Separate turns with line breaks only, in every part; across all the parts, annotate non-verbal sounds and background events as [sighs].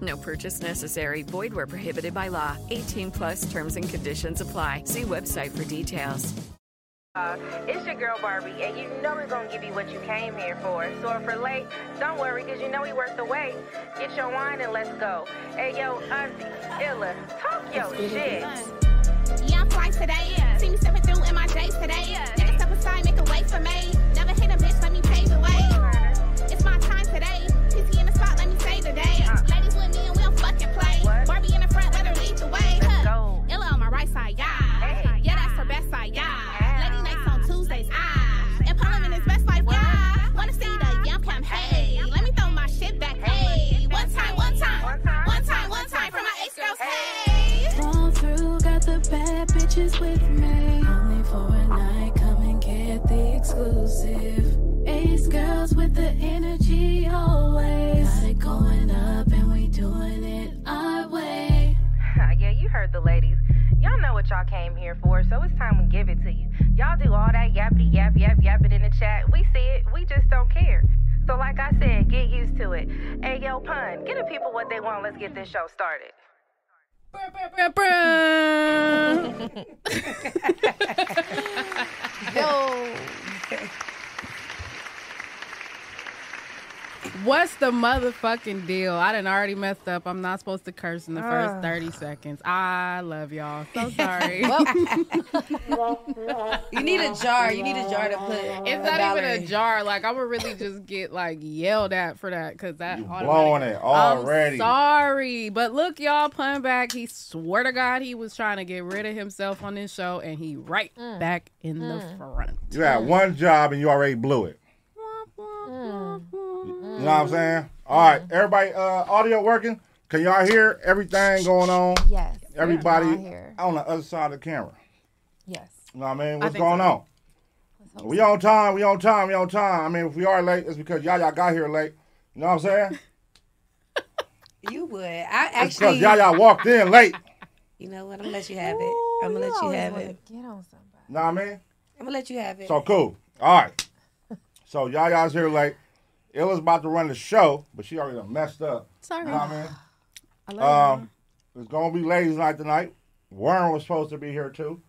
No purchase necessary. Void where prohibited by law. 18 plus terms and conditions apply. See website for details.
Uh, it's your girl Barbie, and you know we're gonna give you what you came here for. So if we're late, don't worry, cause you know we worth the wait. Get your wine and let's go. Hey yo, auntie, Illa, talk your shit.
Yeah, I'm fly today. See me stepping through in my day today. Niggas step aside, make a way for me. Never hit a bitch, let me pave the way. It's my time today. PC in the spot, let me save the day. Ladies with me and we don't fucking play. Barbie in the front, let her lead the way. Huh. Illa on my right side, yeah. Yeah, that's her best side, yeah. Lady nights on Tuesdays, ah. And Parliament is best life, yeah. Wanna see the yum come, hey. Let me throw my shit back, hey. One time, one time. One time, one time for my ex girls, hey.
Roll through, got the bad bitches with me. Only for a night, come and get the exclusive. Ace girls with the energy always. Got it going up and we doing it our way.
[laughs] yeah, you heard the ladies. Y'all know what y'all came here for, so it's time we give it to you. Y'all do all that yappity yap yap yapping in the chat. We see it, we just don't care. So like I said, get used to it. Hey yo, pun, get the people what they want. Let's get this show started.
[laughs]
Oh,
[laughs] What's the motherfucking deal? I done already messed up. I'm not supposed to curse in the
Ah.
first 30 seconds. I love y'all.
[laughs]
So sorry. [laughs]
You need a jar. You need a jar to put.
it's not even a jar. Like, I would really just get, like, yelled at for that because that you
blowing it already.
I'm sorry. But look, y'all, pun back. He swear to God he was trying to get rid of himself on this show, and he right
Mm.
back in the front.
You had one job and you already blew it. You know what
Mm-hmm.
I'm saying? All right, everybody, uh, audio working. Can y'all hear everything going on?
Yes.
Everybody
here.
on the other side of the camera.
Yes.
You know what I mean? What's
think
going
so.
on? We on time, we on time, we on time. I mean, if we are late, it's because y'all y'all got here late. You know what I'm saying?
You would. I actually.
Because y'all y'all walked in late.
You know what? I'm gonna let you have it. [laughs] I'm gonna let you have it.
You know what I mean?
I'm gonna let you have it.
So cool. All right. So y'all y'all's here late. Illa's about to run the show, but she already done messed up.
Sorry.
You know what I mean? Um, it's gonna be ladies' night tonight. Warren was supposed to be here too,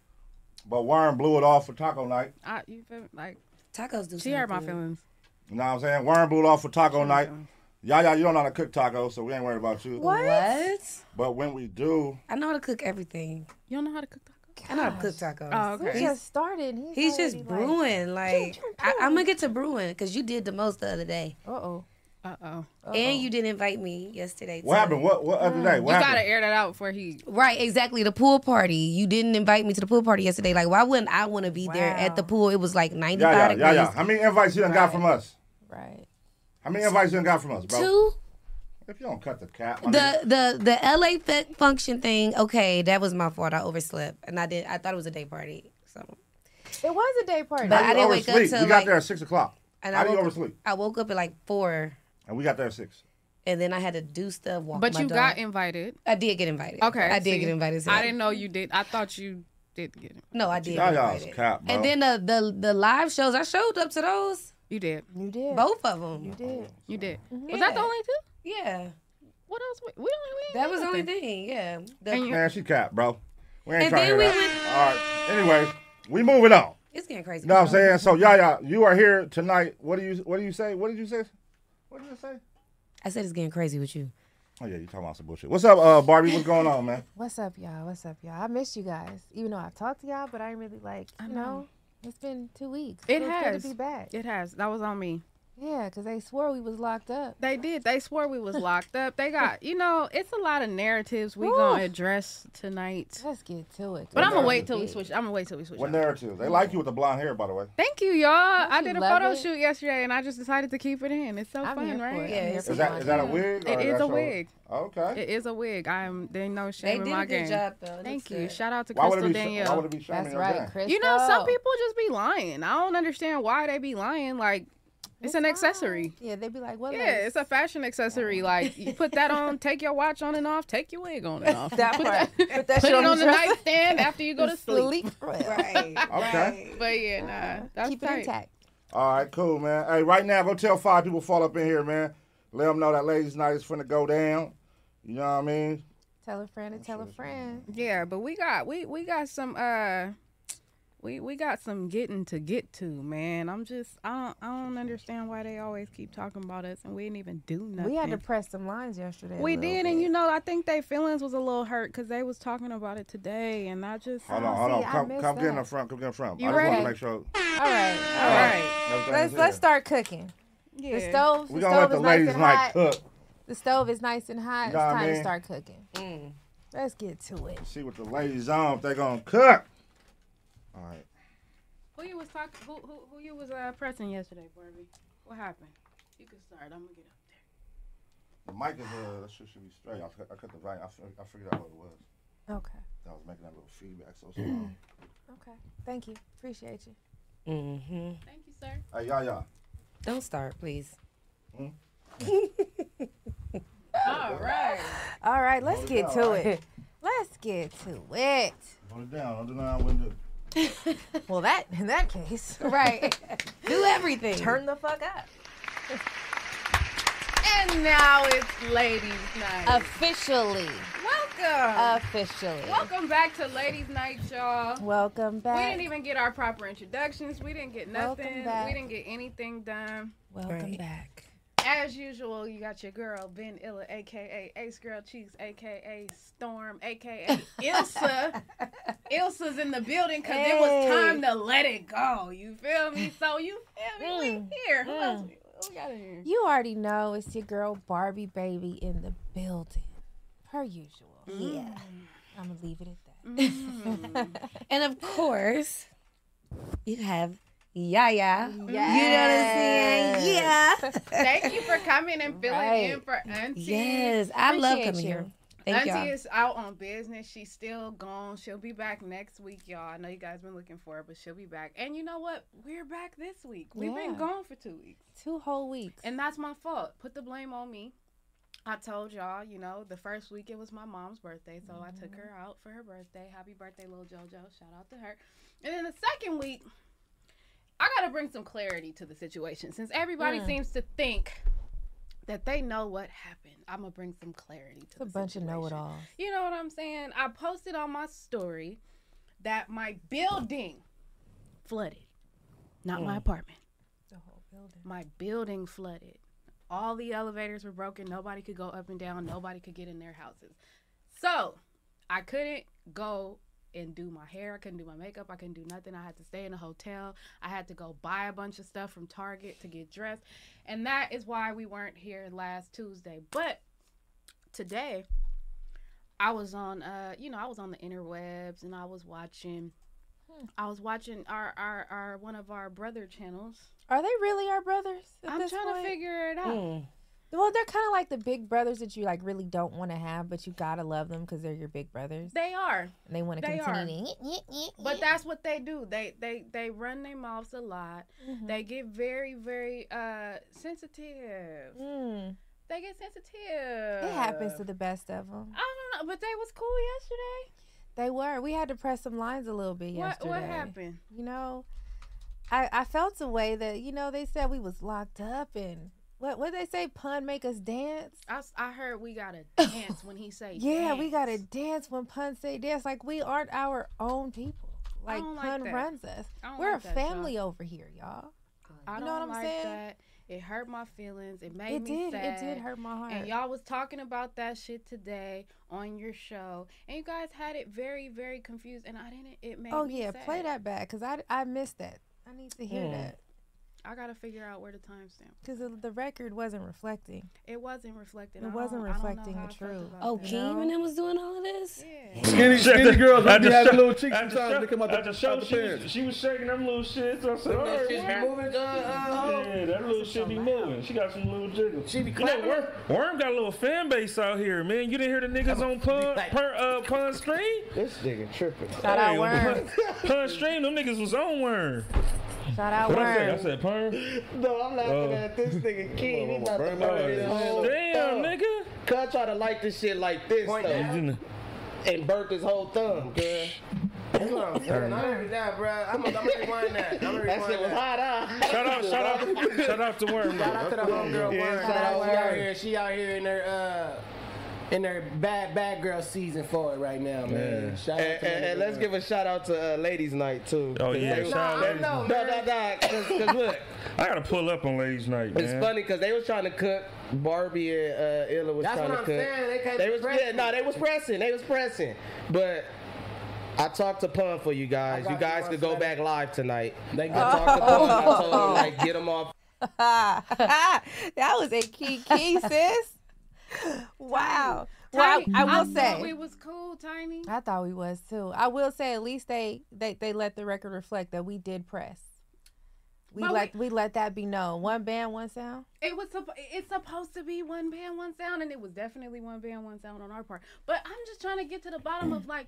but Warren blew it off for taco night.
I, you feel, like,
Tacos do.
she hurt my
something.
feelings.
You know what I'm saying? Warren blew it off for taco night. Y'all, y'all, you don't know how to cook tacos, so we ain't worried about you.
What?
But when we do,
I know how to cook everything.
You don't know how to cook tacos?
I know how to cook tacos.
Oh, okay.
started. He's,
He's just brewing. Like I, I'm gonna get to brewing because you did the most the other day,
Uh oh.
Uh-oh.
and you didn't invite me yesterday.
what
too.
happened? What what other day? What
You
happened?
gotta air that out before he
Right, exactly. The pool party. You didn't invite me to the pool party yesterday. Like, why wouldn't I want to be there at the pool? It was like 95
Yeah, yeah, yeah,
degrees.
yeah. How many invites you done got from us?
Right.
How many invites you done got from us, bro?
Two.
If you don't cut the cap, I mean,
The the the LA fe- function thing. Okay, that was my fault. I overslept, and I did. I thought it was a day party. So,
It was a day party.
but I
you
didn't wake up
oversleep.
till
We got
like.
there at six o'clock,
and
How do you
woke up-
oversleep?
I woke up at like four,
and we got there at six.
and then I had to do stuff. Walk
But
my
you
dog.
got invited.
I did get invited.
Okay.
I did
see.
get invited. so-
I didn't know you did. I thought you did get it.
No, I did.
Y'all
get
y'all's
invited.
cap, bro.
And then the, the the live shows. I showed up to those.
You did.
you did.
Both of them.
did. Mm-hmm.
You did. Was that the only two?
Yeah.
What else? We, we don't. We
That
ain't
was the only
nothing.
thing, yeah. The-
And you,
Man, she cap, bro. We ain't
And
trying to
then
hear
we
that. All right. Anyway, we moving on.
it's getting crazy.
You know what I'm saying? So Yaya, you are here tonight. What do you what do you say? What did you say? What did you say?
I said it's getting crazy with you.
Oh yeah, you talking about some bullshit. What's up, uh, Barbie? What's going on, man?
What's up, y'all? What's up, y'all? I miss you guys. Even though I've talked to y'all, but I ain't really like, you know.
know.
it's been two weeks.
It
so
has.
It's good to be back.
It has. That was on me.
Yeah, because they swore we was locked up.
They did. They swore we
[laughs]
was locked up. They got, you know, it's a lot of narratives we gonna
Woo.
address tonight.
Let's get to it.
But I'm gonna
narrative?
wait till we switch. I'm gonna wait till we switch.
What
up.
narratives? They like you with the blonde hair, by the way.
Thank you, y'all. I
you
did a
love
photo
it?
shoot yesterday, and I just decided to keep it in. It's so
I'm
fun,
here for
right?
it. I'm here
it's-
for
Is that is that a
blonde.
wig?
It
or
is
that's
a
your-
wig.
Okay.
It is a wig. I'm. There ain't no
They
shame
did
in my
a good
game.
job though. It looks
Thank you.
good.
Shout out to
Why would
Crystal
it be? sh- Why
Danielle.
would it be shining
That's
your
right,
gun?
Chris.
You know, some people just be lying. I don't understand why they be lying. Like, it's, an accessory.
Yeah, they be like, what?
Yeah, it's a fashion accessory. Like, you put that
[laughs]
on, take your watch on and off, take your wig on and off.
that part. Put that
put
shit
it on the
dresser.
nightstand after you go to sleep.
[laughs] Sleep. Right.
Right.
Okay.
right.
But yeah, nah, that's
Keep it
tight.
intact.
All right, cool, man. Hey, right now, go tell five people to fall up in here, man. Let them know that ladies' night is finna go down. You know what I mean?
Tell a friend to tell a friend.
Yeah, but we got we we got some uh we we got some getting to get to, man. I'm just I don't I don't understand why they always keep talking about us and we didn't even do nothing.
We had to press some lines yesterday. a
We
little
did,
bit.
and you know, I think their feelings was a little hurt because they was talking about it today, and I just
Hold on, hold on.
Oh, see, I
Come,
missed
come get in
that.
the front. Come get in the front.
You
I just want
ready?
to make sure.
All right. All
All
right.
right.
everything
Let's
is
let's
here.
start cooking.
yeah.
The stove.
We
the
gonna let
stove
the
is nice
ladies'
and
night
hot.
cook.
The stove is nice and hot.
know what I
it's time
mean?
to start cooking.
Mm.
Let's get to it.
See what the ladies on if they gonna cook. All right.
Who you was talking? Who, who who you was uh, pressing yesterday, Barbie? What happened? You can start. I'm gonna get up there.
The mic is uh, that shit should be straight. I cut, I cut the right. I, fi- I figured out what it was.
Okay.
That was making that little feedback [clears throat] so strong.
Okay. Thank you. Appreciate you.
Mm-hmm.
Thank you, sir.
hey, y'all, y'all.
Don't start, please. Mm.
All right.
All right. Let's
Hold it
get
down,
to
all right.
[laughs] it. Let's get to it.
[laughs]
Hold it down. Hold it down. Wouldn't do.
Well, that in that
[laughs]
case,
Right. Do everything.
turn the fuck up.
And now it's ladies' night.
Officially.
Welcome.
Officially.
Welcome back to ladies' night, y'all.
Welcome back.
We didn't even get our proper introductions. We didn't get
Welcome
nothing.
back.
We didn't get anything done.
Welcome
Right.
back.
As usual, you got your girl Ben Illa, aka Ace Girl Cheeks, aka Storm,
[laughs]
aka Ilsa. Ilsa's in the building because it
Hey.
was time to let it go. You feel me? So you feel me?
Mm,
We here. Who
mm.
else? we- Who we got in here?
You already know it's your girl Barbie Baby in the building, per usual. Yeah, I'm gonna leave it at that.
[laughs] And of course, you have Yaya. You know what
Yes.
I'm saying? Yeah.
[laughs] Thank you for coming and filling
Right.
in for Auntie.
Yes, I love
Appreciate
coming
you.
here. Thank
Auntie
y'all.
is out on business. She's still gone. She'll be back next week, y'all. I know you guys been looking for her, but she'll be back. And you know what? We're back this week. We've been
Yeah.
gone for two weeks.
Two whole weeks.
And that's my fault. Put the blame on me. I told y'all, you know, the first week it was my mom's birthday, so I took her out for her birthday. Happy birthday, little JoJo. Shout out to her. And then the second week, I got to bring some clarity to the situation since everybody seems to think that they know what happened. I'm going to bring some clarity to
it's a
the
bunch
situation.
of know-it-alls.
You know what I'm saying? I posted on my story that my building flooded, not my apartment
The whole building.
my building flooded. All the elevators were broken. Nobody could go up and down. Nobody could get in their houses. So I couldn't go and do my hair. I couldn't do my makeup. I couldn't do nothing. I had to stay in a hotel. I had to go buy a bunch of stuff from Target to get dressed. And that is why we weren't here last Tuesday. But today, I was on uh you know I was on the interwebs and I was watching I was watching our our, our one of our brother channels
Are they really our brothers? at
I'm
this
trying
point? mm,
to figure it out.
Well, they're kind of like the big brothers that you like really don't want to have, but you gotta love them because they're your big brothers,
They are,
and they want to
they
continue.
but that's what they do. They they they run their mouths a lot.
Mm-hmm.
They get very very uh sensitive.
To... Mm.
They get sensitive.
It happens to the best of them.
I don't know, but they was cool yesterday.
They were. We had to press some lines a little bit yesterday.
What what happened?
you know, I I felt a way that you know they said we was locked up and what what they say pun make us dance.
I, s- I heard we gotta
[laughs]
dance when he say
Yeah,
dance.
we gotta dance when pun say dance. Like we aren't our own people. Like
don't like
pun
that.
runs us.
I don't
We're
like
a
that,
family over here, y'all.
I
You
don't
know what I'm
like
saying?
that. It hurt my feelings. It made
It
me
did.
sad.
It did hurt my heart.
And y'all was talking about that shit today on your show, and you guys had it very, very confused. And I didn't. It made
oh
me
yeah, play
sad.
that back because I I missed that. I need to hear
Hmm.
Mm.
that
I gotta figure out where the timestamp.
because the, the record wasn't reflecting.
It wasn't reflecting.
It
I
wasn't
don't- I don't know
reflecting
how I
the
felt
truth.
about
Oh,
that.
Keem and them was doing all of this?
Skinny, skinny girls, we be having little cheeks
at the
sometimes
show-
they come out the,
at the show,
out the
she was-
pants.
she was shaking them little shits. I said,
Them
"All right,
shits
what?"
be moving, uh, uh,
Yeah, that little shit be moving. She got some little jiggles. She be
clapping.
Worm, Worm got a little fan base out here, man. You didn't hear the niggas on Pun, per, uh, Pun Stream?
This nigga tripping.
Shout out Worm. Pun Stream, them niggas was on Worm.
Shout
What I said, I said Pun.
No, I'm laughing
Oh.
at this nigga King. He about to
burn my
burn his
ass.
whole
Damn,
thumb.
nigga.
Cause I try to like this shit like this,
Point
though.
down. You didn't-
And burnt his whole thumb, girl. That's what I'm
saying. I
heard that, bro. I'm gonna rewind that. I'm gonna That shit was hot, huh?
Shout out, shout out, shout out to Worm.
Shout out to the homegirl
Yeah,
Worm.
shout out
She out
Worm.
here, she out here in her uh, in her bad bad girl season for it right now, man.
Yeah.
Shout
And-
out to
and- and let's give
a shout out to uh, Ladies Night too.
Oh, yeah, shout out Ladies
no,
Night.
no, no, no, cause, 'cause look,
I gotta pull up on ladies' night, man.
it's funny because they was trying to cook. Barbie and uh, Illa was
That's
trying
what
to
I'm
cook.
saying, they can't
They
be
was yeah,
pressing.
no, they was pressing. They was pressing, but. I talked to Pun for you guys.
got
You
you
guys
one
could go back live tonight. They
got-
I talked to Pun. I told
Oh.
him like get them off
[laughs] that was a key
[laughs]
key, sis. Wow. Well, I, I
thought
will say
we was cool, Tiny.
I thought we was too. I will say at least they they, they let the record reflect that we did press. We
But
let we let that be known. One band, one sound.
It was supp- it's supposed to be one band, one sound, and it was definitely one band, one sound on our part. But I'm just trying to get to the bottom of like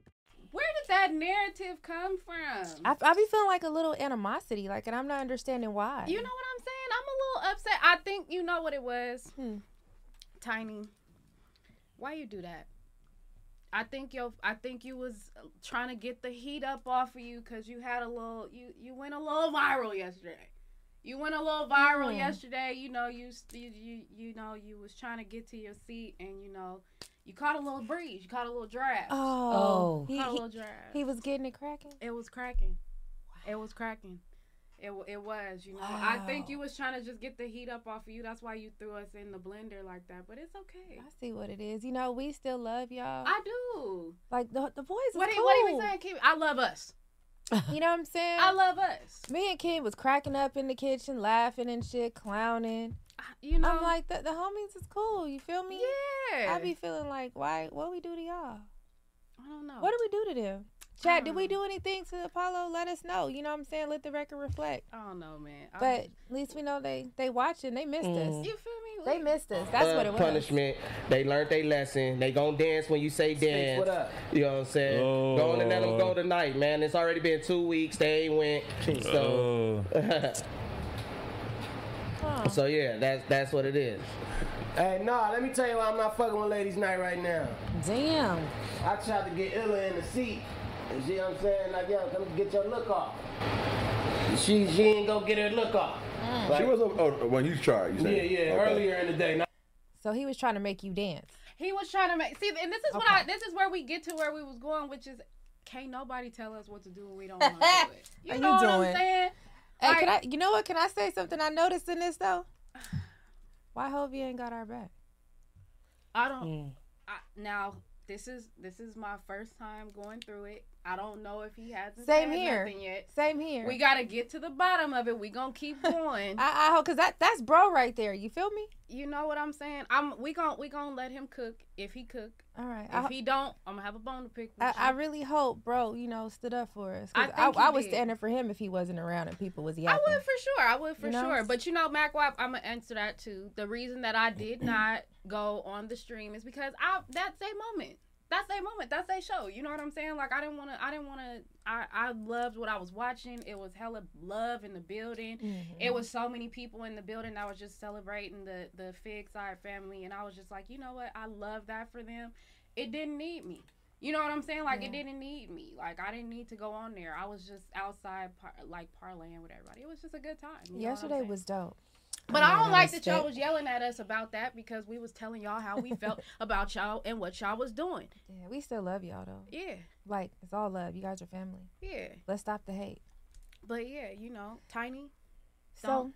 where did that narrative come from?
I, I be feeling like a little animosity, like, and I'm not understanding why.
You know what I'm saying? I'm a little upset. I think you know what it was. Tiny. Why you do that? I think yo I think you was uh, trying to get the heat up off of you cuz you had a little you you went a little viral yesterday. You went a little viral
Mm.
yesterday. You know you s- you you you know you was trying to get to your seat and you know you caught a little breeze. You caught a little draft.
Oh,
You
He,
caught a
he-
little draft.
he was getting it cracking.
It was cracking. It was cracking. It, wa- it was, you know. I think you was trying to just get the heat up off of you. That's why you threw us in the blender like that. But it's okay.
I see what it is. You know, we still love y'all.
I do.
like the the boys is
What,
cool.
do- what are we saying, Kim? I love us.
You know what I'm saying?
I love us.
Me and Kim was cracking up in the kitchen, laughing and shit, clowning.
You know,
I'm like the, the homies is cool. You feel me?
Yeah.
I be feeling like, why? What we do to y'all?
I don't know.
What do we do to them? Chad,
Mm.
did we do anything to Apollo? Let us know. You know what I'm saying? Let the record reflect.
I don't know, man. I-
But at least we know they they watching. They missed
Mm.
us.
You
feel
me? They missed us. That's
uh,
what it was.
punishment. They learned their lesson. They gonna dance when you say dance.
what up?
You know what I'm saying?
Oh.
Go on and let them go tonight, man. It's already been two weeks. They ain't went. So, [laughs] so yeah, that's that's what it is. Hey, no, let me tell you why I'm not fucking with ladies' night right now.
Damn.
I tried to get Illa in the seat. You see what I'm saying? Like, yo, come get your look off. She she ain't gonna get her look off.
she was a, oh, when you tried. You said.
Yeah, yeah, earlier in the day.
So he was trying to make you dance.
He was trying to make see, and this is what I this is where we get to where we was going, which is can't nobody tell us what to do when we don't
[laughs]
want to do it. You
Are you
know what I'm
doing?
saying?
Hey, can I?
Like-
You know what? Can I say something I noticed in this though? Why Hovey ain't got our back?
I don't. I, now this is this is my first time going through it. I don't know if he hasn't
Same
said
here.
nothing yet.
Same here.
We gotta get to the bottom of it. We gonna
[laughs]
keep going.
I, I hope because that that's bro right there. You feel me?
you know what I'm saying? I'm we gon' we gonna let him cook if he cook.
All right.
If
I,
he don't, I'm gonna have a bone to pick. With
I, I
you.
really hope bro, you know, stood up for us. 'Cause
I think
I,
he
was
did.
standing for him if he wasn't around and people was
I
yapping.
would for sure. I would for
You know?
sure. But you know, Mac Wap, I'm gonna answer that
[clears throat]
too. The reason that I did not go on the stream is because I that same moment. that's their moment. That's their show. You know what I'm saying? Like I didn't wanna I didn't wanna I, I loved what I was watching. It was hella love in the building.
Mhm.
It was so many people in the building that was just celebrating the the Fig Side family and I was just like, you know what? I love that for them. It didn't need me. You know what I'm saying? Like it
Yeah.
didn't need me. Like I didn't need to go on there. I was just outside par- like parlaying with everybody. It was just a good time. you know what I'm
Yesterday was dope.
but I don't like that y'all
y'all
was yelling at us about that because we was telling y'all how we
[laughs]
felt about y'all and what y'all was doing.
Yeah, we still love y'all though.
Yeah,
Like it's all love. You guys are family.
yeah.
Let's stop the hate.
But yeah, you know, tiny.
So-
Don't,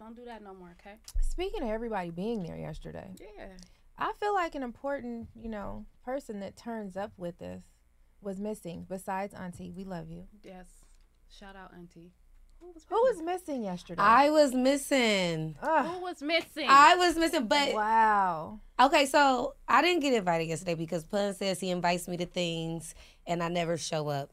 don't do that no more, okay?
Speaking of everybody being there yesterday,
Yeah.
I feel like an important, you know, person that turns up with us was missing. Besides Auntie, we love you.
Yes. Shout out, Auntie. Who was
Who was missing yesterday?
I was missing.
Ah.
Who was missing?
I was missing, but
wow.
Okay, so I didn't get invited yesterday because Pun says he invites me to things and I never show up.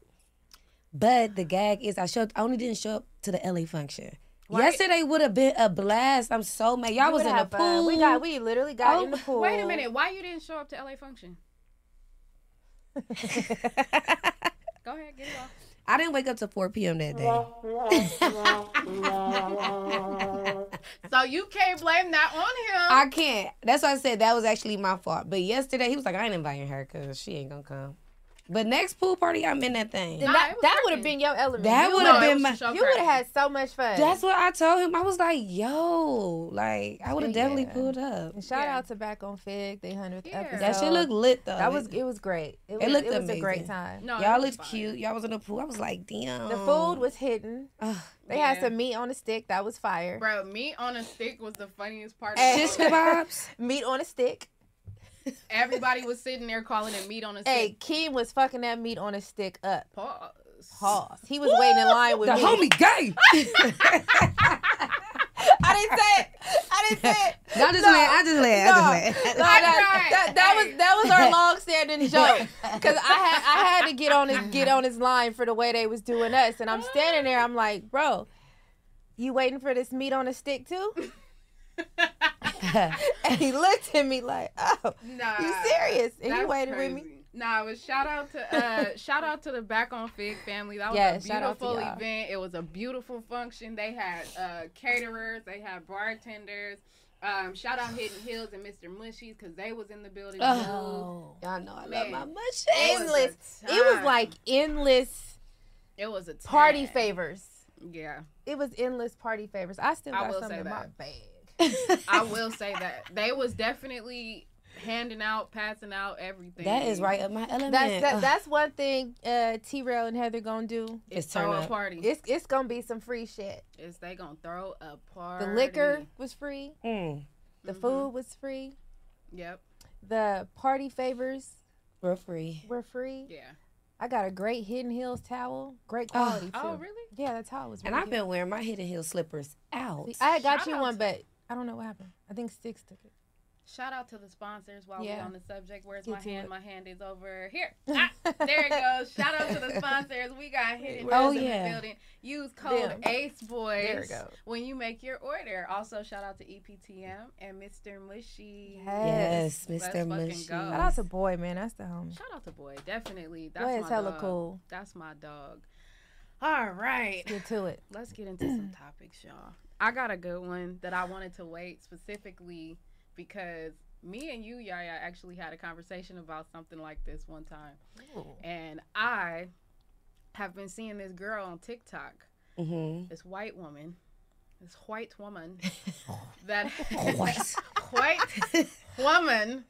But the gag is I showed I only didn't show up to the LA function. Yesterday would have been a blast. I'm so mad. Y'all
We
was
would
in the
have
pool.
fun. We got we literally got
Oh,
in the pool.
Wait a minute. Why you didn't show up to LA
[laughs]
function? Go ahead, get it off.
I didn't wake up till 4 p.m. that day.
[laughs] so you can't blame that on him.
I can't. That's why I said that was actually my fault. But yesterday he was like, I ain't inviting her because she ain't gonna come. But next pool party, I'm in that thing.
Then that that would have been your element.
That
You
would've been
would've-
my-
You would have had so much fun.
That's what I told him. I was like, yo, like I would have
Yeah.
definitely pulled up.
And shout out to Back on Fig, the hundredth episode.
That shit looked lit though.
That was it was great. It,
It
was,
looked
it was a
amazing.
great time.
No, Y'all it was looked fire. cute. Y'all was in the pool. I was like, damn.
The food was hidden. they
Oh. Yeah.
had some meat on a stick. That was fire.
Bro, meat on a stick was the funniest part. of
And-
the whole thing.
[laughs] meat on a stick.
Everybody was sitting there calling it meat on a stick.
Hey, Keem was fucking that meat on a stick up.
Pause.
Pause. He was waiting in line with
The
me.
homie gay.
[laughs] I didn't say it. I didn't say it.
Y'all just
[laughs] No.
laugh. I just laugh. I
No,
just [laughs] laugh.
no, that, that, that was that
[laughs]
was our long-standing joke because I had I had to get on his get on his line for the way they was doing us, and I'm standing there. I'm like, bro, you waiting for this meat on a stick too?
[laughs]
[laughs] and he looked at me like, oh,
Nah,
Uh,
you serious? And you
that's
waited with me?
crazy. Nah, it was shout out to
[laughs]
uh shout out to the Back on Fig family. That was
Yeah,
a
shout out to
beautiful
y'all.
event. It was a beautiful function. They had uh caterers, they had bartenders. Um, shout out Hidden Hills and Mr. Mushies because they was in the building.
Oh, y'all know I love my mushies.
Endless. It was like endless
it was a
party
time.
favors.
Yeah,
It was endless party favors. I still
I
got
will
some
say
in my
that.
bag. [laughs]
I will say that they was definitely handing out, passing out everything.
That is right up my element.
That's that,
Ugh.
that's one thing uh, T Rail and Heather gonna do.
It's It's turn throw a up.
party.
It's it's gonna be some free shit.
Is they gonna throw a party? Mm-hmm.
The liquor was free.
Mm.
The food was free.
Yep.
The party favors
We're free.
were free.
Yeah.
I got a great Hidden Hills towel. Great
Oh.
quality.
Oh,
too.
really?
Yeah, that towel was.
And
really
I've been wearing my hidden heel slippers out.
good. See, I had got you one, but I don't know what happened. I think Six took it.
Shout out to the sponsors while we're
Yeah.
on the subject. Where's
Get
my
to
hand?
it.
My hand is over here. Ah, there it goes. Shout out to
[laughs]
the sponsors. We got hidden
Oh,
Hills in
yeah.
the building. Use code
Them.
ACE Boys
There it goes.
when you make your order. Also, shout out to E EPTM and Mr. Mushy.
Yes,
Let's
Mr.
fucking
Mushy.
go.
Shout out to boy, man. That's the homie.
Shout out to boy, definitely. That's
Boy is
my
hella
dog.
cool.
That's my dog. All right,
Get to it.
Let's get into
[clears throat]
some topics, y'all. I got a good one that I wanted to wait specifically because me and you, Yaya, actually had a conversation about something like this one time,
Oh.
and I have been seeing this girl on TikTok,
Mhm.
this white woman, this white woman
[laughs]
that [laughs]
White. [laughs]
white woman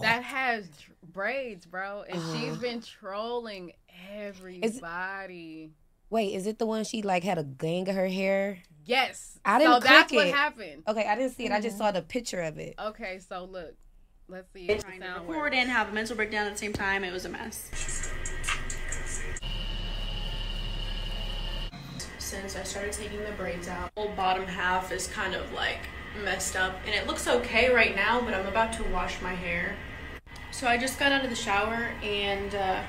that has dr- braids, bro, and
Uh-huh.
she's been trolling everybody.
Wait, is it the one she like had a gang of her hair?
Yes,
I didn't
So that's
click
what
it.
happened.
Okay, I didn't see it. I just saw the picture of it.
Okay, so look, let's see if the sound
record
works.
and have a mental breakdown at the same time. It was a mess. Since I started taking the braids out, whole bottom half is kind of like messed up, and it looks okay right now. But I'm about to wash my hair, so I just got out of the shower and uh,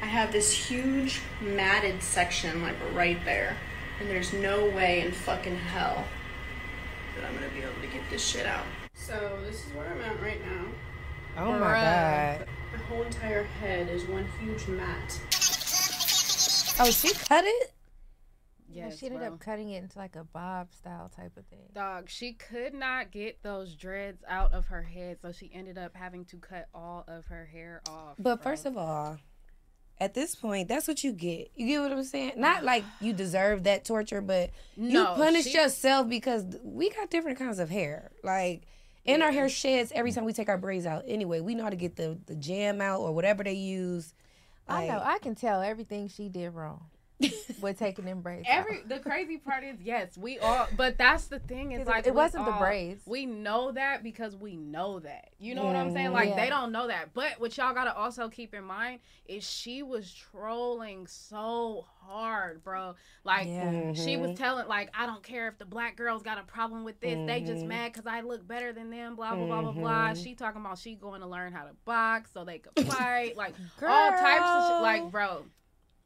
I have this huge matted section like right there, and there's no way in fucking hell that I'm gonna be able to get this shit out. So this is where I'm at right now.
Oh my
Bruh.
God.
My whole entire head is one huge mat.
Oh, she cut it?
Yeah, she ended up cutting it into like a bob style type of thing.
Dog, she could not get those dreads out of her head, so she ended up having to cut all of her hair off.
But first of all, at this point, that's what you get. You get what I'm saying? [sighs] Not like you deserve that torture, but you
No,
punish
she-
yourself because we got different kinds of hair. Like, and our hair sheds every time we take our braids out. Anyway, we know how to get the, the jam out or whatever they use.
I know.
Like-
I can tell everything she did
[laughs]
wrong with taking them braids.
Every
[laughs]
the crazy part is yes, we all but that's the thing is
It-
like
it
we
wasn't the
all-
braids.
We know that because we know that. You know what I'm saying?
Mhm.
Like
Yeah.
they don't know that. But what y'all gotta also keep in mind is she was trolling so hard, bro. Like
Yeah.
she was
Mhm.
telling like I don't care if the black girls got a problem with this. They just
Mhm.
mad because I look better than them. Blah blah blah blah blah.
Mhm.
She talking about she going to learn how to box so they could fight. like all types of shit. Like
Girl.
bro.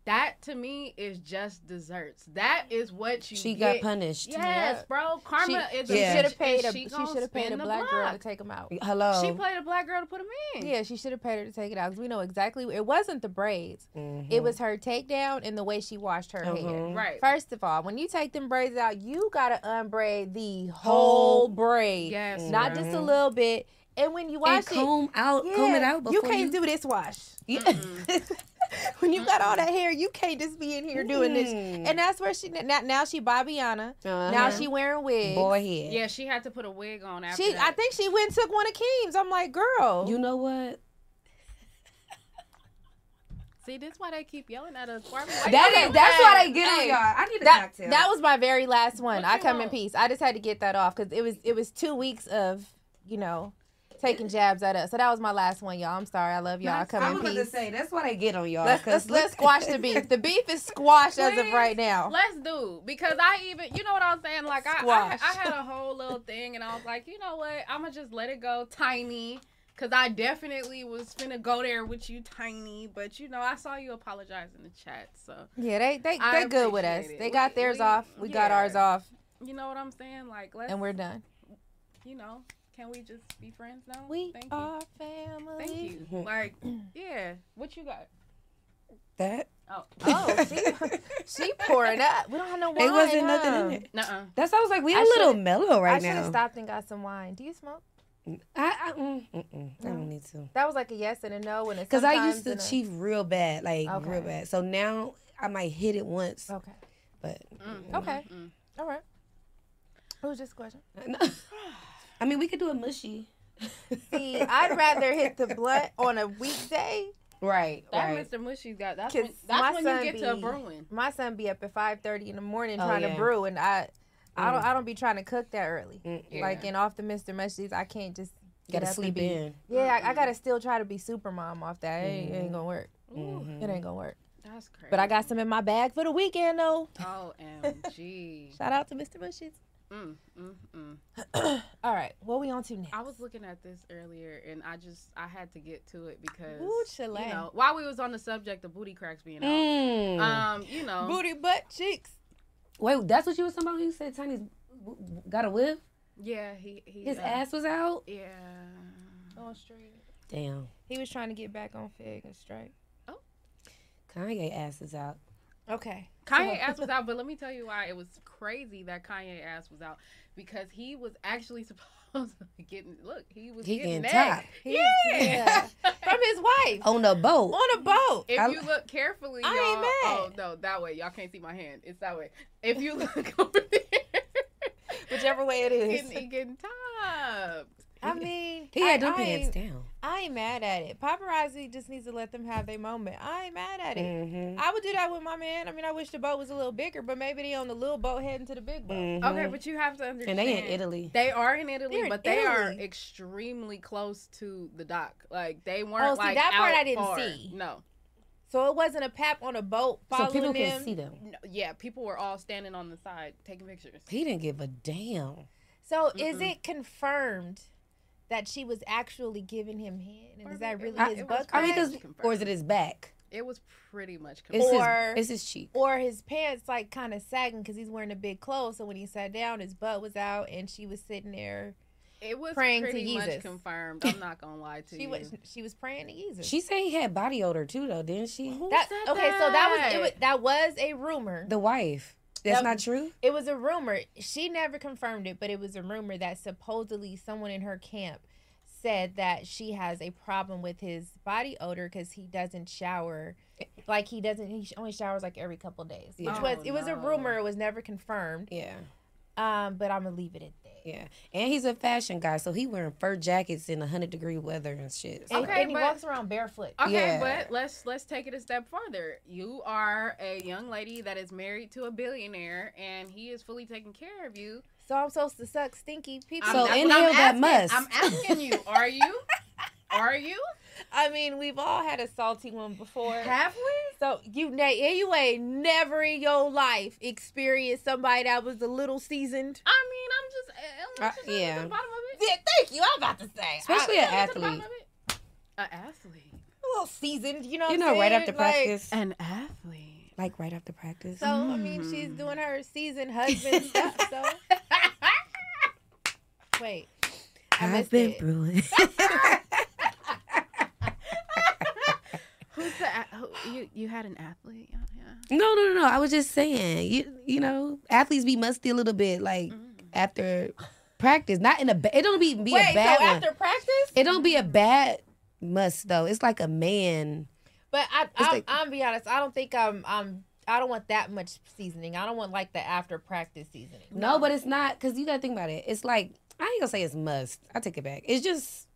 That to me is just desserts. That is what you.
She got
get.
punished.
Yes,
Yep.
bro. Karma
She-
is.
she
a
shoulda
bitch,
paid
and
a-
She,
she
gonna
shoulda paid
spin
a
the
black girl
block.
to take 'em out.
Hello.
She played a black girl to put him in.
Yeah, she should have paid her to take it out because we know exactly. It wasn't the braids.
Mm-hmm.
It was her takedown and the way she washed her hair.
Mhm. Right.
First of all, when you take them braids out, you gotta unbraid the whole braid.
Yes,
Not
ma'am.
just a little bit. And when you wash it,
comb out- comb it out
You
before
can't
you-
do this wash. [laughs] when you got all that hair, you can't just be in here doing this.
Mm.
And that's where she now, now she Bobbiana. Now
Uh-huh.
she wearing wigs.
Boy head.
Yeah, she had to put a wig on after
She,
that.
I think she went and took one of Keem's. I'm like, girl.
You know what?
See, that's why they keep yelling at us. Why we
That
waiting?
is. that's why they
get
get
on
hey,
y'all. I need a
that,
cocktail.
That was my very last one. I
you
come in
want?
peace. I just had to get that off because it was it was two weeks of you know taking jabs at us. So that was my last one, y'all. I'm sorry. I love y'all. I come
I
in
was
peace.
about to say, that's why they get on y'all.
let's,
'cause
let's, let's squash
[laughs]
the beef. The beef is squashed as of
Please,
right now.
Let's do because I even you know what I'm saying. Like I, I,
Squash.
I had a whole little thing and I was like, you know what? I'm gonna just let it go, tiny. Cause I definitely was finna go there with you, tiny. But you know, I saw you apologize in the chat, so
yeah, they they
I
they good with us.
appreciate it.
They got
We-
theirs
we-
off. We got
yeah.
ours off,
You know what I'm saying? Like let's
and we're done.
you know, can we just be friends now?
We
Thank
are
you.
family.
Thank you. Like, yeah. What you got?
That
[laughs]
Oh,
oh, she, she pouring up. We don't have no wine.
They wasn't nothing in
huh?
it.
Nuh-uh.
That's why I was like, we a
I
little
should've-
mellow right
I should have
now.
stopped and got some wine. Do you smoke?
I, I, mm, mm-mm, I don't need to.
That was like a yes and a no, and it's
Because I used to
sometimes
cheat
and
real bad, like real
Okay.
bad. So now I might hit it once.
Okay.
But
a- Okay, all right. It was just
[laughs]
a question.
I mean, we could do a [laughs] mushy.
See, I'd rather hit the blunt on a weekday.
Right.
That
right.
Mr. Mushy's got. That's
'cause
when, that's
my
when you
son
get to a
be-
brewing.
My son be up at five thirty in the morning
Oh,
trying
yeah.
to brew, and I, I don't,
Mm.
I don't be trying to cook that early. Like
Yeah.
and off the Mister Mushies, I can't just get
Gotta
up and
sleep
be-
in.
Yeah, I, I gotta still try to be super mom off that. It ain't, it ain't
Mm-hmm.
Mhm.
gonna work.
Mm-hmm.
It ain't gonna work.
That's crazy. Oh,
But I got some in my bag for the weekend though. [laughs]
OMG.
Shout out to Mr. Bushes.
Mm, mm, mm.
[clears throat] All right, what we on to now?
I was looking at this earlier, and I just I had to get to it because
Ooh,
you
Chile.
know while we was on the subject of booty cracks being out,
Mm.
um, you know,
Booty butt cheeks.
Wait, that's what you were talking about? when You said Tiny's w- w- got a whip?
Yeah, he, he
His ass was out?
Yeah,
on straight.
Damn.
He was trying to get back on fig and straight.
Kanye ass is out.
Okay.
Kanye ass was out, but let me tell you why it was crazy that Kanye ass was out because he was actually [laughs] supposed to be getting look he was
He
getting
getting
that.
top.
He-
yeah.
yeah.
[laughs]
from his wife
On the boat.
on a boat.
If
I-
you look carefully,
I
y'all,
ain't
Oh no, that way y'all can't see my hand. It's that way. If you look [laughs] over there,
whichever way it is.
getting, he getting top.
I mean,
He had
I,
them
I
pants
ain't-
down.
I ain't mad at it. Paparazzi just needs to let them have their moment. I ain't mad at it.
Mhm.
I would do that with my man. I mean, I wish the boat was a little bigger, but maybe they on the little boat heading to the big boat.
Okay, but you have to
And
understand.
they in Italy.
They are in Italy,
They're in
but they are
Italy.
extremely close to the dock. Like they weren't.
Oh, see,
like,
that part
out
I didn't
far.
see.
No.
So it wasn't a pap on a boat
So
following
people
them.
can see them.
No, yeah, people were all standing on the side taking pictures.
He didn't give a damn.
So is it confirmed that she was actually giving him head? And is that really
I,
his butt
I mean, 'cause-
crack?
or is it his back?
It was pretty much.
It's his-
Or-
it's his cheek.
or his pants like kind of sagging because he's wearing a big clothes. So when he sat down, his butt was out, and she was sitting there
It was
praying to
pretty much
Jesus.
confirmed. I'm not gonna
[laughs]
lie to
She
you.
was she was praying to Jesus.
She said he had body odor too, though, didn't she?
that, okay, so that was, it
that?
was that was a rumor.
the wife. That's
That-
not true.
It was a rumor. She never confirmed it, but it was a rumor that supposedly someone in her camp said that she has a problem with his body odor because he doesn't shower. Like he doesn't. He only showers like every couple days, which
Yeah.
was
Oh,
it was
no.
a rumor. It was never confirmed.
Yeah.
Um, but I'm gonna leave it at that.
Yeah, and he's a fashion guy, so he wearing fur jackets in hundred degree weather and shit.
And,
Okay,
and he
but-
walks around barefoot.
Okay,
Yeah.
but let's let's take it a step further. You are a young lady that is married to a billionaire, and he is fully taking care of you.
So I'm supposed to suck stinky people.
I'm- that's what I'm asking- I'm asking you, are you? Are you?
[laughs] I mean, we've all had a salty one before.
Have
we? So you, ne- yeah, you ain't never in your life experienced somebody that was a little seasoned.
I mean, I'm just, I'm
just Uh, yeah. at the bottom
of
it. Yeah, thank you. I'm about to say,
Especially
I-
an athlete.
An athlete.
a little seasoned. You know,
You
what
know,
I'm
right
saying?
after
Like,
practice.
An athlete.
Like right after practice.
So I mean, she's
Mm.
doing her
[laughs]
seasoned husband stuff. So wait,
I've been brewing.
[laughs]
Who's the a- who, you? You had an athlete. Yeah, yeah.
No, no, no, no. I was just saying, you you know, athletes be musty a little bit, like after practice. Not in a ba- it don't be [laughs] be
Mm. wait.
a bad
so
one.
after practice,
it don't be a bad must though. It's like a man.
But I,
It's
I
like-
I'm be honest. I don't think I'm I'm I don't want that much seasoning. I don't want like the after practice seasoning.
No, but it's not because you gotta think about it. It's like I ain't gonna say it's must. I take it back. It's just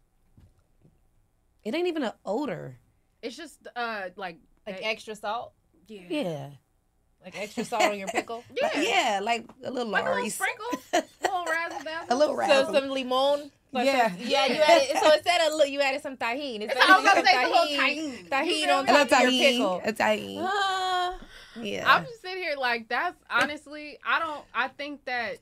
it ain't even an odor.
It's just uh like
like extra salt.
Yeah.
Yeah.
Like extra salt on your
[laughs]
pickle.
Like, yeah, like a little
Like a little
Lorry's. [laughs]
sprinkle?
A little razzle dazzle.
A little razzle.
So some limon. Like
Yeah.
some- yeah. You added
[laughs]
so instead of look, you added some tahini. Instead
I was
of
about to
some
say a little tahini. You
Tahini
feel
on
me?
top of your
tahini,
pickle.
a tahini.
Ah.
Yeah.
I'm just sitting here like that's honestly, I don't. I think that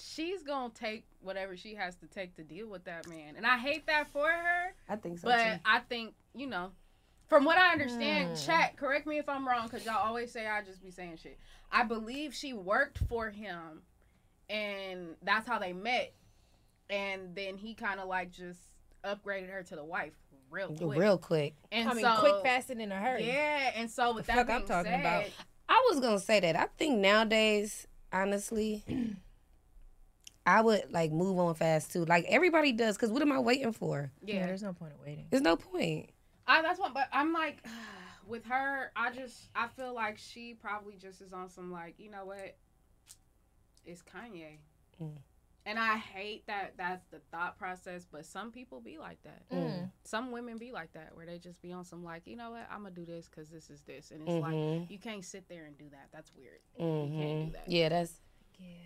she's gonna take whatever she has to take to deal with that man, and I hate that for her.
I think so
but
too.
I think you know, from what I understand,
Hmm.
chat. Correct me if I'm wrong, because y'all always say I just be saying shit. I believe she worked for him, and that's how they met. And then he kind of like just upgraded her to the wife real quick.
Real quick.
And
I mean,
so-
quick, fast, and in a hurry.
Yeah, and so with
The
that
fuck
being
I'm talking
said,
about. I was gonna say that. I think nowadays, honestly, [clears throat] I would like move on fast too. Like everybody does, cause what am I waiting for?
Yeah. Yeah, there's
no point in waiting.
There's no point.
I that's one, but I'm like, [sighs] with her, I just I feel like she probably just is on some like, you know what? It's Kanye,
Mm.
and I hate that that's the thought process. But some people be like that.
Mm.
Some women be like that, where they just be on some like, you know what? I'm gonna do this because this is this, and it's
Mhm.
like you can't sit there and do that. That's weird.
hmm Yeah, that's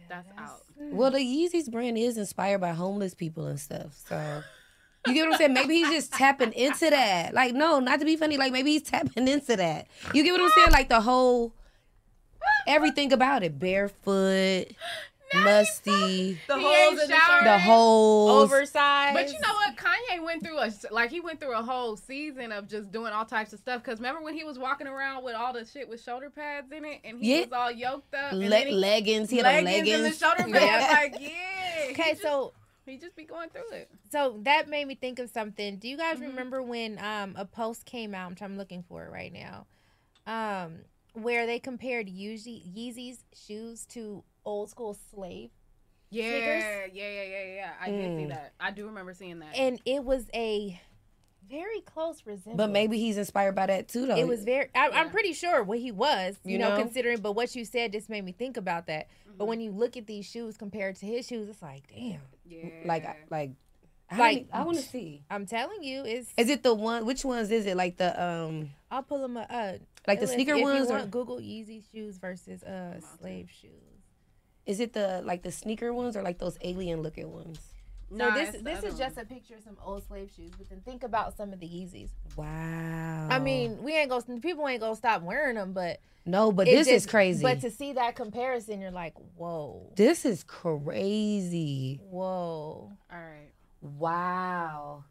that's, out.
well. The Yeezys brand is inspired by homeless people and stuff. So you get what I'm saying? Maybe he's just tapping into that. Like, no, not to be funny. Like maybe he's tapping into that. You get what I'm saying? Like the whole everything about it, barefoot, musty,
The He holes ain't in the showering.
the holes,
oversized.
But you know what? Kanye went through a like he went through a whole season of just doing all types of stuff. Cause remember when he was walking around with all the shit with shoulder pads in it, and he
Yeah.
was all yoked up. and
Le-
then he-
leggings. He had on
leggings and the
leggings.
shoulder
Yeah.
pads. Like
[laughs]
yeah.
Okay, so
he just be going through it.
So that made me think of something. Do you guys
Mm-hmm.
remember when um a post came out, which I'm looking for it right now, um, where they compared Yeezy, Yeezy's shoes to old school slave
Yeah,
sneakers?
yeah, yeah, yeah, yeah. I did see
Mm.
that. I do remember seeing that.
and it was a very close resemblance.
But maybe he's inspired by that too, though.
it was very. I, I'm pretty sure what he was, you,
You
know,
know?
considering. But what you said just made me think about that.
Mm-hmm.
But when you look at these shoes compared to his shoes, it's like, damn,
yeah,
like like I
Like-
didn't- I want to see.
I'm telling you, it's.
Is it the one? Which ones is it? Like the um.
I'll pull them up. Uh,
Like the
Liz,
sneaker
if you
ones or-
want, Google Yeezy shoes versus uh slave shoes.
Is it the like the sneaker ones or like those alien looking ones?
so this this is just a picture of some old slave shoes, but then think about some of the Yeezys.
Wow.
I mean, we ain't gonna people ain't gonna stop wearing them, but
No, but
it
this is
just-
crazy.
But to see that comparison, you're like, whoa,
this is crazy.
whoa,
all right,
Wow.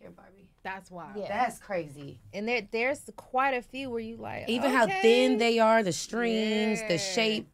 Here, Barbie.
that's why.
That's crazy.
And there there's quite a few where you like
Even how
okay.
thin they are, the strings, the shape.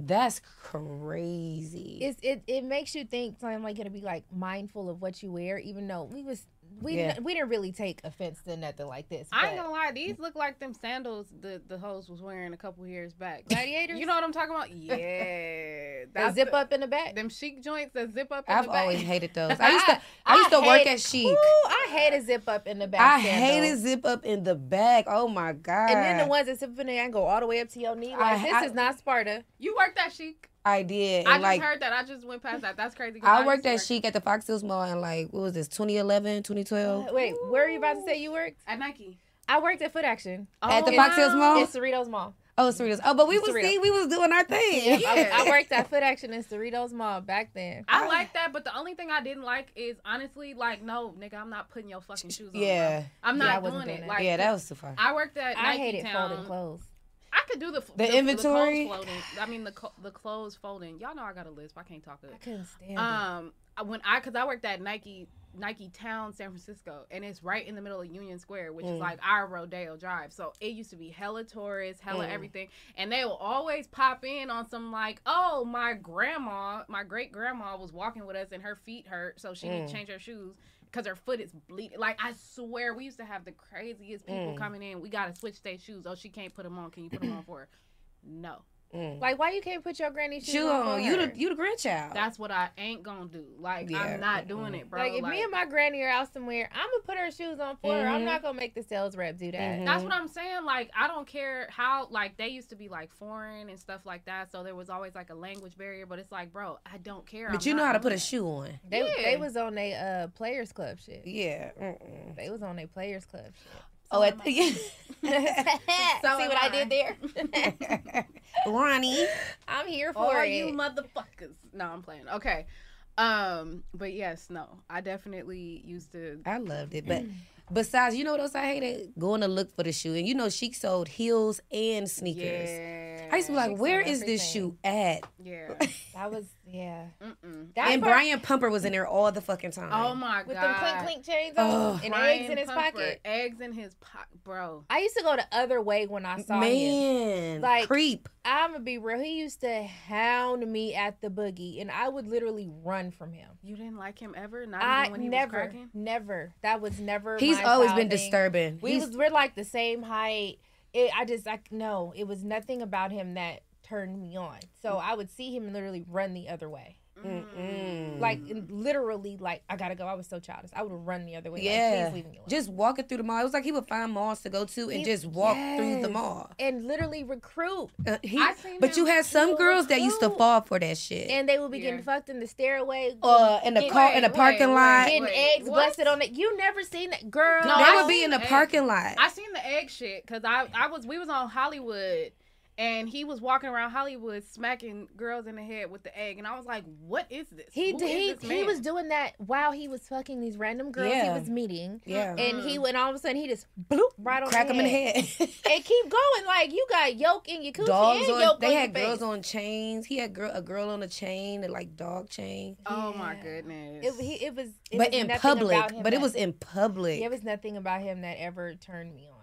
That's crazy.
It's, it it makes you think. So I'm like gonna be like mindful of what you wear, even though we was we
Yeah.
didn't, we didn't really take offense to nothing like this.
I ain't
but-
gonna lie, these look like them sandals the the hoes was wearing a couple years back. Gladiators, you know what I'm talking about? Yeah,
That zip up in the back.
Them chic joints that zip up. In
I've
the back. [laughs]
always hated those.
[laughs]
I used to I used to work
hate-
at Chic.
Ooh, I hate a zip up in the back.
I
sandal.
hate a zip up in the back. Oh my god.
And then the ones that zip in there and go all the way up to your knee. Like
I-
this
I-
is not Sparta.
You worked at Chic.
I did.
I just
and, like,
heard that. I just went past that. That's crazy. 'cause
I worked
used
at Chic at the Fox Hills Mall in like what was this 2011, 2012.
Uh, Wait, where are you about to say you worked?
At Nike. Oh,
I worked at Foot Action.
At the Fox Hills Mall?
In Cerritos Mall.
Oh, Cerritos. Oh, but we
It's
was
real.
see, we was doing our thing.
Yeah, I,
[laughs]
I worked at Foot Action in Cerritos Mall back then.
I like that, but the only thing I didn't like is honestly, like, no, nigga, I'm not putting your fucking shoes on.
Yeah.
bro. I'm
Yeah, I
not
wasn't
doing,
doing
it.
that.
Like,
Yeah, that was too far.
I worked at
I
Nike
hated
Town.
folding clothes.
I could do the the,
inventory?
clothes folding. I mean the co- the clothes folding. Y'all know I got a lisp. I can't talk good. I
couldn't stand it.
um, I- when I because I worked at Nike Nike Town, San Francisco, and it's right in the middle of Union Square, which
Mm.
is like our Rodeo Drive. So it used to be hella tourists, hella
Mm.
everything, and they will always pop in on some like, oh, my grandma, my great grandma was walking with us, and her feet hurt, so she need
Mm.
to change her shoes. Cause her foot is bleeding. Like I swear, we used to have the craziest people
Mm.
coming in. We gotta switch their shoes. Oh, she can't put them on. Can you put them on for
[clears throat]
her? No.
Like, why you can't put your granny shoes
Shoe
on?
Mm. on.
for
You
her?
the you the grandchild.
That's what I ain't gonna do. Like
Yeah,
I'm not doing it, bro.
Like, if me and my granny are out somewhere, I'm gonna put her shoes on for her. I'm
Mm-hmm.
Mhm.
not gonna make the sales rep do that.
That's what I'm saying. Like, I don't care how, like, they used to be like foreign and stuff like that. So there was always like a language barrier. But it's like, bro, I don't care.
But
I'm
you know
not
how to
doing
put a
it.
shoe on.
They
Yeah.
they was on their uh players club shit.
Yeah.
They was on their players club shit.
Oh,
[laughs]
at the,
See
am
what I.
I.
did there?
Ronnie.
[laughs] I'm here
All
for
you
it.
motherfuckers. No, I'm playing. Okay. Um, but yes, no, I definitely used to.
I loved it,
Mm.
but besides, you know what else I hated? Going to look for the shoe, and you know she sold heels and sneakers. I used to be
She
like,
sold
where is this
everything.
shoe at?
[laughs]
Yeah.
[laughs] That was yeah.
Mm-mm.
That
and
part-
Brian Pumper was in there all the fucking time.
Oh my
with them
god.
clink clink chains on
Ugh.
and
Brian
eggs in his
Pumper,
pocket.
Eggs in his pocket, bro.
I used to go the other way when I saw him.
man,
Like
creep.
I'm gonna be real. He used to hound me at the boogie, and I would literally run from him.
You didn't like him ever? Not
I
even when he was
never,
cracking?
never. That was never.
He's
my
always
style
been
thing.
disturbing.
We
He's-
was we're like the same height. It, I just like no. It was nothing about him that turned me on. So I would see him and literally run the other way.
Mm-mm.
Like literally, like I gotta go. I was so childish. I would run the other way. Yeah,
yeah,
like, please leave me alone.
just walking through the mall. It was like he would find malls to go to and
He-
just walk through the
Yes.
mall.
and literally recruit.
Uh, he-
I seen
but you
him
had some girls that used to
recruit.
fall for that shit.
and they would be getting fucked in the stairway,
Uh, in the
getting-
car- in the Wait, parking wait, lot.
getting
wait,
eggs busted on it. You never seen that girl?
No,
they
I
would be
seen
in the
the egg.
parking lot.
I seen the egg shit because I, I was we was on Hollywood and he was walking around Hollywood smacking girls in the head with the egg and I was like, what is this?
He
Who
d-
is
he
this
he
man?
was doing that while he was fucking these random girls
Yeah.
he was meeting.
Yeah.
and
Mm.
he went all of a sudden he just bloop right on
Crack
the
him in the head.
and keep going like you got yolk in your coochie
Dogs
and
on.
yolk
They
on
had
your
girls
face.
on chains. He had girl a girl on a chain, a, like dog chain.
Oh my goodness!
It, he, it was, it
but
was
in
nothing
public.
about him
But it
that-
was in public.
Yeah, it was nothing about him that ever turned me on.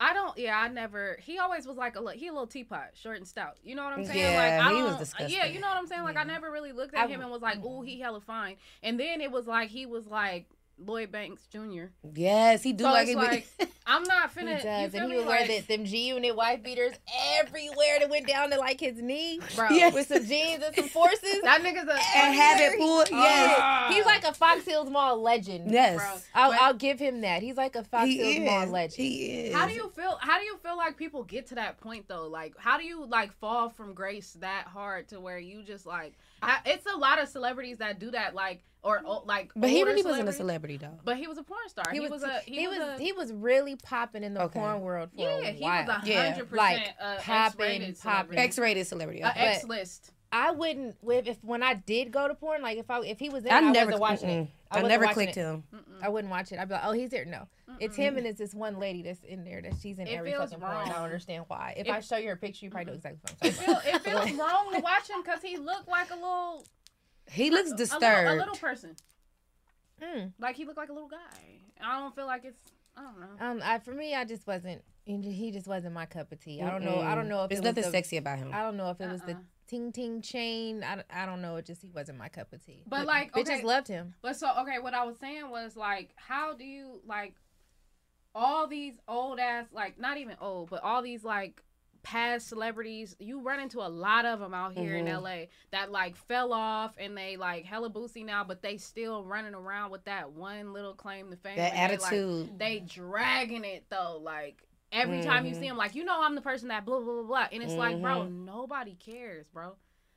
I don't. Yeah, I never. He always was like a li- he a little teapot, short and stout. You know what I'm saying?
Yeah,
like, I
he was
don't-
disgusting.
Yeah, you know what I'm saying? Like I never really looked at
I-
him and was like, "Ooh,
Mm-hmm.
he hella fine." And then it was like he was like Lloyd Banks Jr.
yes, he do
so
like
it's
it.
like
[laughs]
I'm not
He
finna. you
does,
feel
and he
me?
would wear
Like-
the, them G Unit wife beaters everywhere that went down to like his knee,
Bro.
with some jeans and some forces.
That nigga's a Ah.
and
have it pulled- yes.
he's like a Fox Hills Mall legend.
Yes. Bro,
I'll, I'll give him that. He's like a Fox
He
Hills Mall
is.
legend.
He is.
How do you feel? How do you feel like people get to that point though? Like, how do you like fall from grace that hard to where you just like? I, it's a lot of celebrities that do that, like or oh, like.
but he
older
really wasn't a
celebrities.
celebrity though.
But he was a porn star. He, was, a he, was, a,
he was really popping in the
Okay.
porn world for
Yeah,
a
he was
while.
a Yeah. 100%, uh, X-rated celebrity.
X-rated celebrity.
a
okay.
X list.
I wouldn't if, if when I did go to porn, like if I if he was in,
I
I,
never-
wasn't watching
mm-mm.
it.
I
wasn't
never
watching
clicked
it.
him.
I wouldn't watch it. I'd be like, oh, he's there. No, it's him and it's this one lady that's in there that she's in
It
every
feels
fucking porn. I don't
wrong.
understand why. If
It-
I show you her picture, you probably know exactly what I'm
It, feel, [laughs] it
[laughs]
feels wrong to watch him because he looked like a little,
He looks
a little, a
disturbed. Hmm.
little person. Like he looked like a little guy. I don't feel like it's. I don't know.
Um, I, for me, I just wasn't. He he just wasn't my cup of tea. I don't know. I
Mm-mm.
don't know if
There's
it was
nothing
the-
sexy about him.
Uh-uh.
I don't know if it was the ting ting chain. I, don't- I don't know. It just he wasn't my cup of tea.
But like, okay,
bitches loved him.
But so okay, what I was saying was like, how do you like all these old ass like not even old, but all these like past celebrities? You run into a lot of them out here
Mhm.
in L.A. that like fell off and they like hella boozy now, but they still running around with that one little claim to fame.
That
and they,
attitude.
Like, they dragging it though, like. Every time you
Mhm.
see them, like you know, I'm the person that blah blah blah, blah. and it's like, bro,
Mhm.
nobody cares, bro.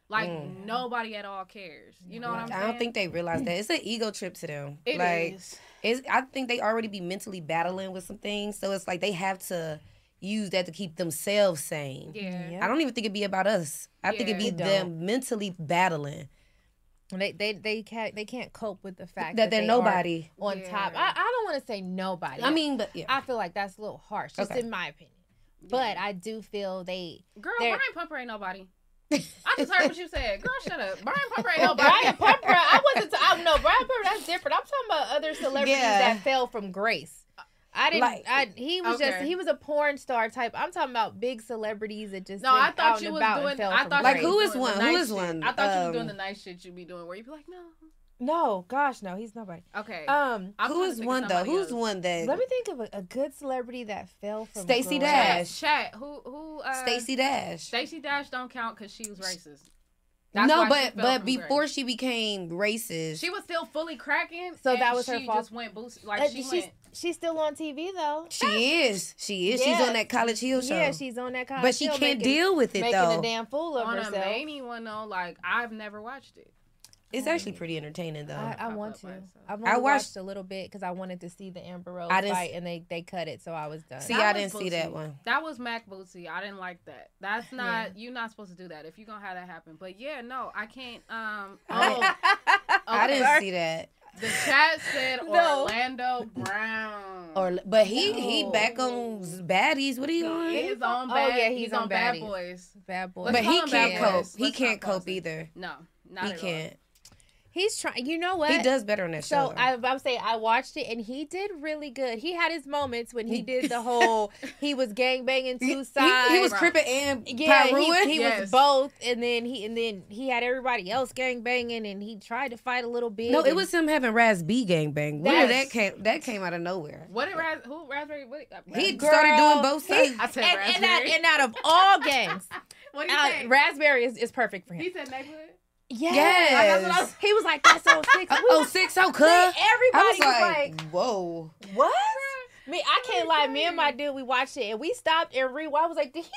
Like
Mm.
nobody at all cares. You know what I'm
Like,
saying?
I don't think they realize that it's an ego trip to them.
It
like,
is.
It's, I think they already be mentally battling with some things, so it's like they have to use that to keep themselves sane.
Yeah.
I don't even think it'd be about us. I think it'd
Yeah.
be
It
them mentally battling.
They they they can't they can't cope with the fact
That
that,
they're
they
nobody.
are on top. I, I don't want to say nobody.
I mean, but
I feel like that's a little harsh, just
Okay.
in my opinion. But I do feel they
Girl,
they're-
Brian Pumper ain't
[laughs]
nobody. I just heard what you said. Girl, shut up. Brian Pumper ain't nobody.
Brian Pumper. I wasn't. I I no Brian Pumper. That's different. I'm talking about other celebrities
Yeah.
that fell from grace. I didn't.
Like-
I, he was just.
Okay.
He was a porn star type. I'm talking about big celebrities that just.
No, I
went out
thought you
and
was
about and
doing.
fell
I
from
thought
grace.
you was doing the nice shit. I thought you was
Um,
doing the nice shit you be doing, where you be like, no.
No, gosh, no. He's nobody.
Okay.
Um,
I'm
Who is one though? Who's one that?
Let me think of a, a good celebrity that fell from.
Stacey
grace.
Dash.
Chat. Who? Who? Uh,
Stacey Dash.
Stacey Dash don't count because she was racist.
no,
why she fell
but but
from
before
grace.
she became racist,
she was still fully cracking.
So
and
that was her
she
fault.
Just went boost. Like
Uh,
she
she's
went.
she's still on TV though.
She is. She is. She's
Yeah.
on that College Hill show.
Yeah, she's on that College
But she
Hill
can't
making-
deal with it
making
though.
a damn fool of
on
herself.
a Mamie one though. Like I've never watched it.
It's actually pretty entertaining though.
I, I want to. I've only
I
watched,
watched-
a little bit because I wanted to see the Amber Rose
I didn't
fight,
s-
and they they cut it, so I was done.
See, That I was didn't see that boozy. one.
That was Mac Bootsy. I didn't like that. That's
Yeah.
not you're not supposed to do that if you're gonna have that happen. But yeah, no, I can't
[laughs]
um oh,
[laughs] I didn't
okay.
see that.
The chat said
No.
Orlando Brown.
Or but he he back on z- baddies. What are you on?
He's
Oh,
on bad, he's, on, bad boys.
Bad boys.
But he
Let's call him
can't
Bad
cope.
Boys.
He
Let's
can't
not pause
cope either.
No, not
He
at all.
can't.
He's trying. You know what?
He does better on that
So
show.
I, I would say I watched it and he did really good. He had his moments when he
[laughs]
did the whole he was gang banging two sides.
was Crip and
yeah, he-
Pyruin.
He,
Yes.
was both, and then he and then he had everybody else gang banging, and he tried to fight a little bit.
No, it
and-
was him having Raz B gang bang. Where
That's-
that came that came out of nowhere.
What did Raz who Raspberry what
He
Raspberry-
started doing both
he-
sides.
I said
and, and out,
raspberry.
and out of
[laughs]
all gangs,
What do you
uh,
think?
raspberry is, is perfect for him.
He said neighborhood?
Yes.
Yes.
Like, that's what I was- he was like, that's 06. We
[laughs] Oh
was-
six, oh
Like,
cuz.
Everybody
I was
like,
like, whoa.
what? Me, I can't lie. Me and my dude, we watched it and we stopped and rewound. I was like, did he?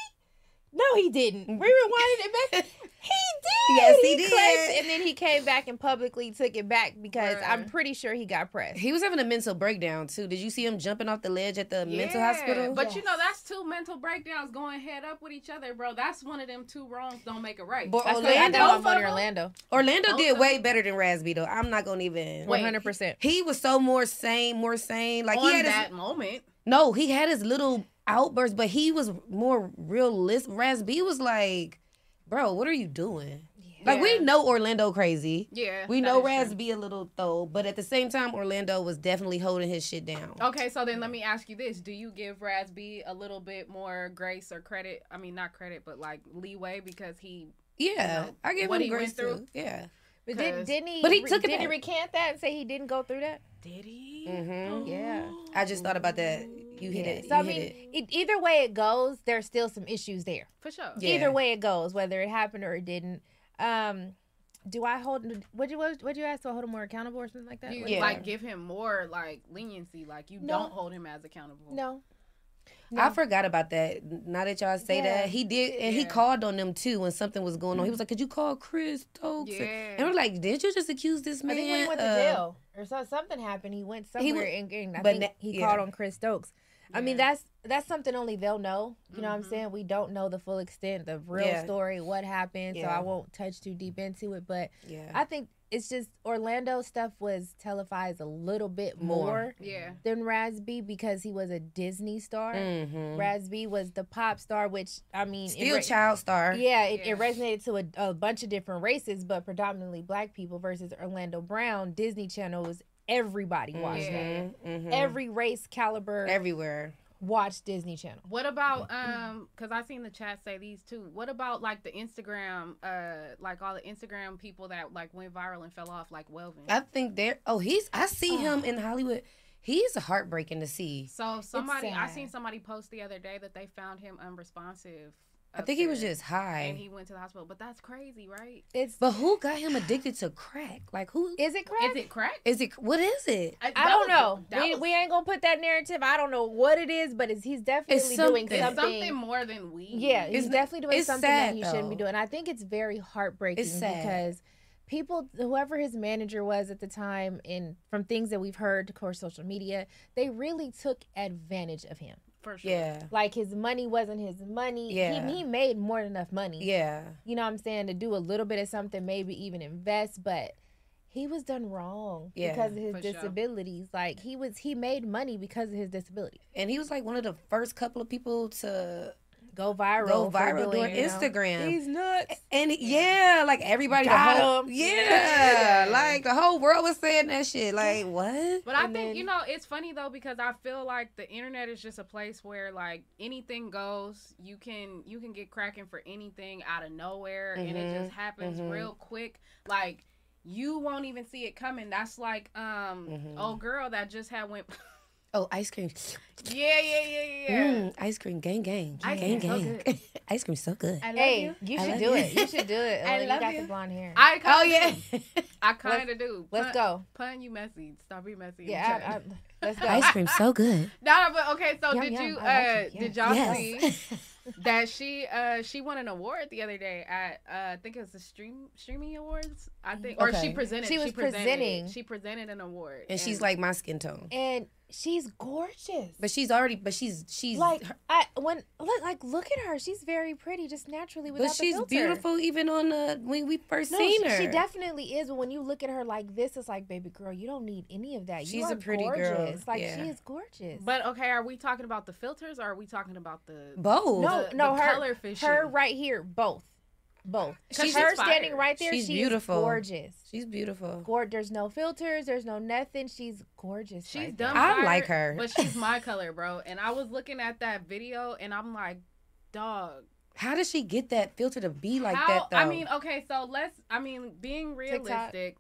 No, he didn't. We rewinded it
[laughs]
back. He did.
Mm. Yes, he did.
claimed- and then he came back and publicly took it back because I'm pretty sure he got pressed.
He was having a mental breakdown too. Did you see him jumping off the ledge at the mental
Yeah,
hospital?
But you know, that's two mental breakdowns going head up with each other, bro. That's one of them two wrongs don't make a right.
But
That's
what I
Orlando,
got on Money Orlando.
Orlando
Both
did
of
way better than Rasby though. I'm not gonna even.
Wait. 100%.
He was so more sane, more sane. Like
on
he had
that
his,
moment.
no, he had his little outbursts, but he was more realistic. Rasby was like, "Bro, what are you doing?" Like we know Orlando crazy.
Yeah,
we
that
know
is true.
Rasby a little though, but at the same time, Orlando was definitely holding his shit down.
Okay, so then let me ask you this: Do you give Raz B a little bit more grace or credit? I mean, not credit, but like leeway because he.
Yeah,
you know,
I give
what
him
he went
grace
through?
too. Yeah,
But did,
'Cause-
didn't he?
But he
re-
took it
Did he
back.
recant that and say he didn't go through that?
Did he?
hmm
Yeah.
I just thought about that. You hit
Mm-hmm. Yeah.
it.
So I
you hit
mean,
it. Oh.
e- either way it goes, there's still some issues there.
For sure.
Yeah.
Either way it goes, whether it happened or it didn't. Um, do I hold? Would you would you ask to hold him more accountable or something like that?
You
Like-
like give him more like leniency, like you
No.
don't hold him as accountable.
No.
I forgot about that. Now that y'all say
Yeah.
that, he did, and he called on them too when something was going on. He was like, "Could you call Chris Stokes?"
Yeah.
And we're like, "Did you just accuse this
I
man?"
think when he went to
of-"
jail or so, something happened. He went somewhere
He went-
and, and I
but
think
na-
he
yeah.
called on Chris Stokes. I mean, that's that's something only they'll know. You know what I'm saying? We don't know the full extent, the real
Mm-hmm. Yeah.
story, what happened. So
Yeah.
I won't touch too deep into it. But
Yeah.
I think it's just Orlando stuff was televised a little bit
More.
more,
Yeah.
than Rasby because he was a Disney star.
Mhm.
Rasby was the pop star, which I mean, it
Still
re-
child star.
Yeah, it, it resonated to a, a bunch of different races, but predominantly black people versus Orlando Brown. Disney Channel was everybody watched that.
Mhm, mhm.
Every race, caliber,
everywhere.
watch Disney Channel.
What about um? Because I seen the chat say these too. What about like the Instagram, uh, like all the Instagram people that like went viral and fell off, like Welvin.
I think there. Oh, he's. I see
[sighs]
him in Hollywood. He's heartbreaking to see.
So somebody, I
sad.
seen somebody post the other day that they found him unresponsive.
I
up
think he was
there,
just high.
and he went to the hospital. But that's crazy, right?
It's
but who got
[sighs]
him addicted to crack? Like who
is it? Crack?
Is it crack?
Is it what is it?
I, don't know. We, we ain't gonna put that narrative. I don't know what it is, but it's, he's definitely
It's
doing
something. It's
something.
something more than weed.
Yeah, he's
It's not-
definitely doing
it's
something that
sad,
he shouldn't be
though.
doing. I think it's very heartbreaking
It's sad.
because people, whoever his manager was at the time, and from things that we've heard, of course, social media, they really took advantage of him.
For sure.
Yeah.
Like his money wasn't his money.
Yeah.
He, he made more than enough money.
Yeah.
You know what I'm saying? To do a little bit of something, maybe even invest, but he was done wrong
Yeah,
because of his
for sure.
disabilities. Like he was he made money because of his disability.
And he was like one of the first couple of people to
go viral.
Go
for
viral
doing,
during
you know,
Instagram.
He's nuts.
And yeah, like everybody
Got
the whole,
him.
Yeah,
Yeah.
Like the whole world was saying that
[sighs]
shit. Like
Eh,
what?
But I think you know it's funny though because I feel like the internet is just a place where like anything goes. You can you can get cracking for anything out of nowhere, and it
Mhm,
just happens
mhm.
real quick. Like you won't even see it coming. That's like um
Mm-hmm.
Mhm.
old girl that just had went. [laughs]
Oh, ice cream.
yeah yeah yeah yeah. yeah.
Mm, ice cream, gang, gang,
Ice
gang,
cream so
gang. [laughs] ice cream so good.
[laughs]
I love
hey,
you.
you,
I
should
love
do
you.
it. You should do
[laughs]
it.
I
Ella.
love
you got
you.
the blonde hair.
I kinda
oh yeah.
I
[laughs] Let's-
kind of do.
let's go.
Pun, you messy. Stop being messy. in
Yeah,
the
I-
chat.
I- let's go.
Ice cream
[laughs]
so
[laughs]
good.
No, but okay. So
Yum,
did
yum,
you uh
I like it,
did
yeah.
y'all
Yes. [laughs]
see that she uh she won an award the other day at uh, I think it was the stream streaming awards I think or she
Okay.
presented
Mm-hmm. She was
presented-
presenting.
she presented an award
And she's like my skin tone.
And she's gorgeous.
But she's already. But she's she's
Like I when look like look at her. She's very pretty, just naturally without
But she's
the filter.
beautiful even on the when we first
No,
seen
she,
her.
she definitely is. But when you look at her like this, it's like, baby girl, you don't need any of that. You
She's a
are
pretty girl,
gorgeous. Like
yeah.
she is gorgeous.
but okay are we talking about the filters or are we talking about the
Both.
No,
the-
no,
the
her,
color fishing
her right here, both, both.
'Cause
She's
she's
her standing
fire.
right there.
She's
she
beautiful.
Is gorgeous.
She's beautiful.
Gor- there's no filters. There's no nothing. She's gorgeous. She's
dumb
I
fire,
like her.
but she's my color bro and I was looking at that video and I'm like dog
[laughs] How does she get that filter to be like
How-
that though?
I mean, okay, so let's. I mean, being
TikTok.
realistic,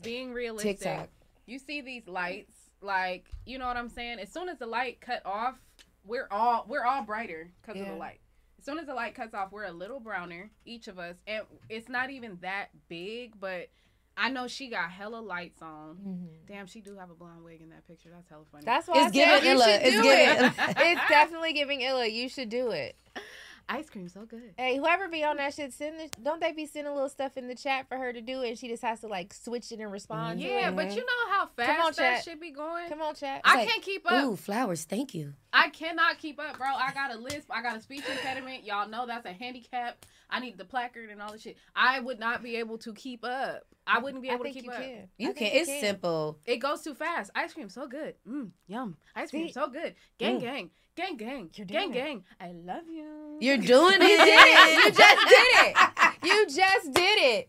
being realistic.
TikTok.
You see these lights, like you know what I'm saying. As soon as the light cut off, we're all we're all brighter because of
Yeah.
the light. As soon as the light cuts off, we're a little browner, each of us, and it's not even that big. But I know she got hella lights on. Damn, she do have a blonde wig in that picture. That's hella funny.
Mm-hmm. That's why
It's
I said
giving
you
Illa.
should
It's
do
giving
it.
Illa.
[laughs] it's definitely giving Illa. You should do it.
[laughs] Ice cream so good.
Hey, whoever be on that shit, send the, don't they be sending little stuff in the chat for her to do, and she just has to like switch it and respond. to
Yeah,
it?
but you know how
Come
fast
on,
that
chat.
should be going.
Come on, chat.
I can't keep up.
Ooh, Oh, flowers. Thank you.
I cannot keep up, bro. I got a lisp. I got a speech impediment. Y'all know that's a handicap. I need the placard and all the shit. I would not be able to keep up. I wouldn't be
I
able to
think
keep
you
up.
can.
You can. It's
[laughs]
simple.
It goes too fast. Ice cream so good. Mm, yum. Ice cream so good. Gang
Mm.
gang. Gang gang. gang gang. I love you. [laughs]
You're doing
You
it.
did it. You just did it. You just did
[gasps]
it.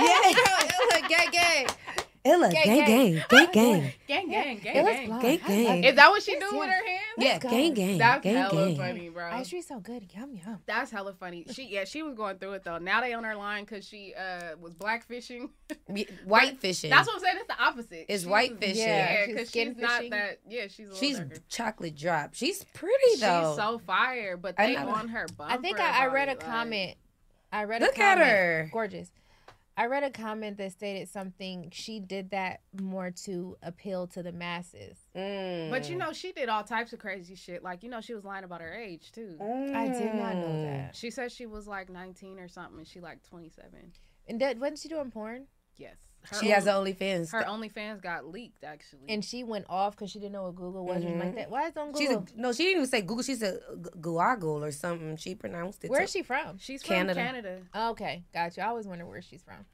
Yes.
Illa, gay, gay.
Ella,
Gang,
gang, gang,
[laughs]
gang, gang.
Gang gang. Gang
Illa's
gang.
blonde. Gang, I love gang. it.
Is that what she do with her hands?
Yeah, gang, gang,
That's
gang,
hella
gang.
funny, bro.
Ice cream so good. Yum yum.
That's hella funny. She yeah, she was going through it though. Now they on her line because she uh was blackfishing. [laughs]
Y- White fishing.
That's what I'm saying. It's the opposite.
It's
She
white
was-
fishing.
Yeah,
Yeah,
she's
because she's,
skin
not
fishing.
that. Yeah, she's a little
She's
darker.
chocolate drop. She's pretty though.
She's so fire, but
I
they
know.
on her bumper.
I think I, I
about
read a
it, like-
comment. I read a
Look at
comment.
her.
Gorgeous. I read a comment that stated something. She did that more to appeal to the masses.
Mm.
But
Mm.
you know, she did all types of crazy shit. Like you know, she was lying about her age too.
I did not know that.
She said she was like 19 or something, and she like 27.
And that, wasn't she doing porn?
Yes.
She has a OnlyFans.
Her OnlyFans got leaked actually.
And she went off because she didn't know what Google was. Or something like
Mhm.
that. Why is it on Google?
She's a, no, she didn't even say Google. She said Gu- Guaggle or something. She pronounced it.
Where
to-
is she from?
She's
Canada.
from Canada.
Okay, got you. I always wonder where she's from.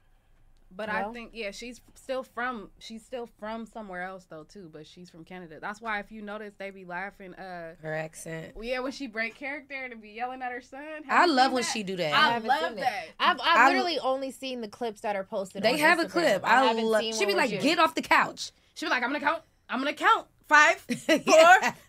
But
Well.
I think yeah, she's still from she's still from somewhere else though too. But she's from Canada. That's why if you notice, they be laughing. Uh,
Her accent.
well, yeah, when she break character and to be yelling at her son. Have
I
you
love
seen
when she do that.
I,
haven't
love
seen it.
that.
I've,
I-
I've literally only seen the clips that are posted.
They
on
have a
Instagram.
clip.
I
I,
haven't
love.
seen
She
one
be
where
like,
she-
get off the couch. [laughs]
She be like, I'm gonna count. I'm gonna count five, four,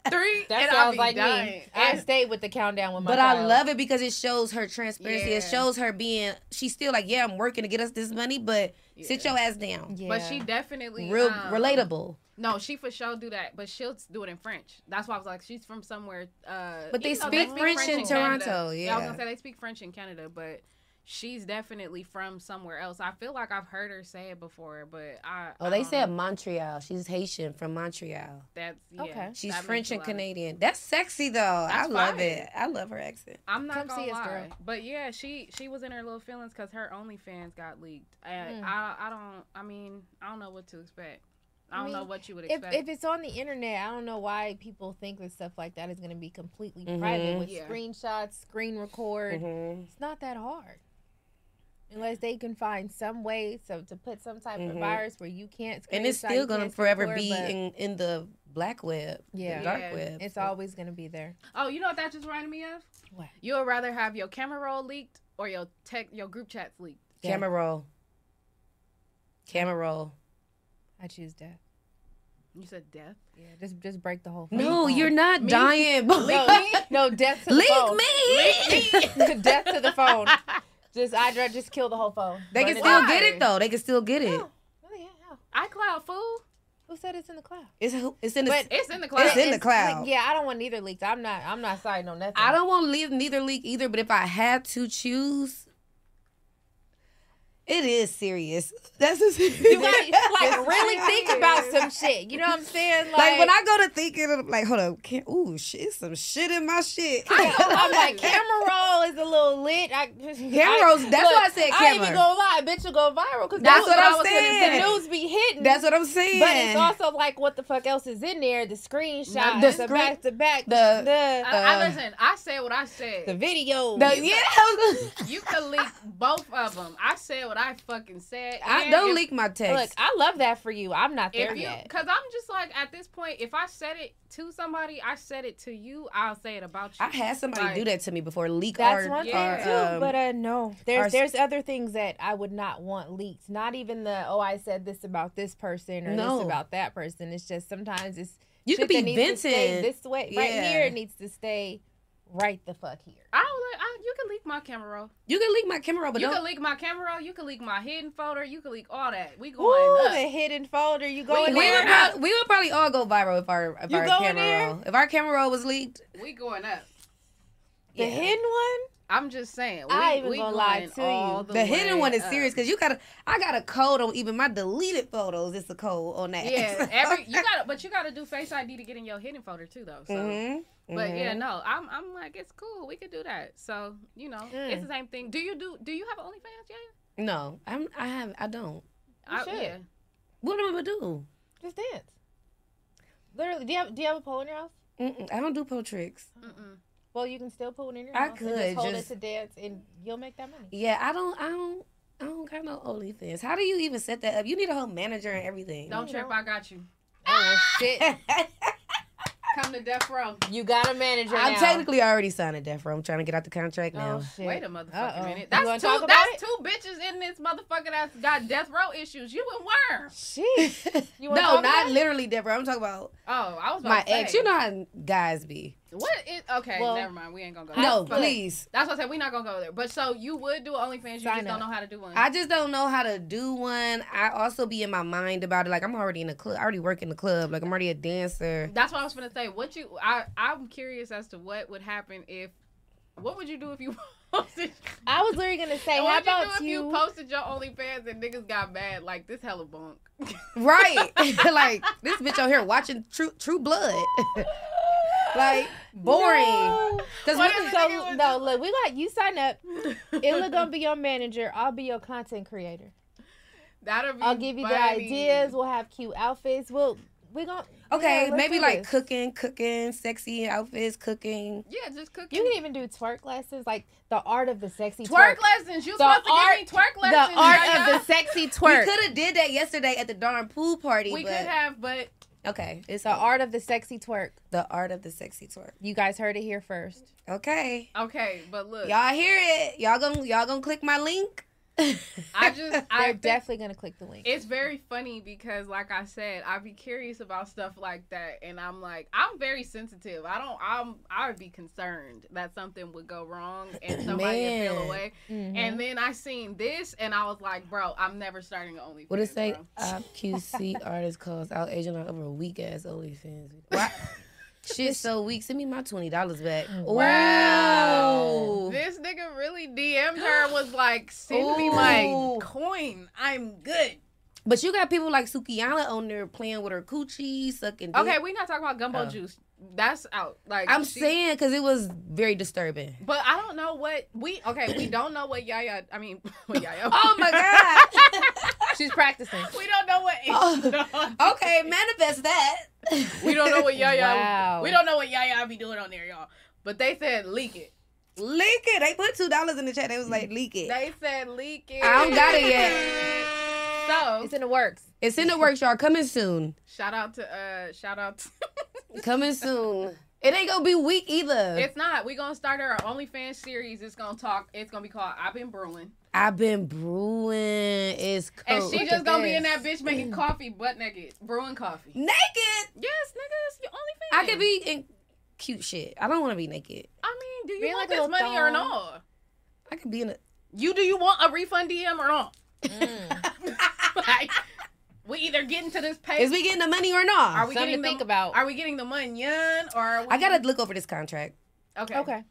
three,
That
and I'll
sounds
be
like
dying.
me. I stayed with the countdown with my
But I
child.
love it because it shows her transparency. It
Yeah.
shows her being. She's still like, yeah, I'm working to get us this money, but sit your ass down.
But she definitely
real
um,
relatable.
No, she for sure do that, but she'll do it in French. That's why I was like, she's from somewhere. Uh,
But they
even though
speak French in
Canada.
Toronto,
I was
yeah.
gonna say they speak French in Canada, but she's definitely from somewhere else. I feel like I've heard her say it before, but I.
Oh,
I
they
don't
said
um,
know.
Montreal. She's Haitian from Montreal.
that's yeah, okay.
She's French and Canadian. That's sexy though. I
That's
love
fire.
it. I love her accent.
I'm not
Come
gonna
see us,
lie,
girl.
but yeah, she she was in her little feelings because her OnlyFans got leaked. And
Hmm.
Mm.
I I don't. I mean, I don't know what to expect. I don't
mean,
know what you would
if-
expect.
If, it's on the internet, I don't know why people think that stuff like that is going to be completely
Mm-hmm.
Mhm.
private with
Yeah.
screenshots, screen record.
Mhm.
It's not that hard. Unless they can find some way so to put some type of
Mhm.
virus where you can't
And it's
screenshot,
still
you
gonna
can't
forever
record,
be
but-
in, in the black web, yeah,
yeah.
the dark web.
It's always going to be there.
Oh, you know what that just reminded me of?
What?
You would rather have your camera roll leaked or your tech your group chats leaked.
Camera roll. Camera roll.
I choose death.
You said death?
Yeah, just just break the whole.
No,
phone.
you're not
Me?
dying. [laughs]
no, no, death to the
Leak
phone.
me.
Leak me. [laughs] death to the phone. Just I'd rather just kill the whole phone.
They
Burn
can still
down.
get it though. They can still get it.
iCloud fool.
Who said it's in the cloud?
It's it's in the
But-
it's in the
It's in the cloud.
Like, yeah, I don't want neither leaked. I'm not. I'm not signing on nothing.
I don't want to leave neither leak either, but if I had to choose, it is serious. That's a serious.
You
[laughs]
gotta, [laughs]
[laughs]
like really think about some shit. You know what I'm saying?
Like, when I go to thinking, I'm like, hold up, can't, ooh, shit, some shit in my shit.
[laughs]
[laughs]
I'm like camera roll is a little lit. I, [laughs]
Camera rolls- that's why I said
I ain't even
camera.
gonna lie, bitch will go viral because
That's what I'm saying.
The news be hitting.
That's what I'm saying.
But it's also like, what the fuck else is in there? The screenshots,
The
the,
screen-
back to back, the
I,
the, uh, um,
I listen. I said what I said.
the video.
You
[laughs]
could- you could leak both of them. I said what I fucking said.
I
and
don't
if-
leak
my
text. Look, I love that for you. I'm not there
If you,
yet.
because I'm just like at this point, if I said it to somebody, I said it to you. I'll say it about you.
I had somebody
Like,
do that to me before. Leak
That's
our,
one thing
our,
too,
um,
but uh, no, there's
our-
there's other things that I would not want leaked. Not even the oh, I said this about this person or
No.
this about that person. It's just sometimes it's
You
shit
could be
that needs to stay
venting.
this way right
Yeah.
here. It needs to stay right the fuck here.
I don't like. I, you can leak my camera roll.
You can leak my camera roll, but
you
don't.
can leak my camera roll. You can leak my hidden folder. You can leak all that. We going
Ooh,
up.
the hidden folder. You
We
going
we,
there?
would probably, we would probably all go viral if our if
You
our
going
camera
there?
roll if our camera roll was leaked.
We going up.
The Yeah. hidden
one.
I'm just saying. We,
I even
we
gonna
going
lie to
all
you.
The,
The, hidden
way
one is
up.
serious because you gotta. I got a code on even my deleted photos. It's a code on that.
Yeah,
[laughs]
every you got, to but you got to do Face ID to get in your hidden folder too, though. So.
Mm-hmm.
Mhm,
But yeah,
mhm.
no, I'm I'm like it's cool. We could do that. So you know, it's
Mm.
the same thing. Do you do do you have OnlyFans yet?
No, I'm. I have. I don't.
I, yeah.
What am I gonna do?
Just dance. Literally, do you have do you have a pole in your house?
Mm-mm, I don't do pole tricks.
Well, you can still put one in your
I
house.
could,
and just hold
just-
it to dance, and you'll make that money.
Yeah, I don't. I don't. I don't got no OnlyFans. How do you even set that up? You need a whole manager and everything.
Don't trip, I got you.
Oh
[laughs]
shit!
Come to death row.
You got a manager.
I'm
now.
technically already signed a death row. I'm trying to get out the contract now.
Oh, Wait a motherfucking
Uh-oh. You
minute.
wanna
That's
talk
two.
about
That's two bitches in this motherfucker that's got death row issues. You and Worm.
Shit.
no, not literally death row. I'm talking about
Oh, I was about
my
to
ex.
say.
You know how guys be.
What is okay?
Well-
never mind. We ain't gonna go.
No,
there. But
please.
That's what I said. We're not gonna go there. But so you would do OnlyFans. You just
Sign
don't
up.
know how to do one.
I just don't know how to do one. I also be in my mind about it. Like I'm already in the club. I already work in the club. Like I'm already a dancer.
That's what I was gonna say. What you? I I'm curious as to what would happen if. What would you do if you [laughs] posted?
I was literally gonna say,
And
how
what would you
about
do if you,
you-
posted your OnlyFans and niggas got mad like this hella bunk?
[laughs]
Right. [laughs] like this bitch out here watching True True Blood.
[laughs]
like boring. Cause
What
women-
if so, no, look, we got you sign
[laughs]
up. Illa gonna be your manager. I'll be your content creator.
That'll be
I'll give you the
funny.
ideas. We'll have cute outfits. We'll we gonna
okay,
yeah, let's
maybe
do
like
this.
cooking, cooking, sexy outfits, cooking.
Yeah, just cook.
You can even do twerk lessons, like the art of the sexy
Twerk
twerk,
lessons. You supposed to give me twerk lessons,
The art
Yaya.
of the sexy twerk.
We could have did that yesterday at the darn pool party.
We
but,
could
have, but
okay, it's
the art of the sexy twerk.
The art of the sexy twerk.
You guys heard it here first.
Okay.
Uh,
Okay, but look,
Y'all hear it? Y'all gonna y'all gonna click my link?
I [laughs] just I
They're
think
definitely gonna click the link.
It's very funny because, like I said, I be curious about stuff like that, and I'm like, I'm very sensitive. I don't, I'm, I would be concerned that something would go [clears throat] wrong and somebody would feel
Man.
away.
Mhm.
And then I seen this, and I was like, bro, I'm never starting an OnlyFans.
What it say?
bro.
Op
[laughs]
QC artist calls out Asian on over weak ass OnlyFans. [laughs] What? Shit's so weak. Send me my twenty dollars back. Wow.
This nigga really DM'd her was like, send me my
Ooh.
coin. I'm good.
But you got people like Sukiana on there playing with her coochie, sucking. Dick.
Okay, we not talking about gumbo
Oh.
juice. That's out. Like
I'm
she-
saying because it was very disturbing.
But I don't know what we okay. We don't know what Yaya. I mean, [laughs] what Yaya.
Oh my
[laughs]
god,
she's practicing.
We don't know what.
Oh, okay, manifest that.
[laughs] We don't know what Yaya.
Wow.
We don't know what Yaya be doing on there, y'all. But they said leak it.
Leak it. They put two dollars in the chat. They was like, leak it.
They said leak it.
I don't got it yet.
So it's in the works.
It's in the works, y'all. Coming soon.
Shout out to uh. Shout out. to...
[laughs] Coming soon.
[laughs]
It ain't gonna be weak either.
It's not. We gonna start our OnlyFans series. It's gonna talk. It's gonna be called I've been brewing.
I've been brewing. It's
And
cold.
she just gonna be in that bitch making coffee butt naked, brewing coffee.
Mm. Naked?
Yes, niggas. Your OnlyFans.
I could be in cute shit. I don't want to be naked.
I mean, do you
Being
want
like a
this
little
money or
thong.
not?
I could be in a.
You do you want a refund DM or not? [laughs] like, we either getting to this pay.
Mm. Is we getting the money or not?
Are we
Something
getting
to think
about? Are we getting the money in or? Are we
I gotta look over this contract.
Okay. Okay.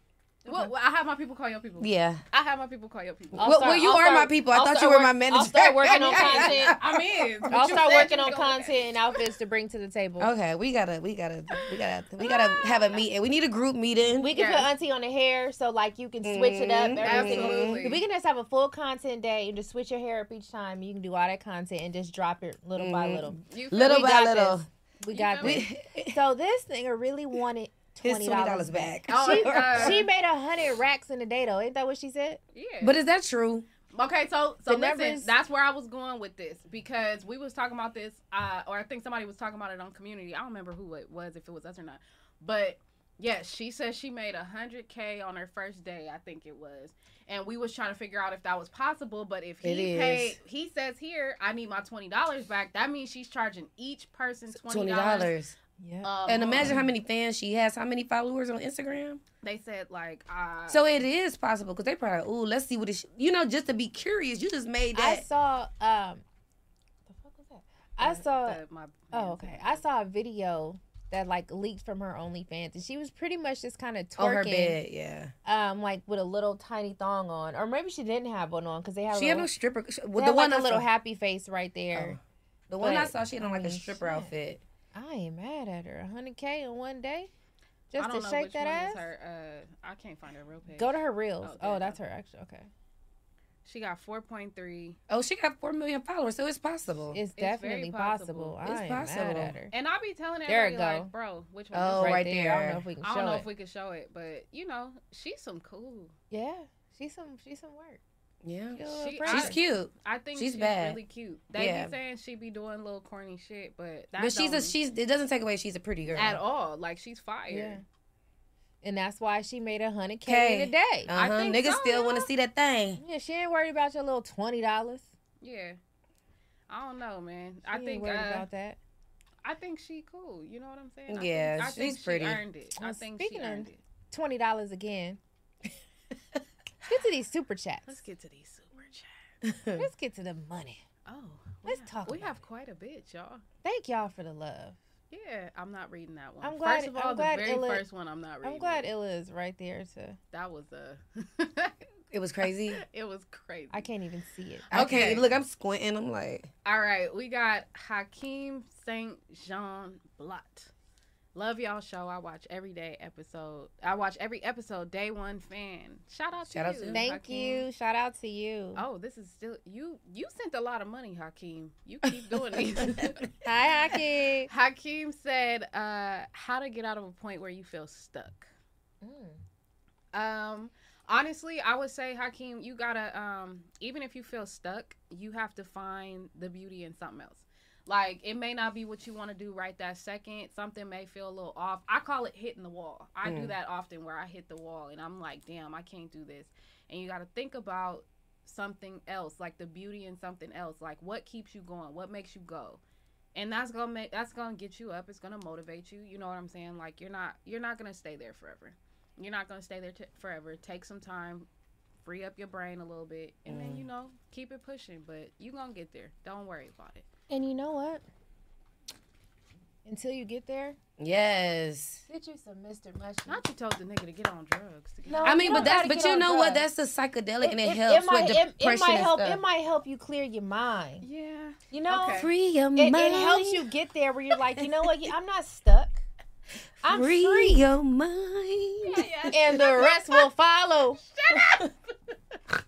Well, well, I have my people call your people.
Yeah.
I have my people call your people.
Well, well, you are my people. I thought you were my manager.
I'll start working
[laughs]
on content.
I'm
[laughs]
in. But
I'll
you
start
said
working
you
on
was gonna-
content and outfits to bring to the table.
Okay, we gotta, we gotta, we gotta, we gotta have
[laughs]
a meeting. We need a group meeting.
We can put auntie on the hair, so like you can switch it up.
Mhm,
every single-
absolutely.
We can just have a full content day and just switch your hair up each time. You can do all that content and just drop it little by
Mhm.
little,
You feel Little
We
by
got
little.
this. We got this. so this nigga really wanted
His
twenty
$20
dollars
back. Oh,
She,
God.
she made a hundred racks in a day though. Ain't that what she said?
uh, Yeah.
But is that true?
Okay, so so
The
listen,
numbers-
that's where I was going with this because we was talking about this, uh, or I think somebody was talking about it on community. I don't remember who it was, if it was us or not. But yeah, she said she made a hundred k on her first day. I think it was, and we was trying to figure out if that was possible. But if he
It is.
paid, he says here, I need my twenty dollars back. That means she's charging each person twenty
Twenty
dollars. Um,
dollars. And imagine how many fans she has, how many followers on Instagram.
They said like, uh,
So it is possible because they probably, ooh, let's see what it. Sh-. You know, just to be curious, you just made that.
I saw um I saw
the- my
Oh, okay. I saw a video that like leaked from her OnlyFans and she was pretty much just kind of twerking
on her bed, yeah.
um like with a little tiny thong on or maybe she didn't have one on because they have
She
a
had
little,
no stripper. sh-
they
Well, the
have,
one
like, a
I
little
saw- Oh.
happy face right there
The one I
But,
saw, she had on like a
mean,
stripper outfit.
I ain't mad at her 100k in one day just
I don't
to
know
shake
which
that
one
ass
is her, uh, I can't find her real page.
go to her reels
there
oh,
it
that's
go.
her actually okay
She got four point three.
Oh, she got four million followers, so it's possible.
It's
very
definitely possible.
It's
I ain't mad
possible.
at her.
And I be telling
There
everybody,
it go.
like, bro, which one? is
Oh,
it?
right Right there. I don't there. know if we can
I don't
show
know
it.
if we can show it, but you know, she's some cool.
yeah she's some she's some work
Yeah,
She-
I-
she's cute.
I think
She's
she's,
bad.
really cute. They
Yeah.
be saying she be doing little corny shit, but that
But she's a
don't-
she's. It doesn't take away she's a pretty girl
at all. Like she's fire.
Yeah. and that's why she made a hundred k
Okay,
in a day
Uh huh. Niggas still want to see that thing.
yeah she ain't worried about your little twenty dollars
Yeah. I don't know, man.
She
I
ain't
think
worried
uh,
about that.
I think she cool. You know what I'm saying? I
Yeah,
think, I think
she's
she
pretty.
earned it. I
Well,
think
speaking
she
of
earned it.
twenty dollars
[laughs]
again. Let's get to these super chats.
Let's get to these super chats.
[laughs] Let's get to the money.
Oh,
Let's talk.
we
about
have quite a bit, y'all.
it. Thank y'all for the love.
Yeah, I'm not reading that one.
I'm glad.
First of all,
I'm glad
the very
Illa-
first one I'm not reading.
I'm glad Illa is right there to.
That was a.
It was crazy.
[laughs] it was crazy.
[laughs] I can't even see it.
Okay, look, I'm squinting. I'm like,
All right, we got Hakeem Saint Jean Blot. Love y'all show. I watch every day episode. I watch every episode. Day one fan. Shout out to
Shout out
you.
to you. Thank
Hakeem.
you. Shout out to you.
Oh, this is still you. You sent a lot of money, Hakeem. You keep doing these.
[laughs] Hi, Hakeem.
Hakeem said, uh, "How to get out of a point where you feel stuck." Um, honestly, I would say Hakeem, you gotta um, even if you feel stuck, you have to find the beauty in something else. Like it may not be what you want to do right that second. Something may feel a little off. I call it hitting the wall. I do
Mm.
that often where I hit the wall and I'm like, damn, I can't do this. And you gotta think about something else, like the beauty in something else. Like what keeps you going? What makes you go? And that's gonna make that's gonna get you up. It's gonna motivate you. You know what I'm saying? Like you're not you're not gonna stay there forever. You're not gonna stay there t- forever. Take some time, free up your brain a little bit, and then
Mm.
you know keep it pushing. But you gonna get there. Don't worry about it.
And you know what? Until you get there,
Yes.
get you some Mr. Mushroom.
Not you told the nigga to get on drugs. To get
No,
I mean,
you
but
don't
that's
gotta
but
get
you
on
know what?
drugs.
That's the psychedelic, and it,
it,
helps
might,
with depression
it- It, might
and
help.
stuff.
It might help you clear your mind.
Yeah.
You know,
Okay. Free your
it, It
mind.
helps you get there where you're like, you
[laughs]
know what? I'm not stuck. I'm free.
free,
Oh
[laughs]
your mind.
and the rest will follow. Shut up.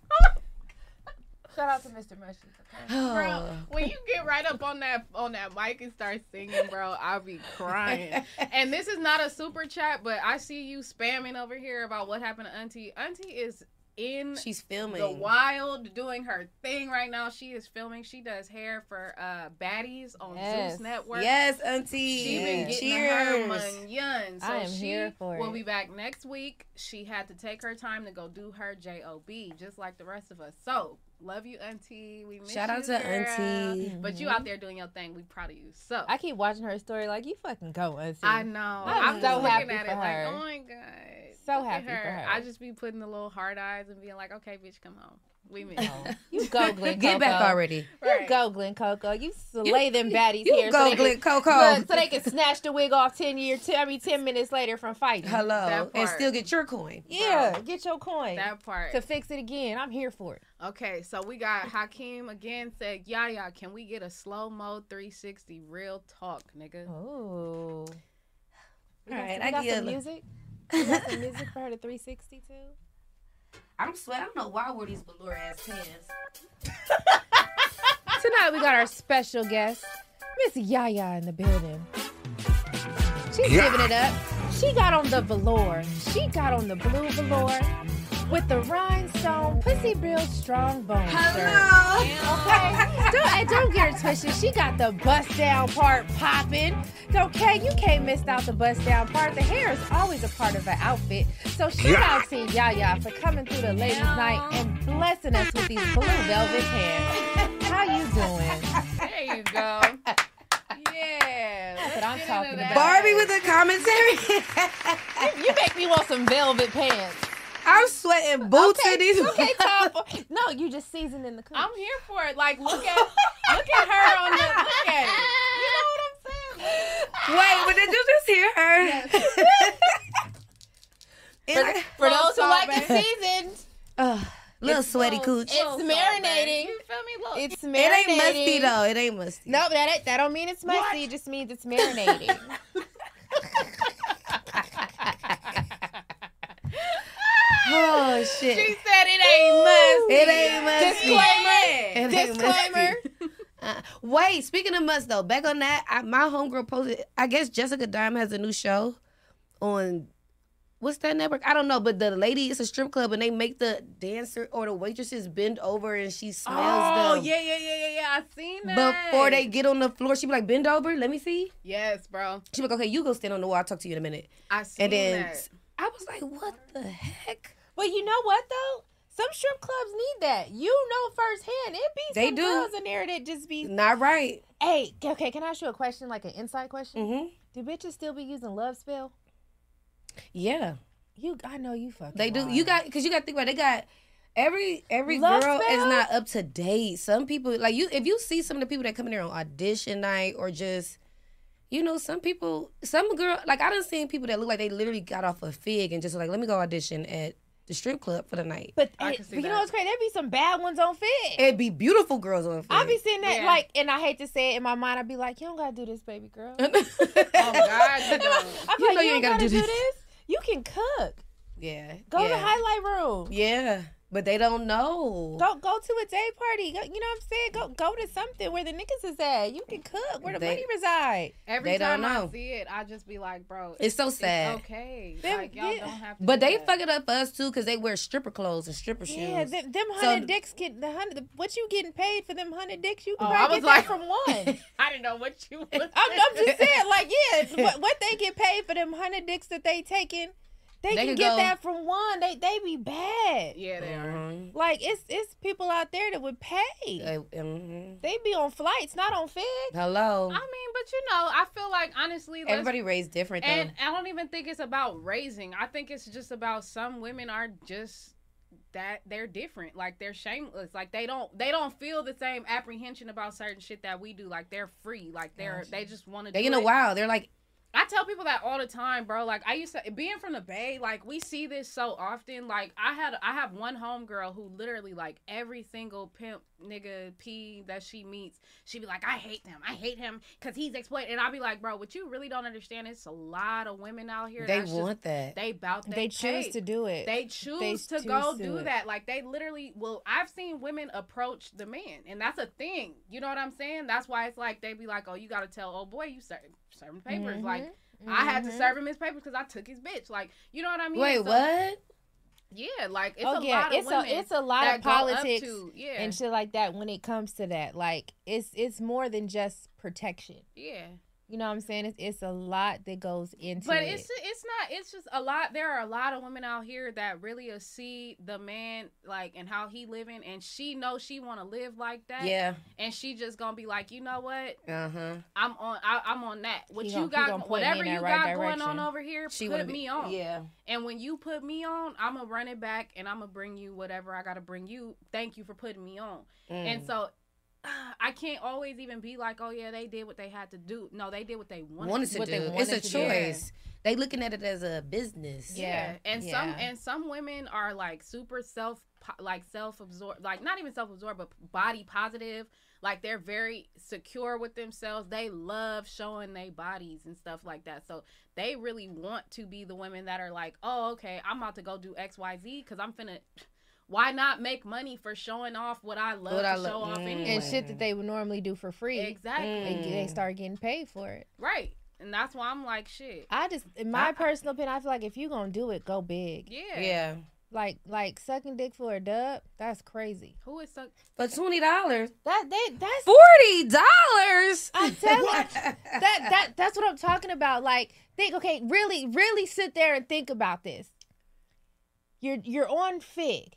Shout out to Mr. Mushrooms.
[sighs]
Bro, when you get right up on that on that mic and start singing, bro, I'll be crying. and this is not a super chat, but I see you spamming over here about what happened to Auntie. Auntie is in
She's filming.
the wild, doing her thing right now. She is filming. She does hair for uh baddies on
Yes.
Zeus Network.
Yes, Auntie.
She been
Yes.
getting her
Cheers.
money. So
I am
she
here for
will
it.
be back next week. She had to take her time to go do her job, just like the rest of us. So love you, Auntie. We miss
Shout
you,
out to
girl.
Auntie.
But you
Mhm.
out there doing your thing. We proud of you. So
I keep watching her story like you fucking going.
I know.
I'm,
just
so
looking
happy
at
for
it
her.
Like, oh my god.
So
Look at
happy for her.
I just be putting the little hard eyes and being like, okay, bitch, come home. We miss you.
Oh.
[laughs]
you go, Glenn
Get back
Coco.
already.
You go, Glen Coco. You slay
You-
them baddies
you
here.
go,
they can-
Glen Coco.
Look, so they can snatch the wig off ten year, t- I mean ten minutes later from fighting.
Hello, and still get your coin.
yeah, get your coin.
That part.
to fix it again. I'm here for it.
Okay, so we got Hakeem again said, Yaya, can we get a slow mo 360 real talk, nigga? All
Oh.
right,
we
I
got
get
some
it.
[laughs]
music. We got some music for her to 360 too.
I'm sweating. I don't know why I wore these velour ass pants.
Tonight we got our special guest, Miss Yaya in the building. She's
Yeah.
giving it up. She got on the velour. She got on the blue velour with the rhinestone pussy real strong bone. Hello. Okay. don't, hey, don't get her twisted. She got the bust down part popping. Okay, you can't miss out the bust down part. The hair is always a part of her outfit. So shout
Yeah.
out to Yaya for coming through the ladies' night and blessing us with these blue velvet pants. How you doing?
There
[laughs]
you go. Yeah. [laughs] That's
what I'm talking about.
Barbie with a commentary.
you, you make me want some velvet pants.
I'm sweating boots
okay,
in these. [laughs]
Okay, Tom. No, you just season in the cookies.
I'm here for it. Like, look at look at her on the look at it.
Wait, but did you just hear her? [laughs]
For, for those who like it seasoned,
Ugh, little sweaty cooch.
it's marinating. It's marinating.
It ain't musty though. It ain't musty.
No, that ain't- that don't mean it's musty. It just means
[laughs]
it's marinating.
Oh shit.
She said it ain't musty.
It ain't musty.
Disclaimer.
It ain't
Disclaimer. [laughs]
musty. Uh, wait, speaking of must though, back on that, I, my homegirl posted. I guess Jessica Dime has a new show on what's that network? I don't know, but the lady it's a strip club and they make the dancer or the waitresses bend over and she smells
Oh
them
yeah, yeah, yeah, yeah, yeah. I seen that
before they get on the floor. She be like, bend over, let me see.
Yes, bro.
She be like, okay, you go stand on the wall. I'll talk to you in a minute.
I seen
and then
that.
I was like, what the heck?
But you know what though? Some strip clubs need that. You know firsthand. It be
They
some
do.
girls in there that just be
Not right.
Hey, okay, can I ask you a question, like an inside question?
Mm-hmm.
Do bitches still be using love spell?
Yeah.
You, I know you fucking.
They do. You got because you got to think about. It, they got every every
Love
girl is
spell?
not up to date. Some people like you. If you see some of the people that come in there on audition night or just. You know, some people, some girl, like I done seen people that look like they literally got off a fig and just like, let me go audition at the strip club for the night.
But, it, but you know what's crazy? There'd be some bad ones on fit.
it'd be beautiful girls on.
I
Fig.
be seeing that
Yeah.
like, and I hate to say it in my mind. I'd be like, you don't gotta do this, baby girl. [laughs]
oh God, you don't.
I'm
You
like,
know you
you, ain't
ain't
gotta,
gotta
do
do
this.
this."
You can cook.
yeah,
Go to
yeah.
highlight room.
Yeah, but they don't know.
Go go to a day party. Go, you know what I'm saying? Go go to something where the niggas is at. You can cook where the
They-
money reside.
Every
They
time
don't
I
know.
see it, I just be like, bro,
It's so sad.
okay,
Them-
like y'all
yeah.
don't have to.
But
do
they
that.
fuck it up for us too because they wear stripper clothes and stripper shoes.
Yeah, them, them
So-
hundred dicks get the hundred. What you getting paid for them hundred dicks? You can
Oh, I
probably
was
get
like-
that from one.
I didn't know what
[laughs]
you. Was [laughs]
I'm, I'm just saying, like, yeah, what, what they get paid for them hundred dicks that they taking, They, can, get that from one. They they be bad.
Yeah, they
Mm-hmm.
are. Like it's it's people out there that would pay. They be on flights, not on fed.
mm-hmm. Hello.
I mean, but you know, I feel like honestly, let's-
Everybody raised different, though.
And I don't even think it's about raising. I think it's just about some women are just that they're different. Like they're shameless. Like they don't they don't feel the same apprehension about certain shit that we do. Like they're free. Like they're
Gotcha.
they just want to.
They
do
in a
it.
while. They're like,
I tell people that all the time, bro. Like I used to being from the Bay, like we see this so often. Like I had I have one homegirl who literally like every single pimp nigga P that she meets, she be like, I hate them. I hate him because he's exploited. And I'll be like, bro, what you really don't understand is a lot of women out here.
They
that's
want that.
They bout that.
They choose
cake.
to do it.
They
They
choose to
choose
go
to
do
it.
that. Like they literally well, I've seen women approach the man, and that's a thing. You know what I'm saying? That's why it's like they be like, oh, you gotta tell oh boy you serve serving papers like.
Mhm.
I had to
Mhm.
serve him his papers because I took his bitch. Like, you know what I mean?
Wait,
So-
what?
Yeah, like it's
oh
a
yeah,
lot of
it's
women.
a it's a lot
that
of
go up
politics
to- yeah,
and shit like that when it comes to that. Like it's it's more than just protection.
yeah.
You know what I'm saying? It's it's a lot that goes into
But
it.
it's it's not. It's just a lot. There are a lot of women out here that really uh, see the man like and how he living, and she knows she want to live like that.
Yeah.
and she just gonna be like, you know what?
uh huh.
I'm on. I, I'm on that. What
He
you
gon- he gon'
got?
point me
Whatever
in
you
that right
got going on
direction.
over here,
She wanna
put
be-
me on.
yeah.
And when you put me on, I'm gonna run it back, and I'm gonna bring you whatever I gotta bring you. Thank you for putting me on. And
Mm.
so, [sighs] I can't always even be like, oh yeah, they did what they had to do. No, they did what they wanted,
wanted to
what
do.
they
It's
wanted
a
to do.
choice. They looking at it as a business.
Yeah, and some and some women are like super self like self absorbed, like not even self absorbed, but body positive. Like they're very secure with themselves. They love showing their bodies and stuff like that. So they really want to be the women that are like, oh okay, I'm about to go do X Y Z because I'm finna. Why not make money for showing off what I love
What
to
I
show
lo- mm.
off anyway?
and shit that they would normally do for free.
Exactly.
They, they
Mm.
start getting paid for it.
Right. And that's why I'm like, shit.
I just, in my personal opinion, I feel like if you gonna do it, go big.
Yeah. Yeah.
Like, like sucking dick for a dub, that's crazy.
Who is suck?
For twenty dollars.
That they that's
forty dollars.
I'm telling that that that's what I'm talking about. Like, think, okay, really, really sit there and think about this. You're you're on Fig.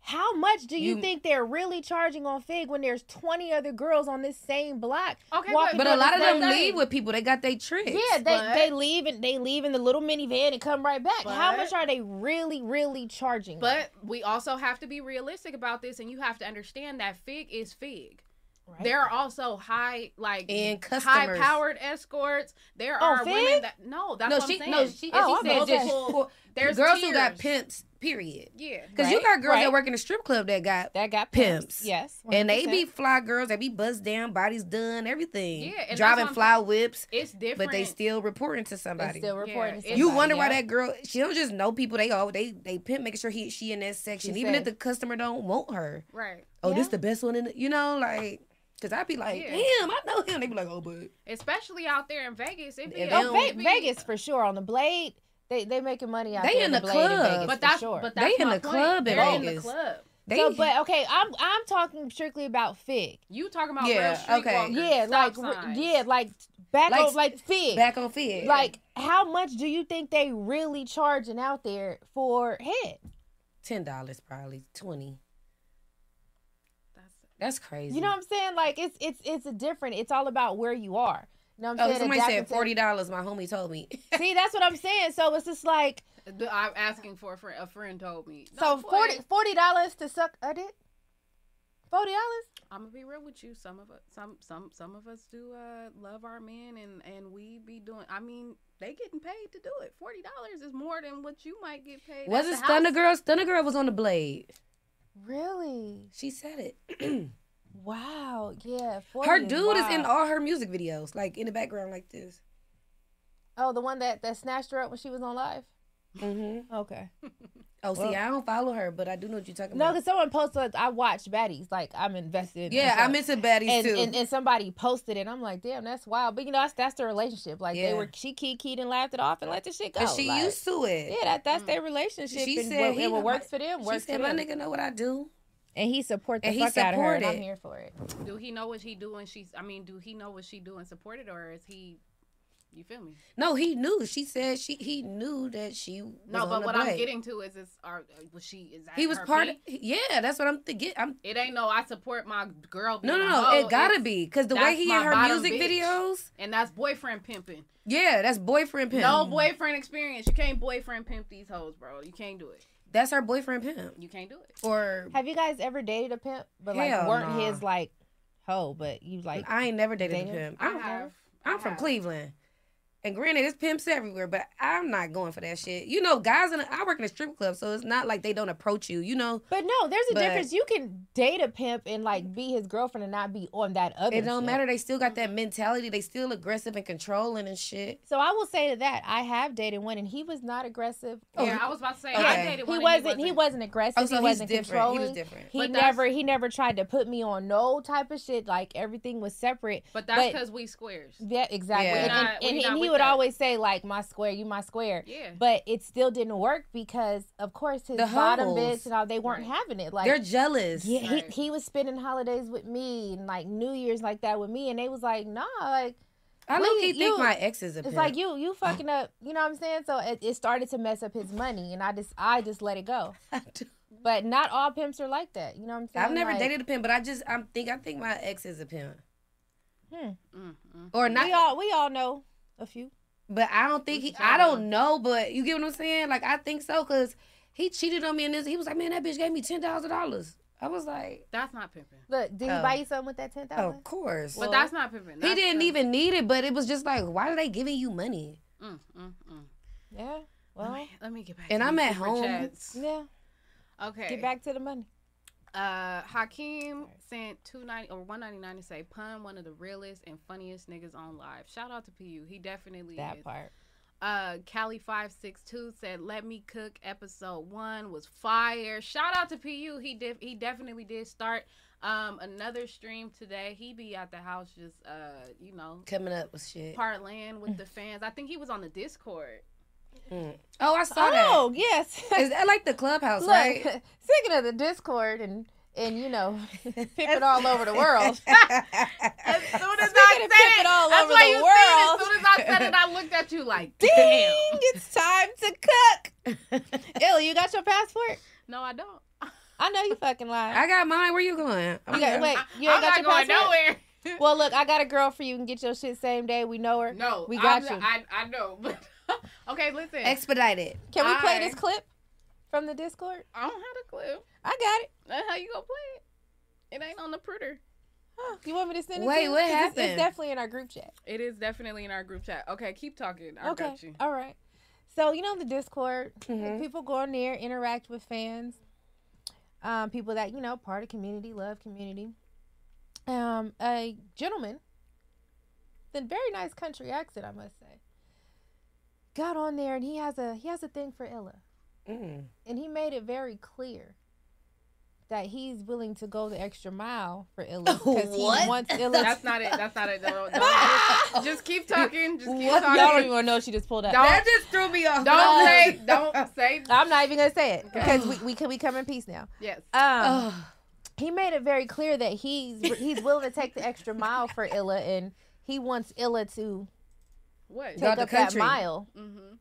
How much do you,
You-
think they're really charging on Fig when there's 20 other girls on this same block?
Okay,
walking
but
down
a
the
lot of
same
them
thing?
leave with people. They got their tricks.
Yeah, they they leave and they leave in the little minivan and come right back. How
But-
much are they really, really charging?
But we also have to be realistic about this, and you have to understand that Fig is Fig.
Right.
There are also high, like
And customers.
high-powered escorts. There
Oh,
are women
Fig?
that no, that's
no,
what
she
I'm saying.
no, she,
Oh,
she
I'm
said just
multiple-
for-
there's
girls who got
tiers.
pimps. Period.
Yeah,
Because you got girls
Right.
that work in a strip club that got
that got
pimps.
Yes,
and they be
100%.
fly girls. They be buzzed down, bodies done, everything.
Yeah, and that's
driving
what I'm
fly
saying.
whips.
It's
But they
different.
still reporting to somebody.
still reporting to
You
somebody,
wonder why
yeah.
that girl? She don't just know people. They all they they pimp making sure he she in that section,
She
even if
said-
the customer don't want her.
Right.
Oh, this the best one in the, you know like. Cause I be like,
Yeah.
damn, I know him. They be like, oh, but
especially out there in Vegas. It be
If
a-
they
Oh, Ve-
it be-
Vegas for sure on the blade. They they making money out
They in
there on the,
the
blade in
club.
Vegas
But
for
that's-
sure.
but that's They in my the point. club in They're in the Vegas. club. They-
so, but okay, I'm I'm talking strictly about Fig.
You talking about
Yeah, real streetwalkers, okay.
yeah,
stop
like re-
signs.
yeah, like back
Like
on like Fig,
back on Fig.
Like how much do you think they really charging out there for head?
ten dollars probably twenty. That's crazy.
You know what I'm saying? Like it's it's it's a different. It's all about where you are. You know what I'm
Oh,
saying?
somebody said
Adapting to-
forty dollars. My homie told me.
See, that's what I'm saying. So it's just like
The- I'm asking for a friend. A friend told me. No,
so
boy,
forty forty dollars to suck a dick. Forty dollars.
I'm gonna be real with you. Some of us, some some some of us do uh, love our men, and and we be doing. I mean, they getting paid to do it. Forty dollars is more than what you might get paid.
Was it
at the
Stunner
house.
Girl? Stunner Girl was on the blade.
Really?
She said it. [clears throat]
wow. Yeah. 40
her dude is in
wild.
all her music videos, like in the background, like this.
Oh, the one that that snatched her up when she was on live.
Mm-hmm.
Okay.
Oh, see,
Well-
I don't follow her, but I do know what you're talking
No,
about.
because someone posted. like, I watched Baddies. Like I'm invested. in
Yeah,
myself.
I'm into baddies,
and,
too.
And, and somebody posted it. and I'm like, damn, that's wild. But you know, that's that's their relationship. Like
Yeah.
they were she key keyed and laughed it off and let the shit go.
And she
Like,
used to it.
Yeah, that
Mm.
that's their relationship.
She
and
said
what,
he-
and what
my-
works for them.
she
Works
said,
for
"My
them.
nigga know what I do."
And he support the
And he
fuck out of her. and
support
I'm
it.
here for it.
Do he know what he do and she's? I mean, do he know what she do and support it, or is he You feel me?
No, he knew. She said she he knew that she. Was
No,
on
but
the
what I'm
break.
getting to is, is are, was she? Is that
He was
her
part.
pee?
Of, yeah, that's what I'm thinking. I'm.
It ain't no. I support my girl.
No,
being
no,
a
no,
hoe.
it gotta
It's-
be, 'cause the way
that's
he in
my
her
bottom
music
bitch.
videos-
and that's boyfriend pimping.
Yeah, that's boyfriend pimp.
No boyfriend experience. You can't boyfriend pimp these hoes, bro. You can't do it.
That's her boyfriend pimp.
You can't do it.
Or
have you guys ever dated a pimp, but like
Hell
weren't
nah.
his like hoe, but you like?
I ain't never dated
dated?
a pimp.
I
I'm,
have.
I'm from Cleveland. And granted, it's pimps everywhere, but I'm not going for that shit. You know, guys, in a, I work in a strip club, so it's not like they don't approach you, you know?
But no, there's a
But-
difference. You can date a pimp and like be his girlfriend and not be on that other.
It don't
shit.
matter. They still got that mentality. They still aggressive and controlling and shit.
So I will say to that, I have dated one, and he was not aggressive.
Yeah, I was about to say, I dated one
He
and he
wasn't. He
wasn't.
wasn't aggressive.
Oh, so
he
he's
wasn't
different.
controlling.
He was different.
He
But that's-
never. He never tried to put me on no type of shit. Like everything was separate.
But that's because we squares.
Yeah, exactly.
Yeah. We're
And, and-
not- we're
and-
not
and he
with
would
that.
always say like, "My square, you my square."
Yeah.
But it still didn't work because, of course, his
The
bottom
hoes.
bitch and all they weren't having it. Like
They're jealous.
Yeah, he, he was spending holidays with me and like New Year's like that with me, and they was like, "Nah, like."
I
we-
low-key think
you-
my ex is a
It's
pimp.
like you, you fucking up. You know what I'm saying? So it, it started to mess up his money, and I just, I just let it
[laughs]
go. but not all pimps are like that. You know what I'm saying?
I've never
Like-
dated a pimp, but I just I'm think I think my ex is a pimp.
Hmm.
Or not
We all, we all know a few.
But I don't think he. I don't know, but you get what I'm saying. Like I think so, cause he cheated on me and this. He was like, man, that bitch gave me ten thousand dollars. I was like,
that's not pimping.
Look, did he
Oh.
buy you something with that ten thousand?
of course.
But that's not pimping.
he didn't even need it, but it was just like, why are they giving you money?
Mm, mm, mm.
Yeah. Well,
let me, let me get back.
And
to
I'm
these
at
super
home.
chats.
Yeah.
Okay.
Get back to the money.
Uh, Hakeem sent two ninety or one ninety nine to say pun one of the realest and funniest niggas on live. Shout out to PU. He definitely
That
is.
part.
Uh, Cali five six two said, "Let me cook." Episode one was fire. Shout out to PU. He did. He definitely did start um another stream today. He be at the house just uh you know
Coming up with shit.
parlaying with the fans. I think he was on the Discord.
Mm. Oh, I saw that.
Oh, yes. [laughs]
Is that like the clubhouse,
Look,
right?
[laughs] speaking of the Discord and and you know, [laughs] pimp it all over the
[laughs]
world.
As soon as
I said it all
That's
over
why
the
you
world.
said it. As soon as I said it, I looked at you like,
[laughs] Ding!
damn.
It's time to cook.
[laughs]
Ill, you got your passport?
No, I don't.
I know you fucking lying.
I got mine. Where you going?
You got, wait, you
I'm
ain't got
not
your
going [laughs]
passport? well, look, I got a girl for you. You can get your shit same day. We know her.
No,
we got
I'm-
you.
I, I know, [laughs] but okay, listen.
Expedited.
can we play
I-
this clip from the Discord?
I don't have a clue.
I got it.
That's how you gonna play it? It ain't on the printer.
Huh, You want me to send it?
Wait,
to you?
what
'Cause it's- It's
happened?
definitely in our group chat.
It is definitely in our group chat. Okay, keep talking. I got you. Mm-hmm.
All right. So you know the Discord, people go in there, interact with fans, um, people that you know, part of community, love community. Um, a gentleman, the very nice country accent, I must say, got on there and he has a he has a thing for Ella,
Mm.
and he made it very clear that he's willing to go the extra mile for Illa because he
What? [laughs]
[laughs]
wants Illa.
That's not it. That's not it. No, no. just
[laughs]
keep talking. Just keep
What?
talking.
Y'all don't even wanna know she just pulled up.
Don't,
That
just threw me off.
Don't
No.
say. Don't say.
I'm not even gonna say it because we, we can we come in peace now.
Yes.
Um, he made it very clear that he's he's willing to take the extra mile for Illa, and he wants Illa to
What?
take up that mile
Mm-hmm.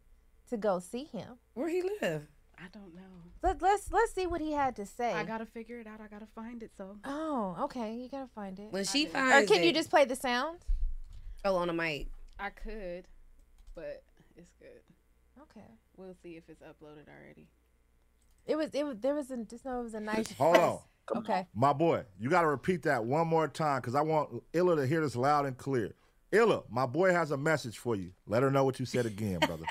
to go see him.
Where he live?
I don't know.
Let, let's let's see what he had to say.
I gotta figure it out. I gotta find it. So.
Oh, okay. You gotta find it.
When she
or
finds
can you
it-
just play the sound?
Oh, on the mic.
I could, but it's good.
Okay.
We'll see if it's uploaded already.
It was it was there was a just know it was a nice.
Hold on.
Okay.
My boy, you got to repeat that one more time because I want Illa to hear this loud and clear. Illa, my boy has a message for you. Let her know what you said again, brother.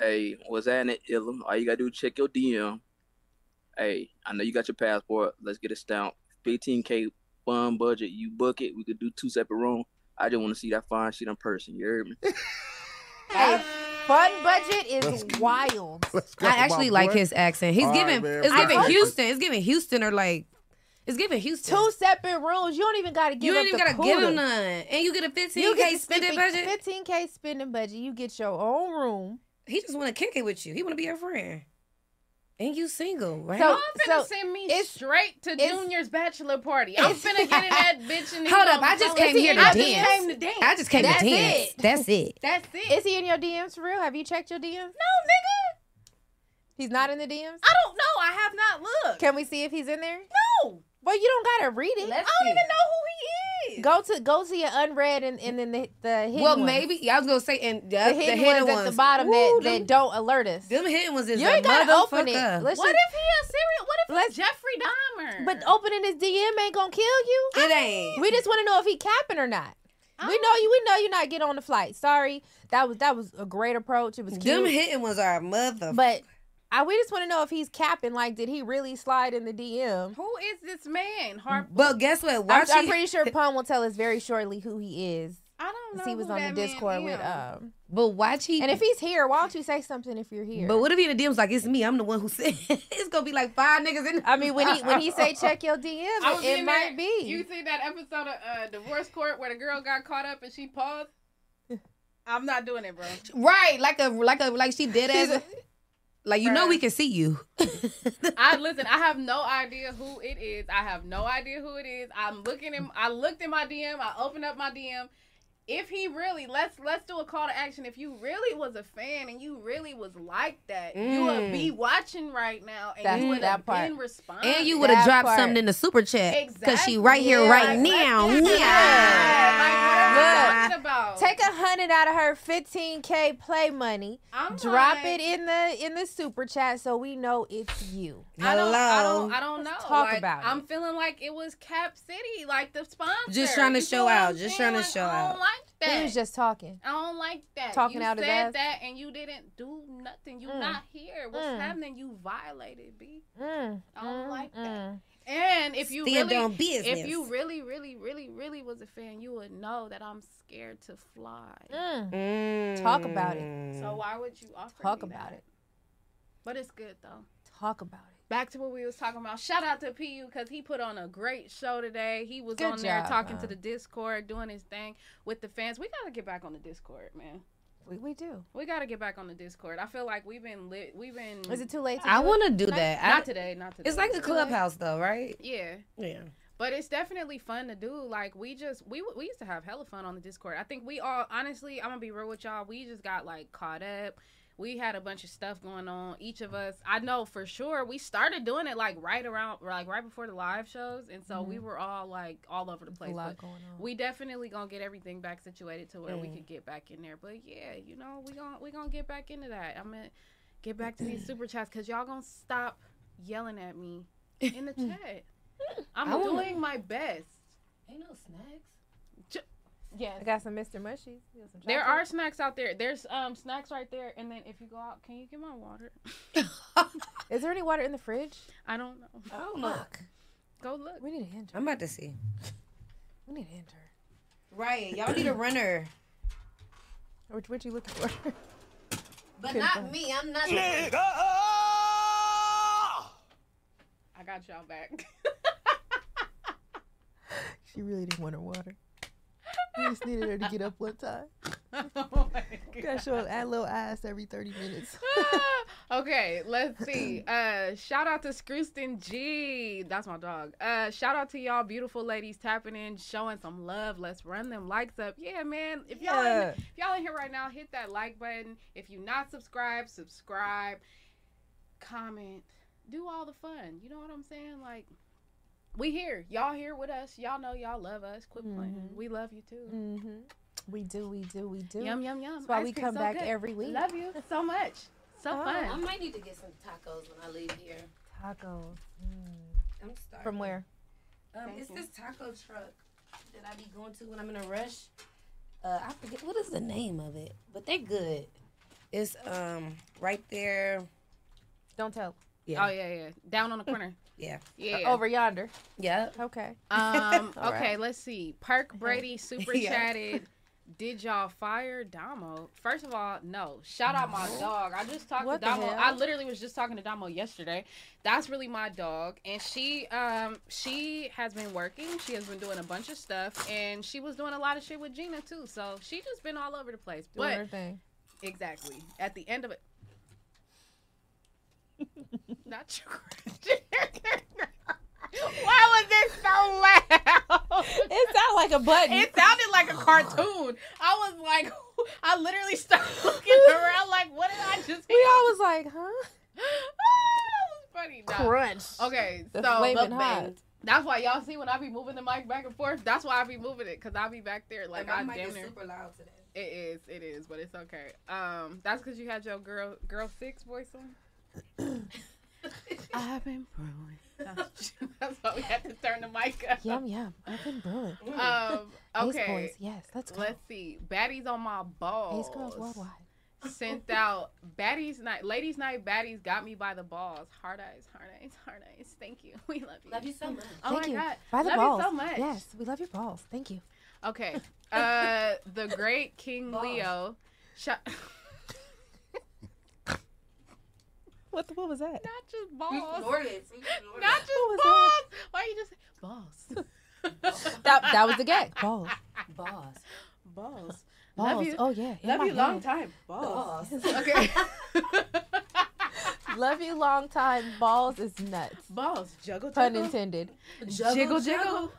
Hey, what's happening, Ilum? All you gotta do is check your DM. Hey, I know you got your passport. Let's get it stamp. 15k fun budget. You book it. We could do two separate rooms. I just want to see that fine shit in person. You heard me?
Hey, fun budget is
Let's-
wild.
I actually like his accent. He's
All right,
giving.
man.
it's
I
giving
hope-
Houston. It's giving Houston or like. It's giving Houston.
Two separate rooms. You don't even gotta
You
give up
ain't even
the
gotta give
cooler.
him none, and you get a 15k
to
spending
spend-
budget.
15k spending budget. You get your own room.
He just want to kick it with you. He want to be your friend. And you single, right?
Y'all finna send me straight to Junior's bachelor party. I'm
it's-
finna get in
[laughs]
that bitch in the
Hold up, I just came here to
I
dance.
Just came to dance.
I just came
That's
to dance.
it.
That's it.
That's it.
Is he in your DMs for real? Have you checked your DMs? No, nigga. He's not in the DMs?
I don't know. I have not looked.
Can we see if he's in there?
No.
Well, you don't gotta read it.
I don't even know who he is.
Go to go to your unread and, and then the the hidden
well,
ones.
maybe I was gonna say, and
the
that's
hidden,
the hidden
ones,
ones
at the bottom
Woo,
that,
them-
that don't alert us.
Them hidden ones is
you
a
ain't gotta open
motherfucker.
it. Let's
what if
just-
he a serial? What if
Let's-
he's Jeffrey Dahmer?
but opening his DM ain't gonna kill you.
It ain't.
We just want to know if he capping or not. We know you. We know you're not getting on the flight. Sorry, that was that was a great approach. It was cute.
Them hidden ones are a mother.
But I we just want to know if he's capping. Like, did he really slide in the DM?
who is this man? Harp.
but guess what?
I'm,
Watch
I'm
it-
pretty sure Pun will tell us very shortly who he is.
I don't know.
He was
who
on
that
the Discord
man is.
with um.
But watch he.
And if he's here, why don't you say something if you're here?
but what if he in the DMs like it's me? I'm the one who said [laughs] it's gonna be like five niggas in.
I mean, when he when
[laughs]
he say check your DM,
[laughs] I was
it,
in
might
there.
be.
You see that episode of uh, Divorce Court where the girl got caught up and she
[laughs]
paused? I'm not doing it, bro.
right, like a like a like she dead
She's
ass. Like you know we can see you. [laughs]
I listen. I have no idea who it is. I have no idea who it is. I'm looking in. I looked in my DM. I opened up my DM. If he really let's let's do a call to action. If you really was a fan and you really was like that, you would
Mm.
be watching right now, and
That's
you would have
that part.
been responding.
And you would have
That
dropped
part.
something in the super chat because she
Exactly.
right here,
Yeah,
right
like,
now.
Yeah, like, what
Yeah.
are you talking about?
Take a hundred out of her 15k play money.
I'm
drop
like-
it in the in the super chat so we know it's you.
I don't, I
Hello.
don't, I don't know.
talk
Like,
about it.
I'm feeling like it was Cap City, like the sponsor.
Just trying to
You see
show
what
out.
I'm
Just
saying?
trying to
Like,
show
I
out.
don't like that.
He was just talking.
I don't like that.
Talking
you
out his
said
ass.
that and you didn't do nothing. You not here. What's
Mm.
happening? You violated, B.
Mm,
I don't
mm,
like that.
mm.
And if you
Stand
really,
on business.
if you really, really, really, really was a fan, you would know that I'm scared to fly.
Mm.
Mm.
Talk about it.
So why would you offer?
Talk
me
about
that?
it.
But it's good though.
Talk about it.
back to what we was talking about. Shout out to PU because he put on a great show today. He was
Good
on there
job,
talking to
Ron.
the Discord, doing his thing with the fans. We gotta get back on the Discord, man.
We, we do.
We gotta get back on the Discord. I feel like we've been lit. We've been.
Is it too late? To
I
do it?
want to do that. I-
not today? Not today.
It's like a
Too late?
clubhouse though, right?
Yeah,
Yeah.
but it's definitely fun to do. Like we just we we used to have hella fun on the Discord. I think we all honestly, I'm gonna be real with y'all. We just got like caught up. We had a bunch of stuff going on. Each of us, I know for sure, we started doing it like right around like right before the live shows, and so we were all like all over the
Mm-hmm. A
place.
lot
But
going on.
we definitely gonna get everything back situated to where we could get back in there. But yeah, you know, we gonna we gonna get back into that. I'm gonna get back to these super chats because y'all gonna stop yelling at me in the chat. I'm
I wanna-
doing my best.
Ain't no snacks.
I got some Mr. Mushies. You want some
There
chocolate?
are snacks out there. There's um snacks right there, and then if you go out, can you get my water? [laughs]
Is there any water in the fridge?
I don't know.
Oh look,
Go look.
We need an intern.
I'm about to see.
We need an intern.
Right, y'all need a runner,
What, what you looking for?
but not me. I'm not. The
[laughs]
I got y'all back.
she really didn't want her water. We just needed her to get up one
[laughs]
time.
Oh my
Gotta show her little ass every 30
[laughs]
minutes.
Ah, okay,
[clears throat]
let's see. Uh, shout out to Scrooston G. That's my dog. Uh, shout out to y'all, beautiful ladies tapping in, showing some love. Let's run them likes up. Yeah, man. If y'all in,
Yeah.
if y'all in here right now, hit that like button. If you not subscribed, subscribe. Comment. Do all the fun. You know what I'm saying? Like. We here. Y'all here with us. Y'all know y'all love us. Quit playing. We love you too.
Mm-hmm. We do, we do, we do.
Yum, yum, yum.
That's why
Ice
we
cream
come
so
back
good.
every week. Oh,
Love you so much. So fun.
Oh, I might need to get some tacos when I leave here.
Tacos.
I'm starving.
Mm. From where?
Um, it's this taco truck that I be going to when I'm in a rush. Uh, I forget what is the name of it, but they good. It's um right there.
Don't tell.
Yeah.
Oh yeah, yeah. Down on the
[laughs]
corner.
Yeah.
Yeah.
Uh, Over yonder.
Yep.
Okay.
[laughs] Um.
[laughs] All
okay.
right.
Let's see. Park Brady
[laughs]
super
Yeah.
chatted. Did y'all fire Damo? First of all, no. Shout out my dog. I just talked
What
to
the
Damo.
hell?
I literally was just talking to Damo yesterday. That's really my dog, and she um she has been working. She has been doing a bunch of stuff, and she was doing a lot of shit with Gina too. So she just been all over the place.
Doing
but
her thing.
Exactly. At the end of it. [laughs] not your [laughs]
Why was it so loud? It sounded like a button.
It sounded like a cartoon. I was like, [laughs] I literally started looking around like, what did I just
We all was like, huh?
funny. dog.
Crunch.
Okay,
The
so
flaming
look,
hot.
babe, That's why y'all see when I be moving the mic back and forth. That's why I be moving it because I be back there like
Like, our
I
mic
damn
is
near-
super loud today.
It is, it is, but it's okay. Um, that's because you had your girl, girl six voice
[laughs]
on. [laughs] I've [laughs] been brewing. That's why we had to turn the mic up.
Yum yum. I've been brewing.
[laughs] Um,
Mm. [laughs] Ace
okay.
boys, yes, let's go.
Let's see. Baddies on my balls.
girls worldwide.
Sent out baddies night, ladies night. Baddies got me by the balls. Hard eyes, hard eyes, hard eyes. Thank you. [laughs] We love you.
Love you so much.
Oh
Thank
my
you.
god.
By the
love
balls.
you so much.
Yes, we love your balls. Thank you.
[laughs]
Okay. Uh, the great King Leo. [laughs] Shut.
What the, what was
Not
that?
just balls.
snorted.
Not just
What was
balls.
that?
Why you just balls?
[laughs] That that was
[laughs]
the gag.
Balls.
Boss.
Balls.
Balls.
Love you.
Oh yeah. in
Love
my
you long
hand.
time. Balls. [laughs]
Balls.
okay.
Love you long time. Balls is nuts.
Balls. Juggle.
Pun
juggle.
intended.
Jiggle, jiggle.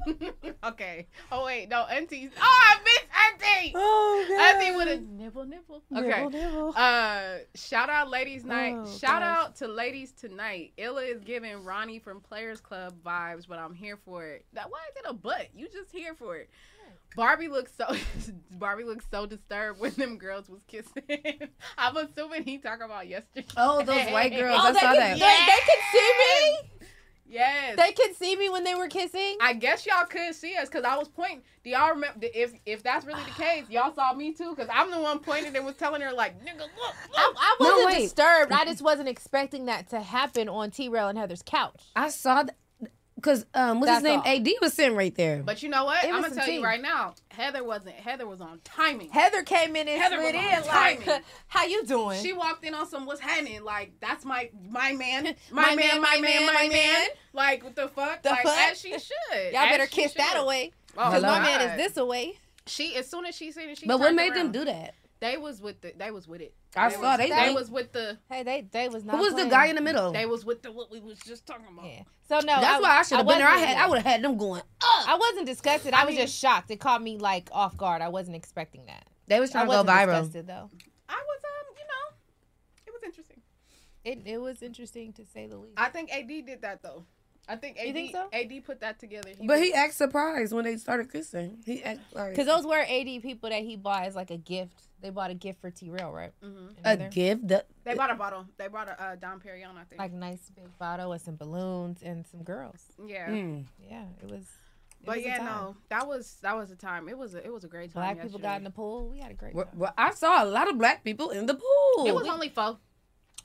[laughs] okay. Oh wait, no, auntie. Oh, I miss auntie.
Oh, God.
Auntie with a nibble, nibble. Okay.
Nibble, nibble.
Uh, shout out ladies night.
Oh,
shout
gosh.
out to ladies tonight. Illa is giving Ronnie from Players Club vibes, but I'm here for it. That why is it a butt? You just here for it. Barbie looks so [laughs] Barbie looks so disturbed when them girls was kissing. [laughs] I'm assuming he talking about yesterday.
Oh, those white girls.
Oh,
I
they
saw that.
can- They, they could see me.
Yes.
They could see me when they were kissing.
I guess y'all could see us because I was pointing. Do y'all remember if if that's really the case?
[sighs]
Y'all saw me too because I'm the one pointing and was telling her like, "Nigga, look, look."
I wasn't disturbed. I just wasn't expecting that to happen on T Rail and Heather's couch.
I saw that because um, what's his
That's
name?
all.
AD was sitting right there.
But you know what?
It
I'm
was
gonna
some
tell
tea.
you right now. Heather wasn't. Heather was on timing.
Heather came in and
Heather
slid
was
in
on
[laughs]
like,
timing.
[laughs] "How you doing?"
She walked in on some what's happening. Like that's my my
[laughs]
man,
My
my,
man,
man, my
my
man,
man,
my
my
man.
man.
Like what the fuck?
The
like
fuck?
as she should.
Y'all
As
better
she
kiss that
should.
away.
Oh,
Cause my
God.
man is this away.
She as soon as she seen it, she.
But what
turned
made them
around.
do that?
They was with the. They was with it.
I saw
was-
they-
They was with the.
Hey, they they was not.
Who was the
playing.
guy in the middle?
They was with the what we was just talking about.
So no,
That's why I should have been there. I
wasn't-
had I would have had them going.
I wasn't disgusted. I, was just shocked. It caught me like off guard. I wasn't expecting that.
They was trying
I
to go
wasn't
viral.
Disgusted, though.
I was um, you know, it was interesting.
It it was interesting to say the least.
I think AD did that though. I think AD
think so?
AD put that together.
But he
was-
acted surprised when they started kissing. He act like
Because those were eighty people that he bought as like a gift. They bought a gift for T Rail, right?
Mhm.
a
Another-
gift. The,
they bought a bottle. They bought a uh, Dom Perignon, I think.
like nice big bottle with some balloons and some girls.
yeah.
Hmm.
Yeah, it was. it
But
was a
yeah,
time.
no, that was that was a time. It was a it was a great time.
Black people got in the
yesterday.
pool. We had a great
well,
time.
well, I saw a lot of black people in the pool.
It was only four.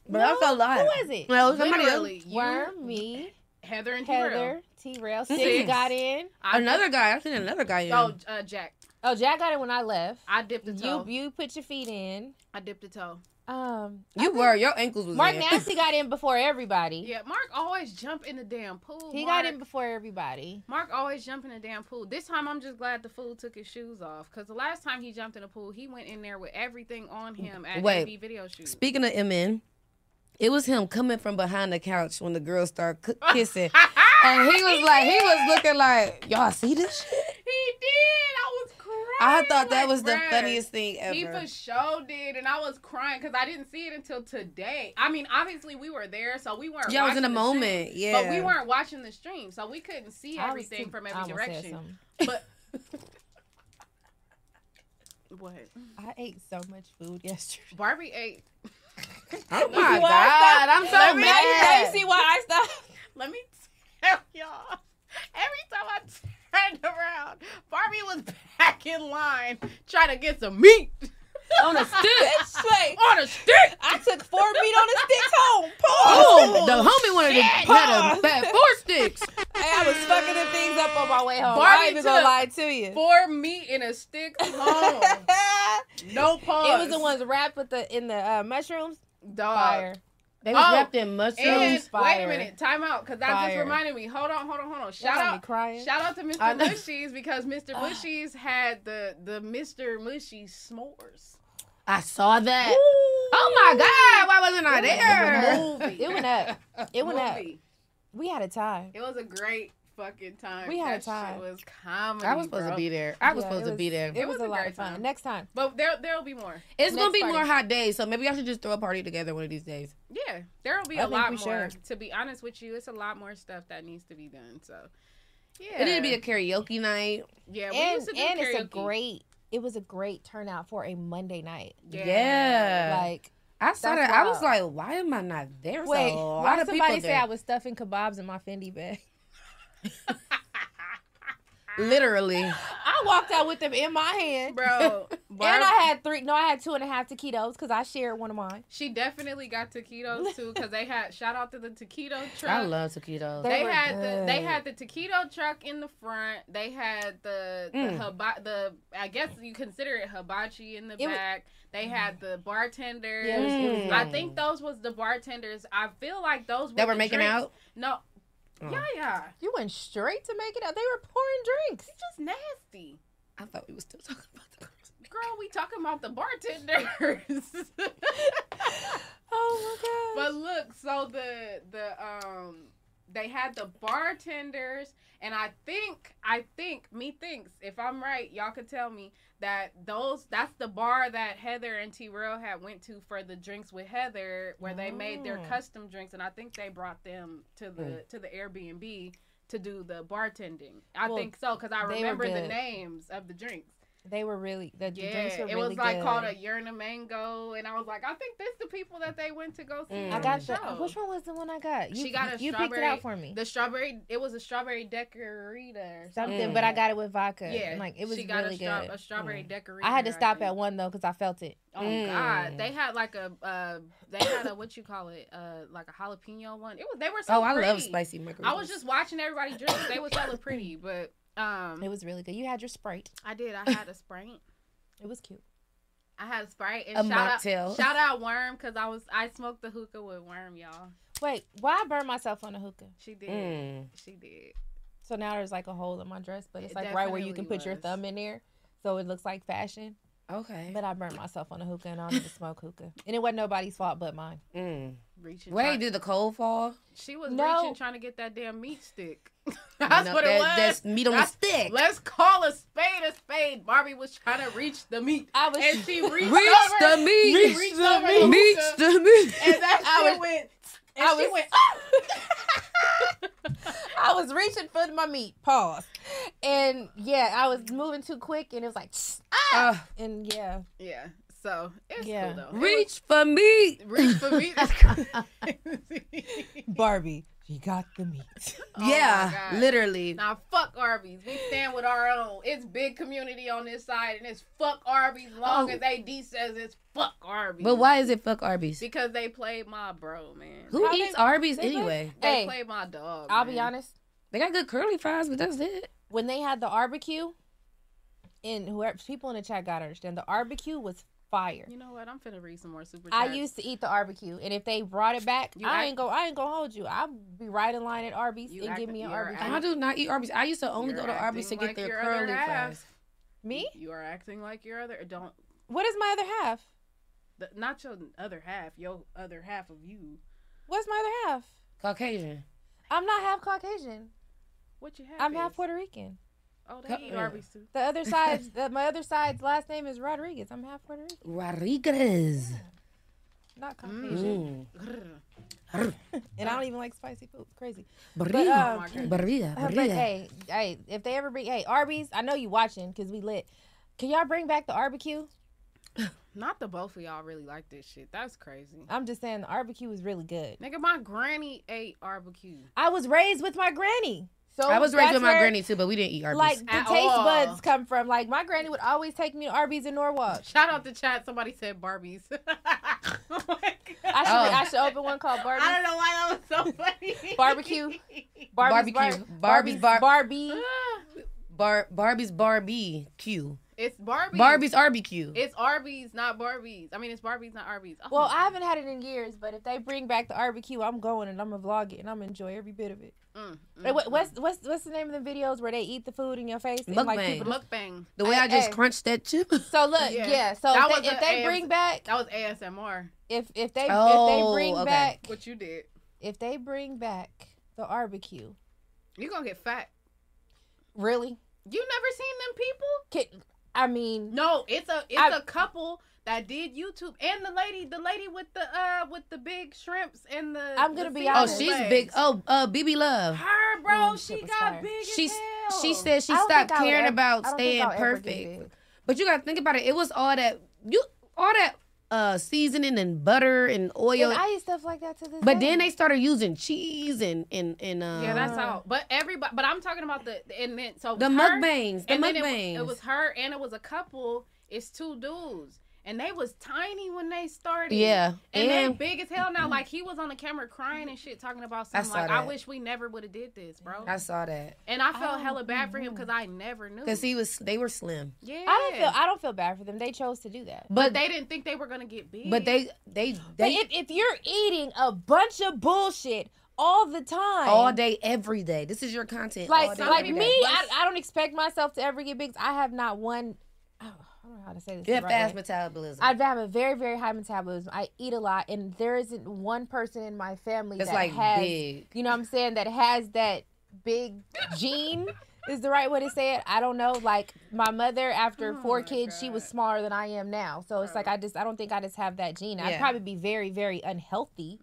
but I saw a lot.
Who was it?
Well, it was somebody else.
Literally, you,
Worm, me,
Heather and Heather.
Heather, T Rail. Six
Six.
got in.
I
Hmm. another guy. I seen another guy in.
Oh, uh, Jack,
Oh, Jack got in when I left.
I dipped a
You
toe.
you put your feet in.
I dipped a toe.
Um,
you were your ankles was
Mark
in.
Nasty got in before everybody.
Yeah, Mark always jump in the damn pool.
He
Mark.
got in before everybody.
Mark always jump in the damn pool. This time I'm just glad the fool took his shoes off. Cause the last time he jumped in the pool, he went in there with everything on him at
Wait.
AB video shoot.
Speaking of MN, it was him coming from behind the couch when the girls started
[laughs]
c- kissing. and he was like, he was looking like, y'all see this shit?
He did. I was crying.
I thought that
Like,
was the
bruh,
funniest thing
He
ever.
for sure did, and I was crying because I didn't see it until today. I mean, obviously we were there, so we weren't.
Y'all was in
watching
a
the
moment,
stream,
yeah.
But we weren't watching the stream, so we couldn't see
I was
everything
too-
from
I
every
almost said
direction.
something.
But what?
I ate so much food yesterday.
Barbie ate.
Oh
You
my
see why I
God,
stopped?
I'm so
Let me- now you- now you
mad.
see why I stopped.
Let me tell y'all. Every time I turned around, Barbie was back in line trying to get some meat
On
[laughs]
[laughs] a stick. Like,
on a stick.
I took four meat on a stick home.
Oh,
Pause.
the homie wanted to
shit.
had a fat four sticks.
Hey, I was fucking the things up on my way home. I
Barbie
ain't even gonna
took
lie to you.
Four meat and a stick
[laughs]
home. No pause.
It was the ones wrapped with the in the uh, mushrooms.
Dog.
Fire.
They was
Oh,
wrapped in mushrooms.
And wait
Fire.
a minute, time out, because that just
Fire.
reminded me. Hold on, hold on, hold on. Shout
got me
out,
crying.
shout out to
I
Mr.
know.
Mushies because Mr.
[sighs]
Mushies had the the Mr. Mushy s'mores.
I saw that.
Oh Oh my God! Why wasn't I there?
It went up. It went up. We had a time.
It was a great fucking time.
We had
That
a time.
Shit was comedy.
I was supposed to
bro.
be there. I was Yeah, supposed to it be was- there.
It,
it
was,
was a
a,
lot
great
of fun.
time.
Next time,
but there there'll be more.
It's
Next
gonna be
party.
more
hot days, so maybe I should just throw a party together one of these days.
Yeah, there'll be
I
a
think
lot
we
more.
should.
To be honest with you, it's a lot more stuff that needs to be done. So, yeah,
It need to be a karaoke night.
Yeah, we
and,
used to do
and it's a
karaoke.
great. It was a great turnout for a Monday night.
Yeah.
Like
I saw that.
that's
I was like,
wild.
why am I not there? There's
Wait,
a
why
lot of people
somebody say
there.
I was stuffing kebabs in my Fendi bag?
Literally.
[laughs]
[laughs]
I walked out with them in my hand,
bro.
[laughs] and I had three. No, I had two and a half taquitos because I shared one of mine.
She definitely got taquitos too because they had shout out to the taquito truck.
I love taquitos.
They, had the they had the taquito truck in the front. They had the the,
Mm.
hiba- the I guess you consider it hibachi in the
It was-
back. they had the bartenders.
Yeah, it was- it was
I
yummy.
think those was the bartenders. I feel like those were
Mm. That were
the
making
drinks.
out?
No,
Oh.
yeah, yeah.
You went straight to make it out. They were pouring drinks.
It's just nasty,
I thought we was still talking about
girl. We talking about the bartenders.
[laughs] oh
my god! But look, so the the um they had the bartenders and i think i think me thinks if i'm right y'all could tell me that those that's the bar that heather and t-real had went to for the drinks with heather where they made their
Mm.
Oh.
custom drinks and i think they brought them to the
Mm.
to the airbnb to do the bartending i
Well,
think so because i
they were
remember the
good.
names of the drinks
They were really the
yeah,
drinks were
it
really
was like
good.
called a Yerna Mango, and I was like, I think that's the people that they went to go see.
Mm. I
on
got
the
the.
show
Which one was the one I got? You,
she got a
you
strawberry.
picked it out for me.
The strawberry. It was a strawberry decorita or
Something, but I got it with vodka.
Yeah,
like it was
she got
really
a, stra-
good.
a strawberry decorita.
I had to
I
stop
think.
at one though because I felt it.
Oh
Mm.
Mm.
God! They had like a uh, they had a what you call it uh like a jalapeno one. It was they were so
Oh, I love
pretty.
spicy
I was
margaritas.
just watching everybody drink. They was
[coughs]
hella pretty, but um,
it was really good. You had your sprite.
I did. I had a sprite.
It was cute.
I had a sprite and
A
shout out
mocktail.
shout out worm because I was I smoked the hookah with worm y'all.
Wait, why I burned myself on a hookah?
She did.
Mm.
She did.
So now there's like a hole in my dress, but it's
It
like right where you can
definitely
put your
was.
thumb in there, so it looks like fashion.
Okay.
But I burned myself on a hookah and I don't need to smoke hookah, and it wasn't nobody's fault but mine.
Mm.
Reaching.
Wait,
try-
did the cold fall?
She was
No.
reaching trying to get that damn meat stick. [laughs] That's
No,
what it
that-
was.
that's meat on a stick.
Let's call a spade a spade. Barbie was trying to reach the meat. I was, and she reached,
Reach
over,
the meat.
she reached over the
Reach
hookah,
the meat.
And that [laughs] shit
I was-
went. And
I
she
was-
went.
I was reaching for my meat. Pause. And yeah, I was moving too quick, and it was like, [sniffs] ah, and yeah,
yeah. So it's
Yeah.
cool though.
Reach for me.
Reach for me.
Barbie, she got the [laughs] meat.
Oh my
yeah,
God.
literally.
Now fuck Arby's. We stand with our own. It's big community on this side, and it's fuck Arby's. Long
Oh.
as AD says it's fuck Arby's.
[laughs] But why is it fuck Arby's?
Because they played my bro, man.
Who
They-
eats Arby's
they play-
anyway?
They
Hey,
played my dog.
I'll be
man.
honest.
They got good curly fries, but that's it.
When they had the barbecue, and whoever people in the chat got to understand the barbecue was fire.
You know what? I'm finna read some more super chats.
I used to eat the barbecue, and if they brought it back,
You
I
act-
ain't go. I ain't gonna hold you. I'll be right in line at Arby's
You
and
act-
give me an
you're
Arby's.
I do not eat Arby's. I used to only
You're
go to Arby's to
acting
get
like
their
your other
curly
half.
fries.
Me?
You are acting like your other. Don't.
What is my other half?
The, not your other half. Your other half of you.
What's my other half?
Caucasian.
I'm not half Caucasian.
What you have?
I'm
is-
half Puerto Rican.
Oh, they
Cut-
eat
yeah.
Arby's too.
The other side's the, my other side's last name is Rodriguez. I'm half Puerto Rican,
Rodriguez.
not Caucasian.
Mm.
And I don't even like spicy food. It's crazy.
Barriga.
um,
Barriga. Barriga.
Uh, But hey, hey, if they ever bring hey Arby's, I know you watching because we lit. Can y'all bring back the barbecue?
[laughs] Not the both of y'all really like this shit. That's crazy.
I'm just saying the barbecue was really good.
Nigga, my granny ate barbecue. [laughs]
I was raised with my granny, so
I was raised
that's
with my
where,
granny too, but we didn't eat Arby's.
Like the
At
taste
all.
buds come from. Like my granny would always take me to Arby's in Norwalk.
Shout out to chat. Somebody said Barbies. [laughs]
I should
Oh.
I should open one called Barbie.
I don't know why that was so funny.
Barbecue.
barbecue.
Barbie's Bar-
Barbie's bar-
Barbie.
bar- Barbie's Barbie
Ah,
Q.
It's Barbie's.
Barbie's barbecue.
It's Arby's, not Barbie's. I mean, it's Barbie's, not Arby's. Oh.
Well, I haven't had it in years, but if they bring back the barbecue, I'm going and I'm gonna vlog it and I'm gonna enjoy every bit of it.
Mm,
Hey, what- What's what's what's the name of the videos where they eat the food in your face? And, like,
Mm-hmm. Mukbang.
people just-
Mukbang.
The way I, just
hey.
crunched that
[laughs]
chip.
So look, yeah. So
That
if
was
they, if
a
they
AS
bring back,
that was ASMR.
If if they if
Oh,
they bring
okay.
back
what you did,
if they bring back the barbecue,
you gonna get fat.
really?
You never seen
them people? I mean,
no. It's a it's
I-
a couple that did YouTube, and the lady, the lady with the uh with the big shrimps and the.
I'm gonna
the
be
sea
Oh,
honest.
she's
legs.
big. Oh, uh, BB Love.
Her,
Oh,
bro, she got big. as
She's
hell.
she said she
I don't
stopped
think I would
caring
ever-
about
I don't think
staying
I'll ever get
perfect. But you gotta think about it. It was all that you all that uh seasoning and butter and oil.
And I eat stuff like that to this
but
day.
then they started using cheese and and and uh,
Yeah, that's all. But everybody, but I'm talking about the the- and then so
The
her-
mukbangs, the
and then it wa- It,
mukbangs.
was her and it was a couple. It's two dudes, and they was tiny when they started.
Yeah,
and,
and-
they big as hell now. Like he was on the camera crying and shit, talking about
I
something
saw
like I
that.
wish we never would have did this, bro.
I saw that
And I felt hella bad for him because I never knew.
because he was they were slim.
yeah,
I don't feel I don't feel bad for them. They chose to do that.
But, they didn't think they were gonna get big.
But they they
But
they
if, if you're eating a bunch of bullshit all the time,
all day every day. This is your content. all
like
day,
like
every
me,
day.
I, I don't expect myself to ever get big. I have not one. oh, I don't know how to say this.
you
the
have
right
fast
way.
metabolism.
I have a very very high metabolism. I eat a lot, and there isn't one person in my family
That's,
that
like,
has
big.
you know what I'm saying that has that big gene. Is the right way to say it? I don't know. Like my mother, after four kids, she was smaller than I am now. So it's like I just I don't think I just have that gene. I'd
Yeah.
probably be very very unhealthy,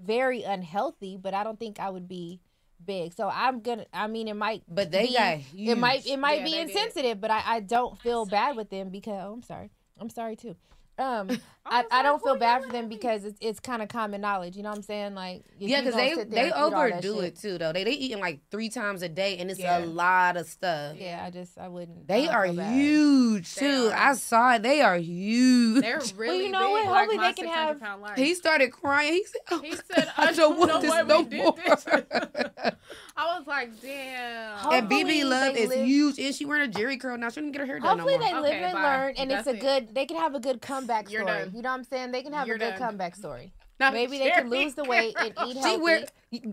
very unhealthy. But I don't think I would be big. So I'm gonna. I mean, it might.
But they
be-
got
It
huge.
might. It might
Yeah,
be
they did.
insensitive, but I, I don't feel bad with them because oh, I'm sorry. I'm sorry too.
[laughs]
Um, I, I don't feel bad for them because it's it's kind of common knowledge. You know what I'm saying? Like if
yeah,
you
because
gonna
they
sit there
they
and eat all that
overdo
shit-
it too though. They they eating like three times a day and it's
Yeah.
a lot of stuff.
Yeah, I just I wouldn't.
They are huge too. I saw it. They are huge. [laughs]
They're
really you know what? big, like Hopefully my they can 600 have- pound life.
He started crying. He said, "Oh, [laughs]
He said,
"I don't want
know
this
why we
no
did
more."
I was like, damn.
[laughs] and BB Love
they
is
live-
huge, and she wearing a Jerry curl now. She didn't get her hair done.
Hopefully
no more.
they live and learn, and it's a good. They can have a good comeback
You're
story.
done.
You know what I'm saying? They can have
You're
a good
done.
comeback story.
[laughs] Not
Maybe they can
Jerry
lose the weight and
[laughs]
eat
She
healthy.
wear-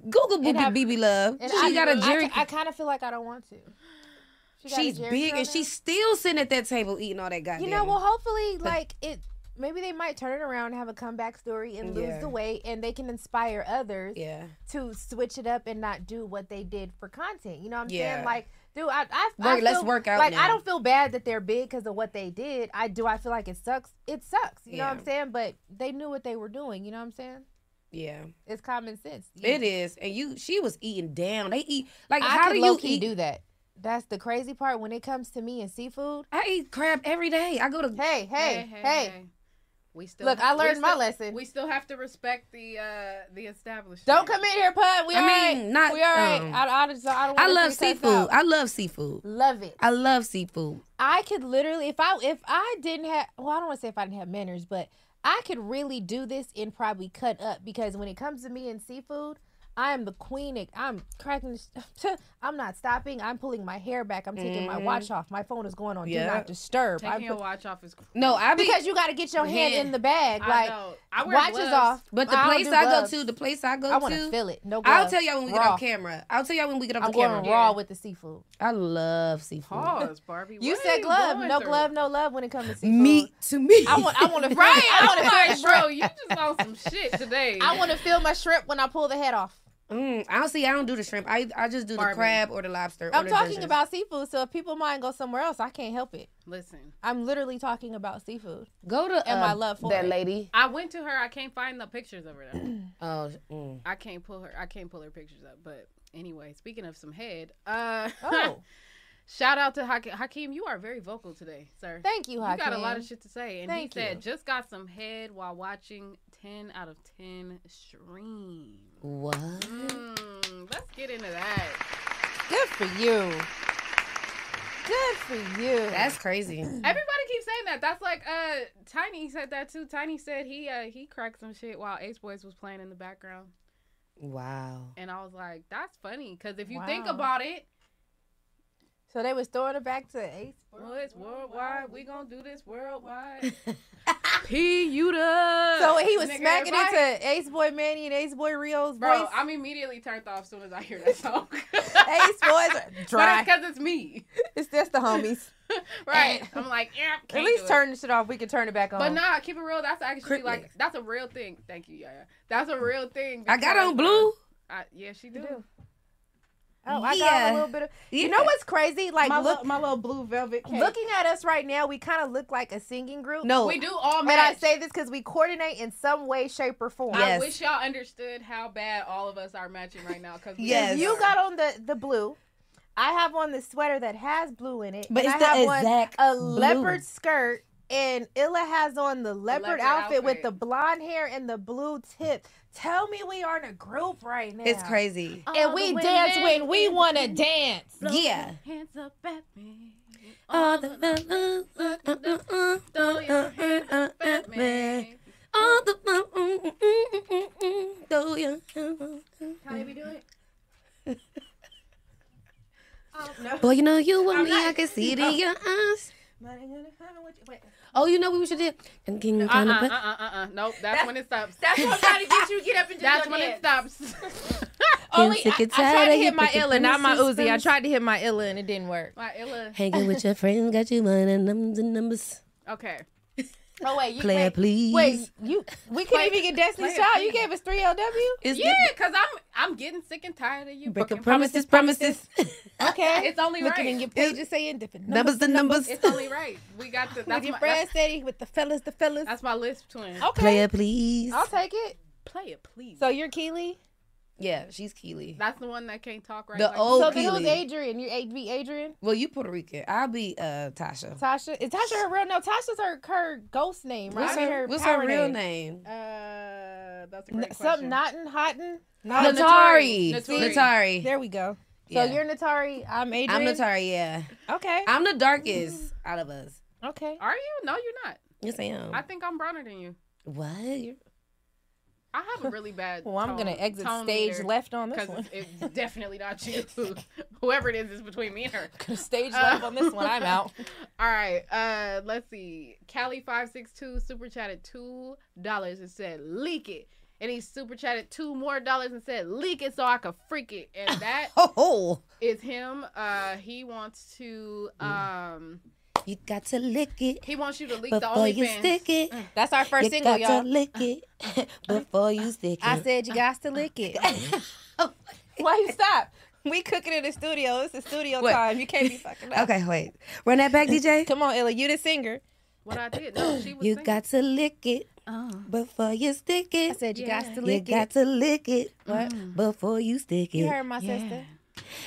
Google
and have-
Booby BB Love.
And
She
I-
got a Jerry.
I, I kind of feel like I don't want to. She got a
she's
Jerry
big,
curl
and
now?
she's still sitting at that table eating all that goddamn.
You know, well, hopefully, like it. Maybe they might turn it around and have a comeback story and lose
Yeah.
the weight, and they can inspire others
Yeah.
to switch it up and not do what they did for content. You know what I'm
Yeah.
saying? Like, dude, I, I, I
Work- let's
feel-
work out
Like,
now.
I don't feel bad that they're big because of what they did. I do. I feel like it sucks. It sucks. You know what
Yeah.
I'm saying? But they knew what they were doing. You know what I'm saying?
yeah.
It's common sense.
It is, and you. She was eating down. They eat like
I
how
could
do you
low-key
eat?
do that? That's the crazy part when it comes to me and seafood.
I eat crab every day. I go to
hey, hey, hey.
We still
Look, I
we
learned my
still-
lesson.
We still have to respect the uh the establishment.
Don't come in here, pud. We
I
all
mean,
right.
not-
We all right.
um,
I, I, just, I, don't
I
wanna
love
freak us
seafood.
out.
I love seafood.
Love it.
I love seafood.
I could literally, if I if I didn't have, well, I don't want to say if I didn't have manners, but I could really do this and probably cut up because when it comes to me and seafood, I am the queen. at- I'm cracking. the- [laughs] I'm not stopping. I'm pulling my hair back. I'm taking my
Mhm.
watch off. My phone is going on. Do
Yeah.
not disturb.
Taking
I
your
put-
watch off is
No, I be-
because you got to get your hand
Yeah.
in the bag.
I
like
know.
I wear
watch is
gloves.
off.
But the
I don't
place
do
I go
gloves.
to, the place I go
I
to,
wanna feel it. No
I'll
gloves.
tell y'all when we get
Raw.
off camera. I'll tell y'all when we get off
I'm
the camera.
going raw with the seafood.
I love seafood.
Pause, Barbie.
You
What are
said glove,
going
no
through?
glove, no love when it comes to seafood.
Meat to me.
I want, I want to,
Right, [laughs]
I want to
I'm
feel
like,
[laughs]
shrimp.
bro, you just on some shit today.
I want to feel my shrimp when I pull the head off.
Mm, I don't see. I don't do the shrimp. I I just do the
Barbie.
crab or the lobster. or
I'm
the
talking
ginger.
about seafood, so if people mind go somewhere else, I can't help it.
Listen,
I'm literally talking about seafood.
Go to
and
uh,
my love for
that
it.
lady.
I went to her. I can't find the pictures of her.
[clears throat]
Though.
Oh, mm.
I can't pull her. I can't pull her pictures up. But anyway, speaking of some head, uh,
Oh.
[laughs] shout out to Hakeem. Hakeem, you are very vocal today, sir.
Thank you,
You got a lot
Hakeem.
of shit to say, and
Thank
he said
you.
just got some head while watching ten out of ten stream.
what?
Mm-hmm.
Mm, let's get into that. [clears throat]
uh,
Good for you. Good for you.
That's crazy.
Everybody keeps saying that. That's like uh, Tiny said that too. Tiny said he uh, he cracked some shit while Ace Boys was playing in the background.
Wow.
And I was like, that's funny. Because if you think
Wow.
about it,
So they was throwing it back to Ace.
Well, it's worldwide. We gonna do this
[laughs]
worldwide.
P. Uta. So he was
Nigga,
smacking
if I-
into Ace Boy Manny and Ace Boy Rio's
Bro,
voice.
I'm immediately turned off as soon as I hear that song. [laughs]
Ace Boys are
But
dry.
it's because it's me.
It's just the homies.
[laughs] Right. I'm like, yeah,
At
can't do
least
it.
turn the shit off. We can turn it back on.
But nah, keep it real. That's actually
Crip
like that's a real thing. Thank you, Yaya. That's a real thing.
I got
because,
on blue.
uh, I, yeah, she do.
Oh, I got
Yeah.
a little bit of.
Yeah.
You know what's crazy? Like
My
look,
little-
my little blue velvet.
cake.
Looking at us right now, we kind of look like a singing group.
No. We do all
And I
match.
say this because we coordinate in some way, shape, or form.
I wish y'all understood how bad all of us are matching right now. Cause we
If You got on the the blue. I have on the sweater that has blue in it.
But
and
it's the
I have on
exact
a
blue.
leopard skirt. And Illa has on the leopard,
Leopard
outfit, with
outfit.
the blonde hair and the blue tip. Tell me we are in a group right now.
It's crazy.
And we dance when we want to dance.
Yeah.
Hands up at me.
All the Batman. All the Do you?
How you be doing? [laughs]
Oh,
Boy, you know you want me. I can
[laughs]
see it in your eyes. Oh, you know what we should do? And can
Uh-uh,
you
Uh uh
kind of
uh uh uh. Nope, that's, when it stops.
That's what I'm trying to get you to get up and
[laughs]
do
That's
your
when it stops.
Only
sick
I,
and
I
tired
tried
of
to
you
hit my
picking
Illa, not my
bruises,
Uzi. I
bruises.
tried to hit my Illa and it didn't work.
My Illa.
hanging
[laughs]
with your friends? Got you running numbers and numbers.
Okay.
[laughs] Oh wait, you
Play it,
wait,
please.
Wait, you we couldn't
Play-
even get Destiny's
play it,
Child. You
please.
gave us three LW.
It's
yeah, cause I'm I'm getting sick and tired of you.
Breaking
fucking
promises, promises.
okay.
It's only
Looking
right.
in your pages saying different
Numbers and numbers. [laughs]
It's only right. We got the. That's
your
my,
friend
that's,
steady with the fellas, the fellas.
That's my lisp twin.
Okay.
Play it, please.
I'll take it.
Play it, please.
So you're Keely.
Yeah, she's Keely.
That's the one that can't talk right.
The
like
old
so then
Keely.
who's Adrian? You A- be Adrian.
well, you Puerto Rican. I'll be uh, Tasha.
Tasha. Is Tasha her real? No, Tasha's her her ghost name, right?
What's
I mean,
her, what's
power
her real name?
Uh, that's a
N-
great
Something
question.
Notten, Hotten.
No, Natari.
Natari.
Natari. Natari.
There we go.
Yeah.
So you're Natari. I'm Adrian.
I'm Natari, yeah.
Okay.
I'm the darkest out of us.
Okay.
Are you? No, you're not.
Yes, I am.
I think I'm browner than you.
what? You're-
I have a really bad.
[laughs] Well, I'm
tone-
gonna exit
tone
stage
meter,
left on this
'cause
one. [laughs]
It's definitely not you. [laughs] Whoever it is, is between me and her.
Stage left on this one. I'm out.
[laughs] All right. Uh, let's see. Cali five six two super chatted two dollars and said leak it, and he super chatted two more dollars and said leak it so I could freak it,
[laughs]
and that
Oh,
is him. Uh, he wants to um.
you got to lick it
He wants you to leak the
before you
OnlyFans.
stick it.
Mm. That's our first
you
single,
got
y'all.
to lick it [laughs] before you stick it.
I said you got to lick
[laughs]
it. [laughs] Why you stop? We cooking in the studio. It's the studio
What?
time. You can't be
[laughs]
fucking up.
okay, wait. Run that back, DJ.
Come on, Illa. You the singer.
What I did? No, she was
You
singing.
got to lick it before you stick it. I
said you
got
gots to lick
You got to lick it before you stick it.
[laughs] You heard my sister.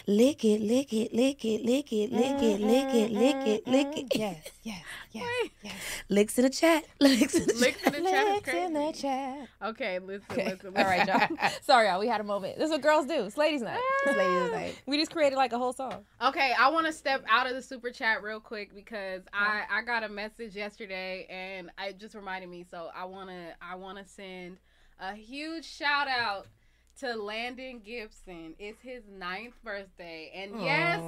Lick it, lick it, lick it, lick it, lick
Mm,
it, lick it, lick it, lick it.
Yes, yes, yes, yes.
Licks in the chat. [laughs] Licks in the chat.
Licks in the chat is
Licks in the
crazy.
chat.
Okay, listen, listen, listen.
All right, y'all. [laughs] Sorry, y'all. We had a moment. This is what girls do. It's
[laughs]
ladies' night. It's ladies' night. We just created like a whole song.
Okay, I want to step out of the super chat real quick because I I got a message yesterday and it just reminded me. So I wanna I wanna send a huge shout out to Landon Gibson. It's his ninth birthday, and yes,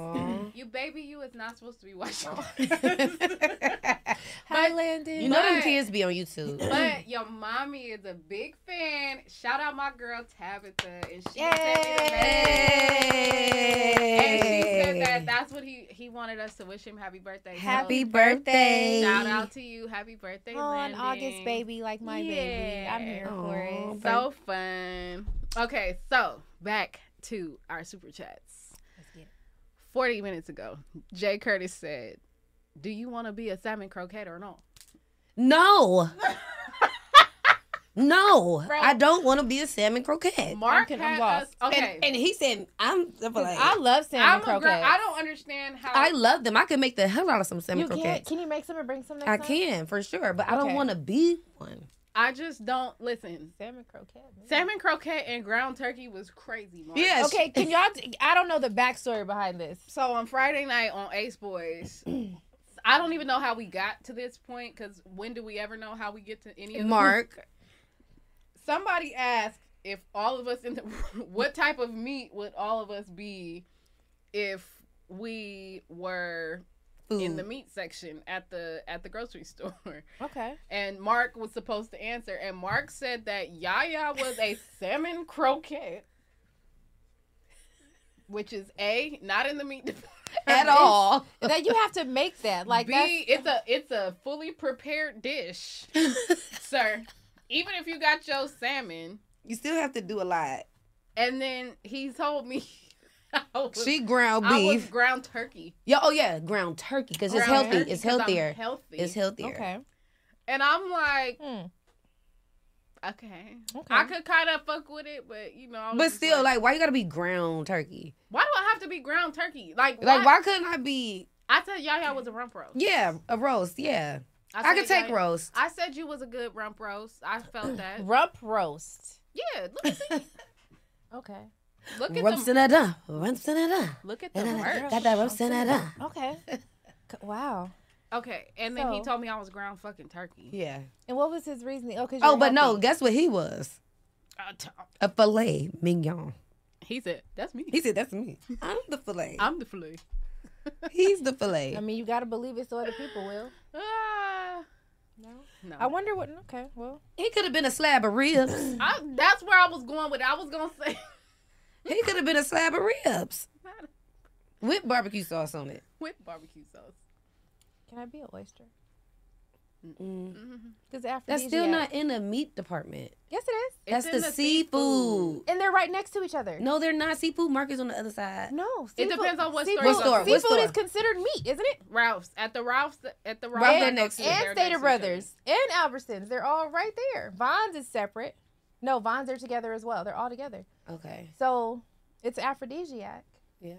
you baby, you is not supposed to be watching.
[laughs] Hi, Landon. You know them kids be on YouTube.
[clears throat]
[clears throat]
But your mommy is a big fan. Shout out my girl Tabitha, and she sent me the message. And she said that that's what he he wanted us to wish him happy birthday. So,
Happy birthday.
Shout out to you. Happy birthday,
On
Landon.
Oh, August, baby, like my baby. I'm here for it.
So fun. Okay, so back to our super chats.
get it.
40 minutes ago, Jay Curtis said, Do you want to be a salmon croquette or not?
No. No, I don't want to be a salmon croquette.
Mark I'm con- I'm had lost. us- okay.
And, and he said, "I'm." I'm like,
I love salmon
I'm a girl.
croquettes.
I don't understand how.
I love them. I could make the hell out of some salmon
You can't.
croquettes.
Can you make some and bring some next
I
time?
can for sure, but I
Okay.
don't want to be one.
I just don't listen.
Salmon croquette. man.
Salmon croquette and ground turkey was crazy. Mark.
Okay, can y'all? t- I don't know the backstory behind this.
So on [laughs] Friday night on Ace Boys, I don't even know how we got to this point because when do we ever know how we get to any of
Mark,
[laughs] Somebody asked [laughs] if all of us in the what type of meat would all of us be if we were in the meat section at the at the grocery [laughs] store.
Okay.
And Mark was supposed to answer, and Mark said that Yaya was a salmon croquette, which is a not in the meat department
At all. That you have to make that like
B,
that's-
it's a it's a fully prepared dish, sir. Even if you got your salmon,
You still have to do a lot.
and then he told me [laughs] I was-
She ground
I was
beef.
ground turkey.
Yeah, oh yeah, ground turkey because it's
Ground
healthy.
turkey
it's
'cause I'm
healthier.
healthy.
It's healthier.
Okay. And I'm like, okay. I could kind of fuck with it, but you know, I was
But
just
still, like, why you gotta be ground turkey?
why do I have to be ground turkey? Like,
Like, why couldn't I be?
I tell y'all, I was a rump roast.
Yeah, a roast. Yeah, I,
said
could take
y'all-
roast.
I said you was a good rump roast. I felt that.
rump roast.
Yeah, look at
[laughs]
me.
Okay.
Look at
Rump
the
senator. Rump senator.
Look at the work.
Got that rump senator.
[laughs]
Okay. Wow.
Okay, and then he
So-
told me I was ground fucking turkey.
Yeah.
And what was his reasoning? Oh, 'cause
Oh,
you're
but no,
healthy.
guess what he was?
I Uh, t-
A filet mignon.
He said, "That's me."
He said, "That's me. I'm the filet.
I'm the filet.
He's the filet."
I mean, you gotta believe it, so other people
[laughs]
will.
ah, no. No.
I wonder what. Okay, well,
he could have been a slab of
[clears throat]
ribs.
[clears throat] I, that's where I was going with it. I was gonna say [laughs]
he could have been a slab of ribs with barbecue sauce on it.
with barbecue sauce.
Can I be an oyster?
Mm.
Mm-hmm.
Because after
That's still not in the meat department.
Yes, it is.
That's the, seafood.
And they're right next to each other.
No, they're not. Seafood market's on the other side.
No,
It depends on what store
seafood,
you go to. What
Seafood
store?
is considered meat, isn't it?
Ralph's at the Ralph's at the Ralph's.
and and
they're
Stater
next to each other.
Brothers and Albertsons. They're all right there. Vons is separate. No, Vons are together as well. They're all together.
Okay.
So it's aphrodisiac.
Yeah.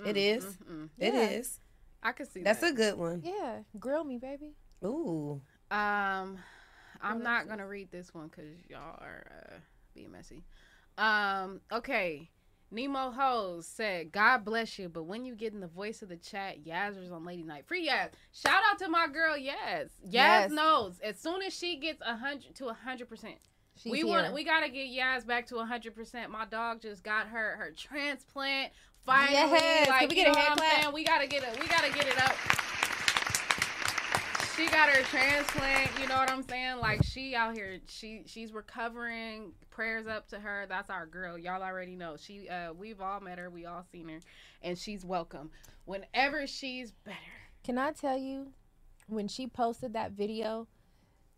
It
Mm,
It
is.
is. It
Yeah.
is.
I could see
That's
that.
a good one.
Yeah. Grill me, baby.
Ooh.
Um, I'm not gonna read this one because y'all are uh, being messy. Um, okay. Nemo Hose said, "God bless you, but when you get in the voice of the chat, Yazzers on Lady Night, free Yaz. Shout out to my girl Yaz. Yaz
Yes.
knows as soon as she gets a hundred to a hundred percent.
She's
We want
here.
we gotta get Yaz back to a hundred percent. My dog just got her her transplant finally.
Yes.
Like
Can we
you
get a
know what
hand
I'm
clap?
saying? We gotta get it. We gotta get it up. She got her transplant. You know what I'm saying? Like she out here, she she's recovering. Prayers up to her. That's our girl. Y'all already know. She uh, we've all met her. We all seen her, and she's welcome whenever she's better.
Can I tell you when she posted that video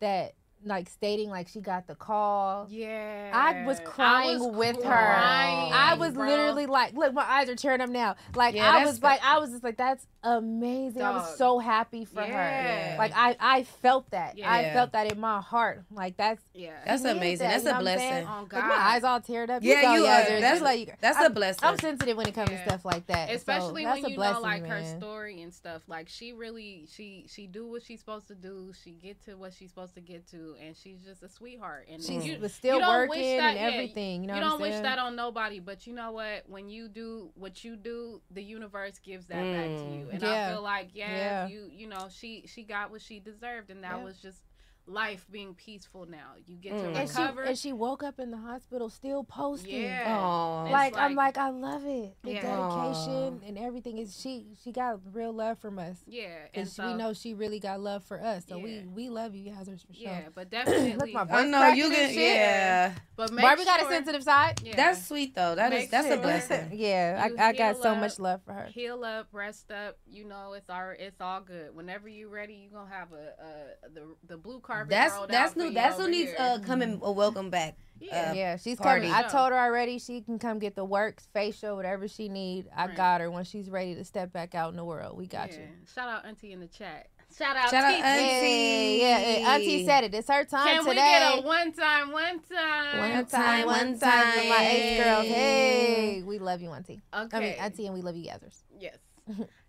that like stating like she got the call?
Yeah.
I was crying with
crying,
her. I was
bro.
literally like, look, my eyes are tearing up now. Like
Yeah,
I
that's
was like, I was just like, that's amazing. I was
Dog.
so happy for
Yeah.
her. Like I, I felt that. I
Yeah.
felt that in my heart. Like that's
yeah,
That's
needed
amazing. That's
you know
a
what I'm saying?
blessing.
On
Like, my
God.
eyes all teared up.
Yeah,
go,
you
yeah,
are.
there's-
That's-
like
that's a
I'm- I'm
blessing.
sensitive when it comes to stuff like that. So
especially
that's
when
a
you
blessing,
know like her
man.
story and stuff like she really she she do what she's supposed to do she get to what she's supposed to get to and she's just a sweetheart and
She
you,
was still
you don't wish
working
that-
and
yeah,
everything, you know
you
what I'm
don't wish
saying?
that on nobody but you know what when you do what you do the universe gives that back to
Mm.
you and i
Yeah.
feel like yeah,
Yeah.
you you know she she got what she deserved and that
Yeah. Mm.
was just life being peaceful now you get
Mm.
to
and she,
recover
and she woke up in the hospital still posting.
Yeah. Aw. It's
Like, I'm
like-
like I love it. The
Yeah.
dedication and everything is she she got real love from us.
Yeah,
and
and
we
so-
know she really got love for us. So we
Yeah.
we love you guys for sure.
Yeah, but
[coughs] Look,
definitely-
my
I
voice
know, you
cracking
get-
and shit.
yeah.
But make
Barbie got a
sure-
sensitive side.
Yeah.
That's sweet though. That is
Make
that's
sure
a blessson.
[laughs] Yeah,
you
I, I got
heal
so
up,
much love for her.
Heal up, rest up. You know, it's all it's all good. Whenever you're ready, you gonna have a, a the the blue carpet.
That's
rolled
that's
out for
new.
you
That's who
over
needs
here.
uh
Mm-hmm.
coming a welcome back.
Yeah.
uh,
yeah, she's
party.
coming. I told her already she can come get the works, facial, whatever she need. I
Right.
got her when she's ready to step back out in the world. We got
Yeah.
you.
Shout out Auntie in the chat. Shout out.
Shout out
Titi.
Auntie. Yeah, yeah, yeah. Auntie said it. It's her time
Can we
today.
get a one time, one time,
One time, one time for my ex girls. Hey, we love you, Auntie. I mean,
Okay.
Auntie, and we love you, Gathers.
Yes.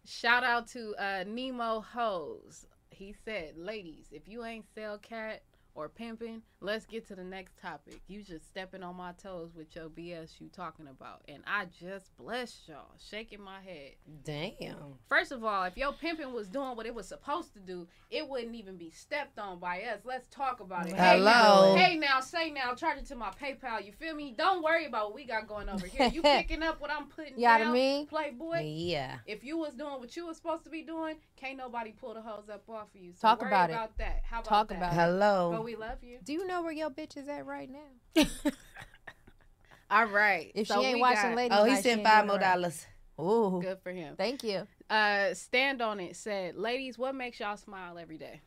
Shout out to uh, Nemo Hose. He said, "Ladies, if you ain't sell cat, or pimping, let's get to the next topic. You just stepping on my toes with your BS you talking about. And I just bless y'all, shaking my head.
Damn.
First of all, if your pimping was doing what it was supposed to do, it wouldn't even be stepped on by us. Let's talk about it. Hey,
Hello.
now- Hey now, say now, charge it to my PayPal. You feel me? Don't worry about what we got going over here.
[laughs]
You picking up what I'm putting
You know what I
down,
mean?
Playboy.
Yeah.
If you was doing what you was supposed to be doing, can't nobody pull the hose up off of you. So
Talk
worry
about it.
that. How about
Talk
that?
about it. Hello.
But we love you.
Do you know where your bitch is at right now?
[laughs]
[laughs]
All right.
If
So
she ain't
we
watching
got-
Ladies
Oh, he
Night, she
sent
ain't
five more
doing right.
dollars.
Ooh.
Good for him.
Thank you.
Uh, stand on it said, ladies, what makes y'all smile every day?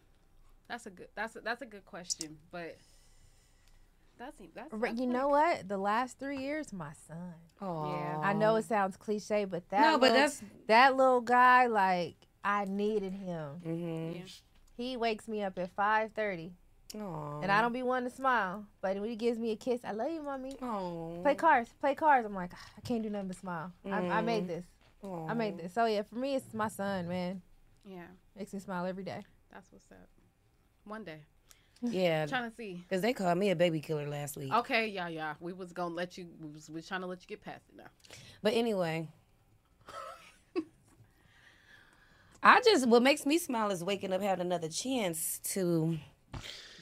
That's a good. That's a, that's a good question, but. That's, e, that's,
Right,
that's
you know what? The last three years, my son.
Oh,
I know it sounds cliche, but that
No, but
little,
that's-
that little guy. Like I needed him.
Mm-hmm.
He wakes me up at five thirty, and I don't be wanting to smile. But when he gives me a kiss, I love you, mommy. Play cards, play cards. I'm like, "Ah, I can't do nothing but smile. I, I
Mm.
made this. I
Aw.
made this. So yeah, for me, it's my son, man.
Yeah,
makes me smile every day.
That's what's up. One day. [laughs]
Yeah.
Tryna see.
Because they called me a baby killer last week.
Okay, yeah, yeah. We was gonna let you. We was, we was trying to let you get past it now.
But anyway,
[laughs]
I just what makes me smile is waking up having another chance to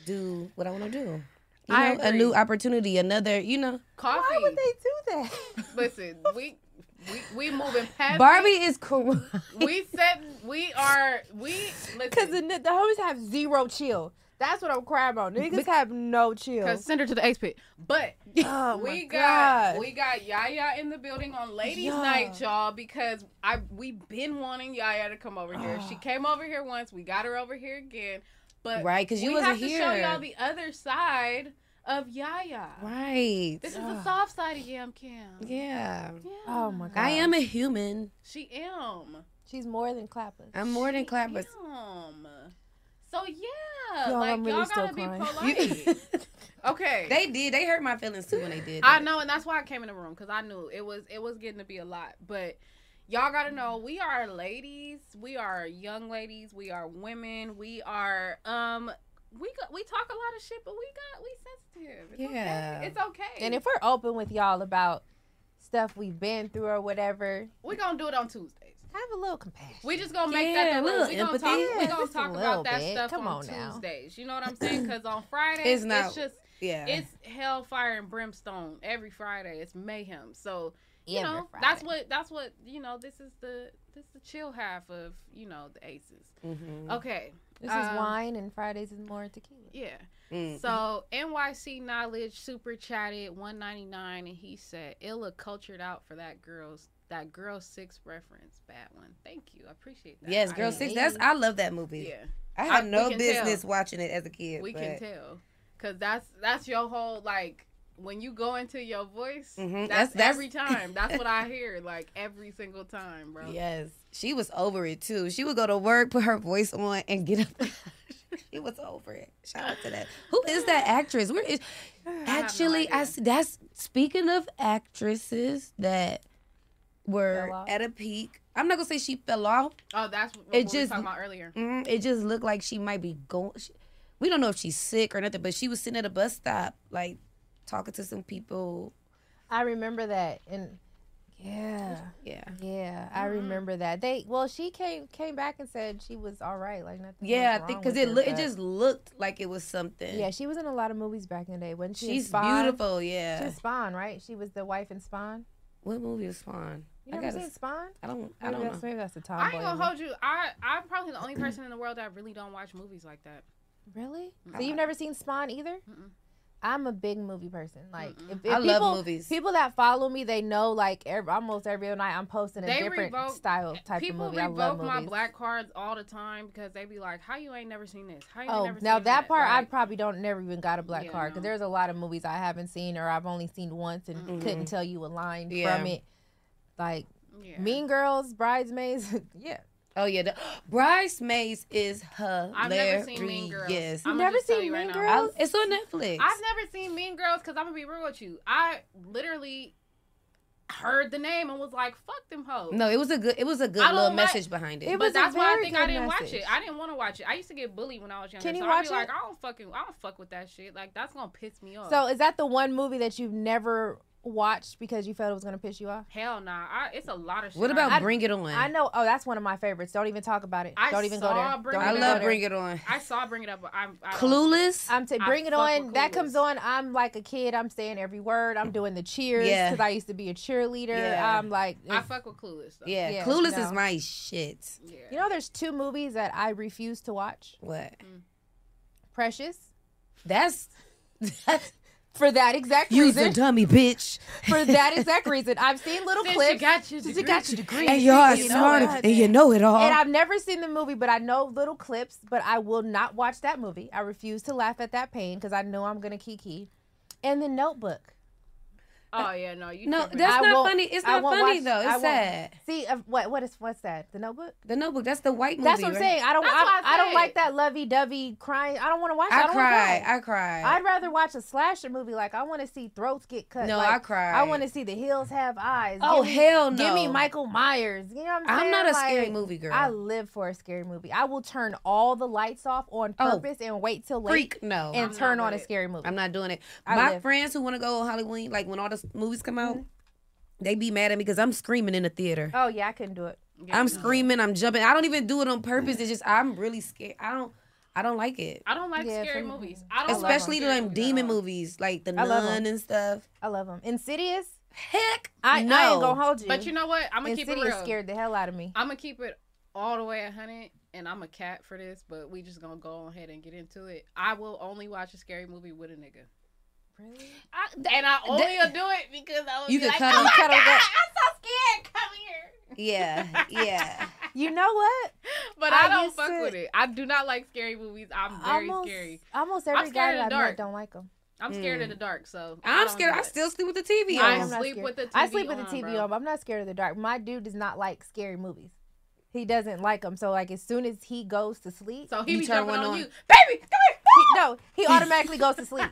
do what I want to do. You
I
know, a
agree.
new opportunity, another, you know.
Coffee. Why would they
do that?
Listen, we we we moving past.
Barbie is cool.
it. We said we are. We
Because the, the homies have zero chill. That's what I'm crying about. Niggas have no chill.
Cause send her to the ace pit. But
[laughs] oh my
we got
God.
we got Yaya in the building on ladies'
Yeah.
night, y'all, because I we been wanting Yaya to come over here.
Ah.
She came over here once. We got her over here again. But
Right, 'cause you
we
wasn't
have to show
here.
y'all the other side of Yaya.
Right. Ah.
This is
Ugh.
the soft side of Yam Cam.
Yeah.
Oh my
I am a
gosh.
human.
She am.
She's more than clappers.
I'm more than clappers.
Am. So yeah,
Y'all,
like
I'm really
y'all
still
gotta be
crying.
polite.
[laughs]
okay.
They did. They hurt my feelings too when they did.
I
that.
know, and that's why I came in the room because I knew it was it was getting to be a lot. But y'all gotta know we are ladies, we are young ladies, we are women, we are um we got, we talk a lot of shit, but we got we sensitive. It's
Yeah.
okay. it's okay.
And if we're open with y'all about stuff we've been through or whatever,
we gonna do it on Tuesdays.
Have a little compassion.
We just gonna make that
Yeah,
the
a
rule.
little
We gonna
empathy.
talk.
Yeah,
we gonna
just a
talk
little
about that
bit.
stuff
Come
on,
on now.
Tuesdays. You know what I'm saying? Because
[laughs]
on Fridays
It's
it's,
not-
just
yeah.
it's hellfire and brimstone every Friday. It's mayhem. So you
Every
know that's what that's what you know. This is the this is the chill half of you know the aces.
Mhm.
Okay,
Mm-hmm. This is
um,
wine, and Fridays is more tequila.
Yeah.
Mm.
So NYC Knowledge super chatted 199 and he said, Illa cultured out for that girl's that girl six reference. Bad one. Thank you. I appreciate that.
Yes,
I
Girl
am-
Six. That's I love that movie.
Yeah.
I
I-
had
we
no
can
business
tell.
watching it as a kid.
we can
but-
tell. Cause that's that's your whole like when you go into your voice,
Mhm,
that's,
that's- that's-
every time. That's what I hear, like every single time, bro.
[laughs]
[laughs]
Yes, she was over it too. She would go to work, put her voice on, and get
[laughs]
up. she was over it. Shout out to
[laughs]
that. Who is that actress? Where is? Actually, I, s- that's speaking of actresses that were at a peak. I'm not gonna say she fell off.
Oh, that's what
It
we were
just-
talking about earlier.
Mhm, it just looked like she might be going. She, we don't know if she's sick or nothing, but she was sitting at a bus stop, like talking to some people.
I remember that, and yeah,
yeah,
yeah. I
Mhm.
remember that. They well, she came came back and said she was all right, like nothing. was
Yeah, I think
wrong
because
with
it
her,
loo- it
but-
just looked like it was something.
Yeah, she was in a lot of movies back in the day. When she in
She's
Spawn?
beautiful, yeah.
she was Spawn, right? She was the wife in Spawn.
What movie is Spawn?
You never
gotta
seen
s-
Spawn?
I don't. I don't
Maybe that's-
know.
maybe that's the
I
tomboy.
ain't gonna hold you. I I'm probably the only person in the world that really don't watch movies like that.
Really? So you've never seen Spawn either? I'm a big movie person. Like, if, if
I love
people,
movies.
People that follow me, they know like every, almost every other night I'm posting a
They
different
revoke- eh,
style type of
People
movie. I love
revoke
movies.
my black cards all the time because they be like, "How you ain't never seen this? How you ain't
Oh,
never
now
seen
that part I
Like,
probably don't never even got a black
Yeah,
card because there's a lot of movies I haven't seen or I've only seen once and couldn't
Mhm.
tell you a line
Yeah.
from it. Like
Yeah.
Mean Girls, Bridesmaids, [laughs] yeah.
Oh yeah, the, [gasps] Bridesmaids is hilarious.
I've never seen Mean Girls.
Yes,
I'ma Never just tell seen you right Mean now. Girls?
I- it's on Netflix.
I've never seen Mean Girls because I'm gonna be real with you. I literally heard the name and was like, "Fuck them hoes."
No, it was a good. It was a good
I don't
little
like-
message behind it.
but that's why I think I didn't watch it. I didn't want to watch it. I used to get bullied when I was younger.
Can you
so I'd
watch
be like,
it?
I don't fucking, I don't fuck with that shit. Like that's gonna piss me off.
So is that the one movie that you've never watched because you felt it was gonna piss you off?
hell nah. I, it's a lot of shit.
What
I-
about
I-
Bring It On?
I know. Oh, that's one of my favorites. Don't even talk about it.
I
Don't even
saw
go there.
Bring
Don't
It
even
On.
go there.
I saw Bring It Up. But I'm I don't-
I'm to
I
bring it
fuck
on.
with
That
Clueless.
comes on. I'm like a kid. I'm saying every word. I'm doing the cheers
Yeah.
because I used to be a cheerleader.
Yeah.
I'm like
I fuck with Clueless. Though.
Yeah, Clueless
no.
is my shit.
You know, there's two movies that I refuse to watch.
What?
Mm.
Precious.
That's [laughs]
for that exact
You's
reason.
a dummy, bitch.
for
[laughs]
that exact reason. I've seen little
Since you
clips.
got your
Since you got your degree.
And y'all are
[laughs] you know
smart
it.
and you know it all.
And I've never seen the movie, but I know little clips. But I will not watch that movie. I refuse to laugh at that pain because I know I'm gonna kiki. And the Notebook.
Oh yeah, no, you.
No,
tripping.
that's
I
not
won't-
funny. It's
I
not
won't
funny
watch-
though. It's
I won't-
sad.
See, uh, what what is what's that? The Notebook.
The Notebook. That's the white movie.
That's what I'm
right?
saying. I don't.
That's
I,
what I
I don't
said.
like that lovey-dovey crying. I don't want to watch.
I
that. don't wanna
cried. I cried.
I'd rather watch a slasher movie. Like I want to see throats get cut.
No,
Like,
I cried.
I want to see the hills have eyes.
Oh,
Give me-
hell
Give me
no.
Michael Myers. You know what I'm saying?
I'm not a scary
Like,
movie girl.
I live for a scary movie. I will turn all the lights off on
Oh.
purpose and wait till late.
Freak, no.
and turn on a scary movie.
I'm not doing it.
I
My
live.
friends who want to go on Halloween, like when all the s- movies come out, they be mad at me because I'm screaming in the theater.
Mm-hmm. Oh yeah, I couldn't do it.
I'm screaming. I'm jumping. I don't even do it on purpose. It's just I'm really scared. I don't. I don't like it.
I don't like
Yeah,
scary
for-
movies. I don't like
Especially
scary
them
movies at
demon
all.
movies, like the
I love 'em.
nun and stuff.
I love them. Insidious.
Heck,
I,
no.
I ain't gonna hold you.
But you know what? I'm gonna keep it
Insidious
real.
scared the hell out of me.
I'm gonna keep it all the way a hundred, and I'm a cat for this. But we just gonna go ahead and get into it. I will only watch a scary movie with a nigga.
Really?
I, and I only will do it because I was
You
like,
could cut
oh
him-
my
cut him
god,
back."
[laughs] I'm so scared. Come here.
Yeah, yeah.
[laughs] You know what?
But
I
I, don't
used
fuck
to-
with it. I do not like scary movies. I'm very
almost,
scary.
Almost
I'm
every guy
scared of
that
the
I
dark.
met don't like them.
I'm scared of
Mm.
the dark, so I
I'm
don't
scared.
do
I
it.
still sleep with the TV
I
on.
sleep
scared.
with the
I
TV
sleep with
on,
the TV
bro.
on, but I'm not scared of the dark. My dude does not like scary movies. He doesn't like them. So like as soon as he goes to sleep,
So Oh, he
You
be
turn
jumping
one
on,
on. [laughs]
you, baby. Come here.
he- no, he automatically goes
[laughs]
to sleep.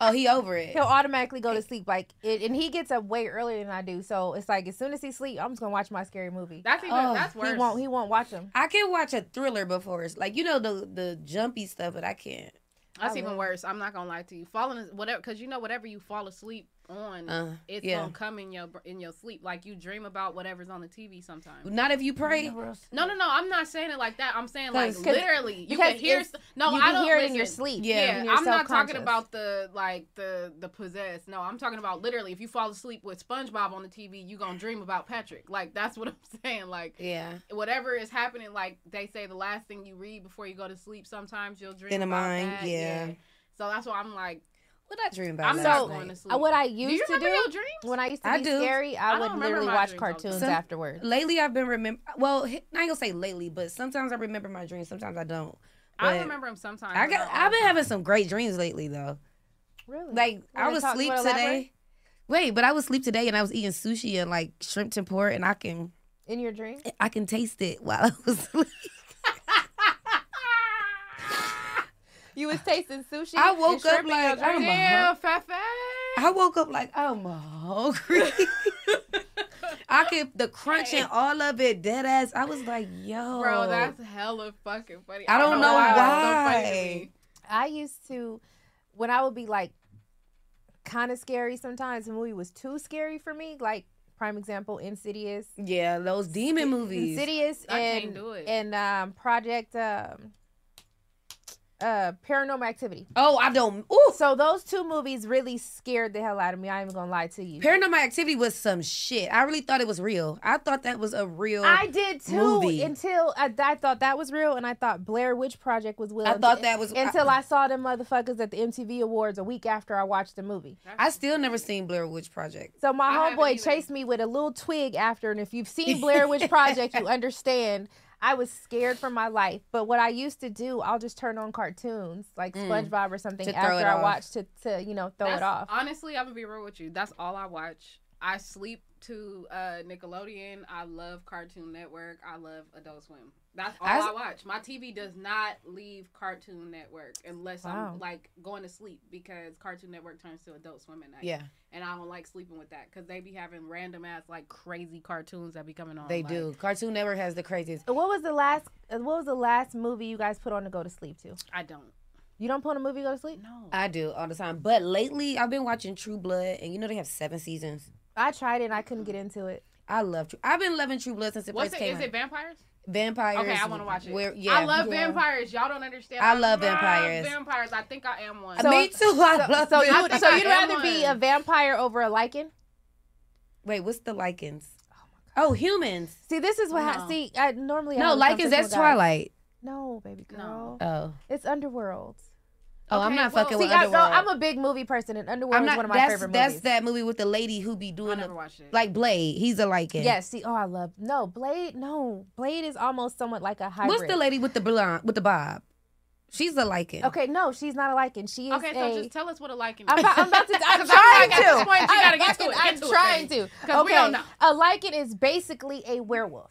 Oh, he over it.
He'll automatically go to sleep. Like it, and he gets up way earlier than I do. So it's like as soon as he sleep, I'm just gonna watch my scary movie.
That's even
Oh,
that's worse.
He won't. He won't watch them.
I can watch a thriller before it's like you know the the jumpy stuff, but I can't.
That's
I
even
will.
worse. I'm not gonna lie to you. Falling is- whatever, because you know whatever you fall asleep on,
Uh,
it's
yeah.
gonna come in your in your sleep. Like you dream about whatever's on the TV sometimes.
Not if you pray.
No, no, no. I'm not saying it like that. I'm saying like
'Cause- 'cause-
literally, you
because
can hear.
it's-
st- No,
you
I
can
don't
hear it in your
listen.
sleep,
Yeah.
Yeah,
in your
I'm not talking
subconscious.
about the like the the possessed. No, I'm talking about literally. If you fall asleep with SpongeBob on the TV, you gonna dream about Patrick. Like that's what [laughs] I'm saying. Like
Yeah.
whatever is happening, like they say, the last thing you read before you go to sleep, sometimes you'll dream
In the
about
mind,
that.
yeah.
So that's why I'm like,
What I dream about.
I'm
last
not
night.
going to sleep.
Uh, What I
do
used
you
to do
remember your dreams?
when I used to
I
be
do.
scary,
I
I,
don't
would
remember
literally
my
watch
dreams all the time.
cartoons
Some-
afterwards.
Lately, I've been remember. Well, h- I ain't gonna say lately, but sometimes I remember my dreams. Sometimes I don't.
I
But
remember them sometimes.
I
but
got.
not all
I've been
the time.
having some great dreams lately, though.
Really?
Like I
wanna
was
talk- you
asleep
wanna elaborate?
today. Wait, but I was asleep today, and I was eating sushi and like shrimp tempura, and I can
in your dream.
I can taste it while I was asleep.
You was tasting sushi.
I
and
woke up
shrimp in your
like
dream?
I'm
Damn,
a,
Fefe.
I woke up like
[laughs]
I'm hungry. I could the crunch and all of it, dead ass. I was like, yo,
Bro, that's hella fucking funny.
Oh. I don't know
that's so funny to
why.
me.
I used to, when I would be like kind of scary sometimes, the movie was too scary for me. Like, prime example, Insidious.
yeah, those demon movies.
Insidious
I
and,
can't do it.
and um, Project um, uh, Paranormal Activity.
Oh, I don't. Ooh,
So, those two movies really scared the hell out of me. I ain't even gonna lie to you.
Paranormal Activity was some shit. I really thought it was real. I thought that was a real.
I did too
movie.
until I, I thought that was real, and I thought Blair Witch Project was real.
I thought that was-
until I, saw them motherfuckers at the MTV Awards a week after I watched the movie.
I still never seen Blair Witch Project.
So my
I haven't
homeboy
either.
chased me with a little twig after, and if
[laughs]
you've seen Blair Witch Project, you understand. I was scared for my life, but what I used to do, I'll just turn on cartoons like SpongeBob or something
Mm. To throw
after
it
I
off.
watch to to you know throw
That's-
it off.
Honestly, I'm gonna be real with you. That's all I watch. I sleep to uh, Nickelodeon. I love Cartoon Network. I love Adult Swim. That's all
I
I,
s-
watch. My TV does not leave Cartoon Network unless
Wow.
I'm like going to sleep because Cartoon Network turns to Adult Swim at night.
Yeah.
and I don't like sleeping with that because they be having random ass like crazy cartoons that be coming on.
They
like-
do. Cartoon Network has the craziest.
What was the last? uh, What was the last movie you guys put on to go to sleep to?
I don't.
You don't put on a movie to go to sleep?
No.
I do all the time. But lately, I've been watching True Blood, and you know they have seven seasons.
I tried it, and I couldn't get into it.
I love True. I've been loving True Blood since it
What's
first
it?
came
Is
out.
it vampires?
Vampires.
Okay, I want to watch it.
Where,
I love
Yeah.
vampires. Y'all don't understand.
I love vampires.
Vampires. I think I am one.
Me too. I
so,
love
so you
vampires.
would, so you'd rather be a vampire over a lichen?
Wait, what's the lichens? Oh, humans.
See, this is what
Oh,
ha-
No.
see. I normally I
No,
don't come to
lichens. That's
this one, guys.
Twilight.
No, baby girl.
Oh.
It's Underworld.
Oh, I'm not fucking
see,
with
I-
Underworld.
no, I'm a big movie person, and Underworld
I'm
is
not.
one of my
that's,
favorite
that's
movies.
that movie with the lady who be doing the,
it.
like Blade. He's a lichen.
Yeah, see, oh, I love no Blade. No, Blade is almost somewhat like a hybrid.
What's the lady with the blonde with the bob? She's a lichen.
Okay, no, she's not a lichen. She is
Okay, so
a-
just tell us what a liking is.
I'm, about-
[laughs]
I'm about to. I'm
'Cause I'm
trying
like,
to.
At this point, you
I'm
gotta get to
fucking-
it. Get
I'm
to it,
trying
baby.
to.
'Cause we
okay,
don't know.
a lichen is basically a werewolf.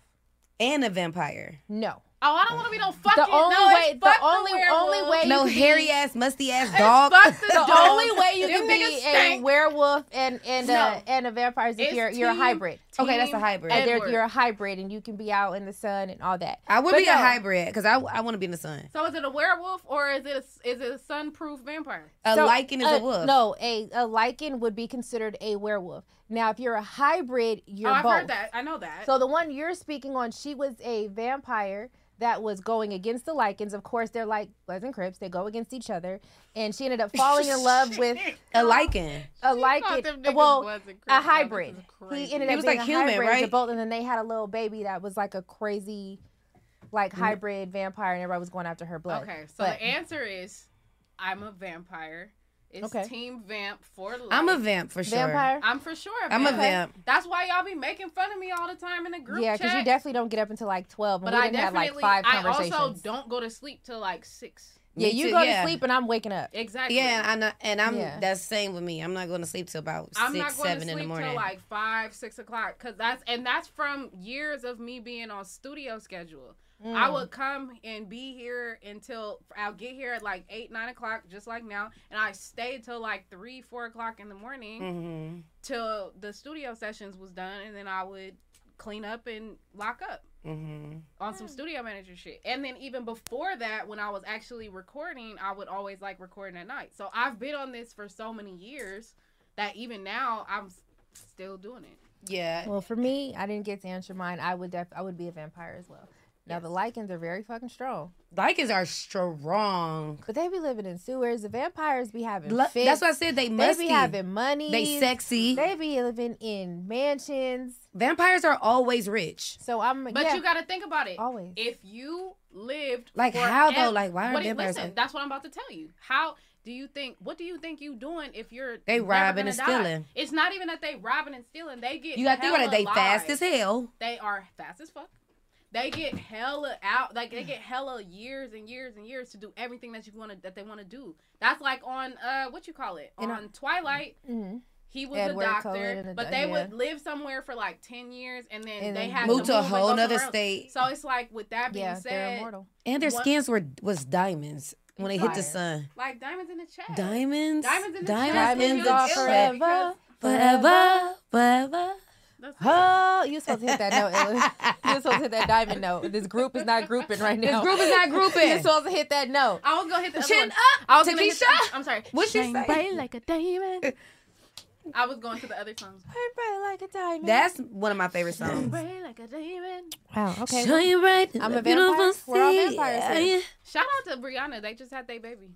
And a vampire.
No.
Oh, I don't want to be no fucking.
The only
no,
way.
it's
The
fuck
only only way.
No
you can
hairy
be-
ass, musty ass
It's
dog.
fuck [laughs] the The dog. only way you
Them
can be
niggas
a
stink.
werewolf and and uh,
No.
and a vampire is if
It's
you're you're a
team-
hybrid.
Okay, that's a team hybrid.
And they're-
Edward.
you're a hybrid, and you can be out in the sun and all that.
I would
But
be a
no.
hybrid because I, I want to be in the sun.
So is it a werewolf or is it a, is it a sun-proof vampire?
So, uh, No, a, a lichen would be considered a werewolf. Now, if you're a hybrid, you're
oh, I've
both.
heard that. I know that.
So the one you're speaking on, she was a vampire that was going against the lichens. Of course, they're like Bloods and Crips. They go against each other, and she
[laughs]
ended up falling in love with
a lichen.
A lichen,
them niggas
well,
Bloods and
a
Crips.
hybrid. He ended
He
up
was
being
like
a
human,
hybrid,
right?
to both, and then they had a little baby that was like a crazy, like
Mm.
Mhm.
hybrid vampire, and everybody was going after her blood.
okay, so
But-
the answer is, I'm a vampire. It's
Okay.
Team Vamp for life.
I'm a vamp for sure. Vampire?
I'm for sure.
I'm a
vamp.
vamp.
That's why y'all be making fun of me all the time in the group
yeah,
chat.
because you definitely don't get up until like twelve, and
but
we
I
didn't have like
definitely.
five
I
conversations.
also don't go to sleep till like six.
yeah,
Me
you
too,
go
yeah.
to sleep and I'm waking up.
Exactly.
Yeah, and, I know, and I'm
Yeah.
that's same with me. I'm not going to sleep till about
I'm
six,
not going
seven
to
in the
sleep
morning.
till like five, six o'clock, cause that's and that's from years of me being on studio schedule. I
Mm.
would come and be here until I'll get here at like eight, nine o'clock, just like now, and I stay till like three, four o'clock in the morning
Mhm.
till the studio sessions was done, and then I would clean up and lock up
Mm-hmm.
Mhm.
on some studio manager shit. And then even before that, when I was actually recording, I would always like recording at night. So I've been on this for so many years that even now I'm s- still doing it.
Yeah.
Well, for me, I didn't get to answer mine. I would def- I would be a vampire as well. Now the lichens are very fucking strong,
Lichens are strong.
but they be living in sewers. The vampires be having.
Lo-
fits.
that's what I said, they musty.
be having money.
They sexy.
They be living in mansions.
Vampires are always rich.
So I'm.
But
yeah.
you got to think about it.
Always.
If you lived
Like,
forever-
how, though? Like, why are
what do you-
vampires
Listen,
like-
that's what I'm about to tell you. How do you think? What do you think you doing if you're
They
never
robbing
gonna
and
die?
stealing.
It's not even that they robbing and stealing. They get
You gotta think about
hella
it. They fast
lives.
as hell.
They are fast as fuck. They get hella out, like they get hella years and years and years to do everything that you want to that they want to do. That's like on uh, what you call it
And I-
on Twilight.
Mhm.
He was
Edward
a
Cullen
doctor,
and a
but
doc-
they would
yeah.
live somewhere for like ten years, and then
And
they
then
had
Move to a
and go
whole nother
somewhere else.
state.
So it's like with that being
Yeah,
said,
they're immortal.
And their
what-
skins were was diamonds when they hit the
Fire.
sun.
like diamonds in the chest,
Diamonds.
diamonds in the
Diamonds in
chest,
the
It feels
chest.
ill because-
Forever, forever.
Oh, you supposed to hit that note. Ella. You're supposed to hit
[laughs]
that diamond note. This group is not grouping right
This
now.
group is
[laughs]
not grouping.
You're supposed to hit that note.
I was gonna hit the other
Chin
one.
up,
I was gonna hit the-
Takesha.
I'm sorry.
What'd she say?
bright like a [laughs] diamond. I was going to the other songs.
bright like a diamond.
That's one of my favorite songs. [clears throat]
Bright like a diamond.
Wow. Okay.
Shine bright
I'm
like
a
you don't
vampire.
wanna
We're all
see.
vampires. Here.
Yeah.
Shout out to Brianna. They just had their baby.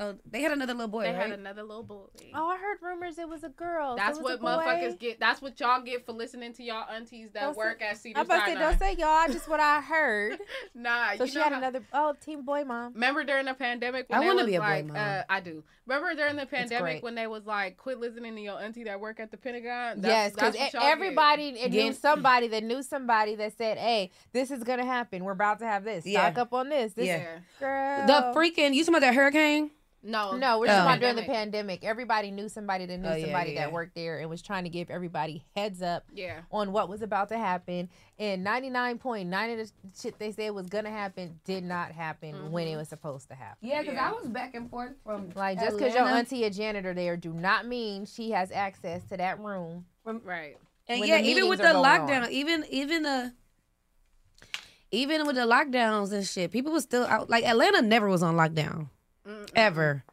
Oh, they had another little boy,
They
right?
had another little boy.
Oh, I heard rumors it was a girl.
That's
It was
what
a
motherfuckers
boy.
get. That's what y'all get for listening to y'all aunties that
Don't say-
work at Cedar
I'm about to say,
Sinai.
don't say y'all. I Just what I heard.
[laughs] nah,
So
you
she
know
had
how-
another. Oh, team boy mom.
Remember during the pandemic when
I
they
wanna
was
be a boy
like,
mom.
uh, I do. Remember during the
great.
pandemic when they was like, quit listening to your auntie that work at the Pentagon.
yes, because
e-
that's what y'all get.
everybody knew
Then-
somebody that knew somebody that said, "Hey, this is gonna happen. We're about to have this.
Yeah.
Stock up on this." This
Yeah.
girl.
The freaking you talking about that hurricane?
No,
no,
during
we're talking
the
about during the pandemic. Everybody knew somebody that knew
Oh, yeah,
somebody
yeah, yeah.
that worked there and was trying to give everybody heads up
Yeah.
on what was about to happen. And 99.9 of the shit they said was going to happen did not happen when
Mm-hmm.
it was supposed to happen.
Yeah, because I was back and forth from
Like, just because your
Atlanta.
auntie a janitor there do not mean she has access to that room.
right.
And yeah, even with the lockdown, even even uh even with the lockdowns and shit, people was still out. Like Atlanta never was on lockdown, Mm. ever.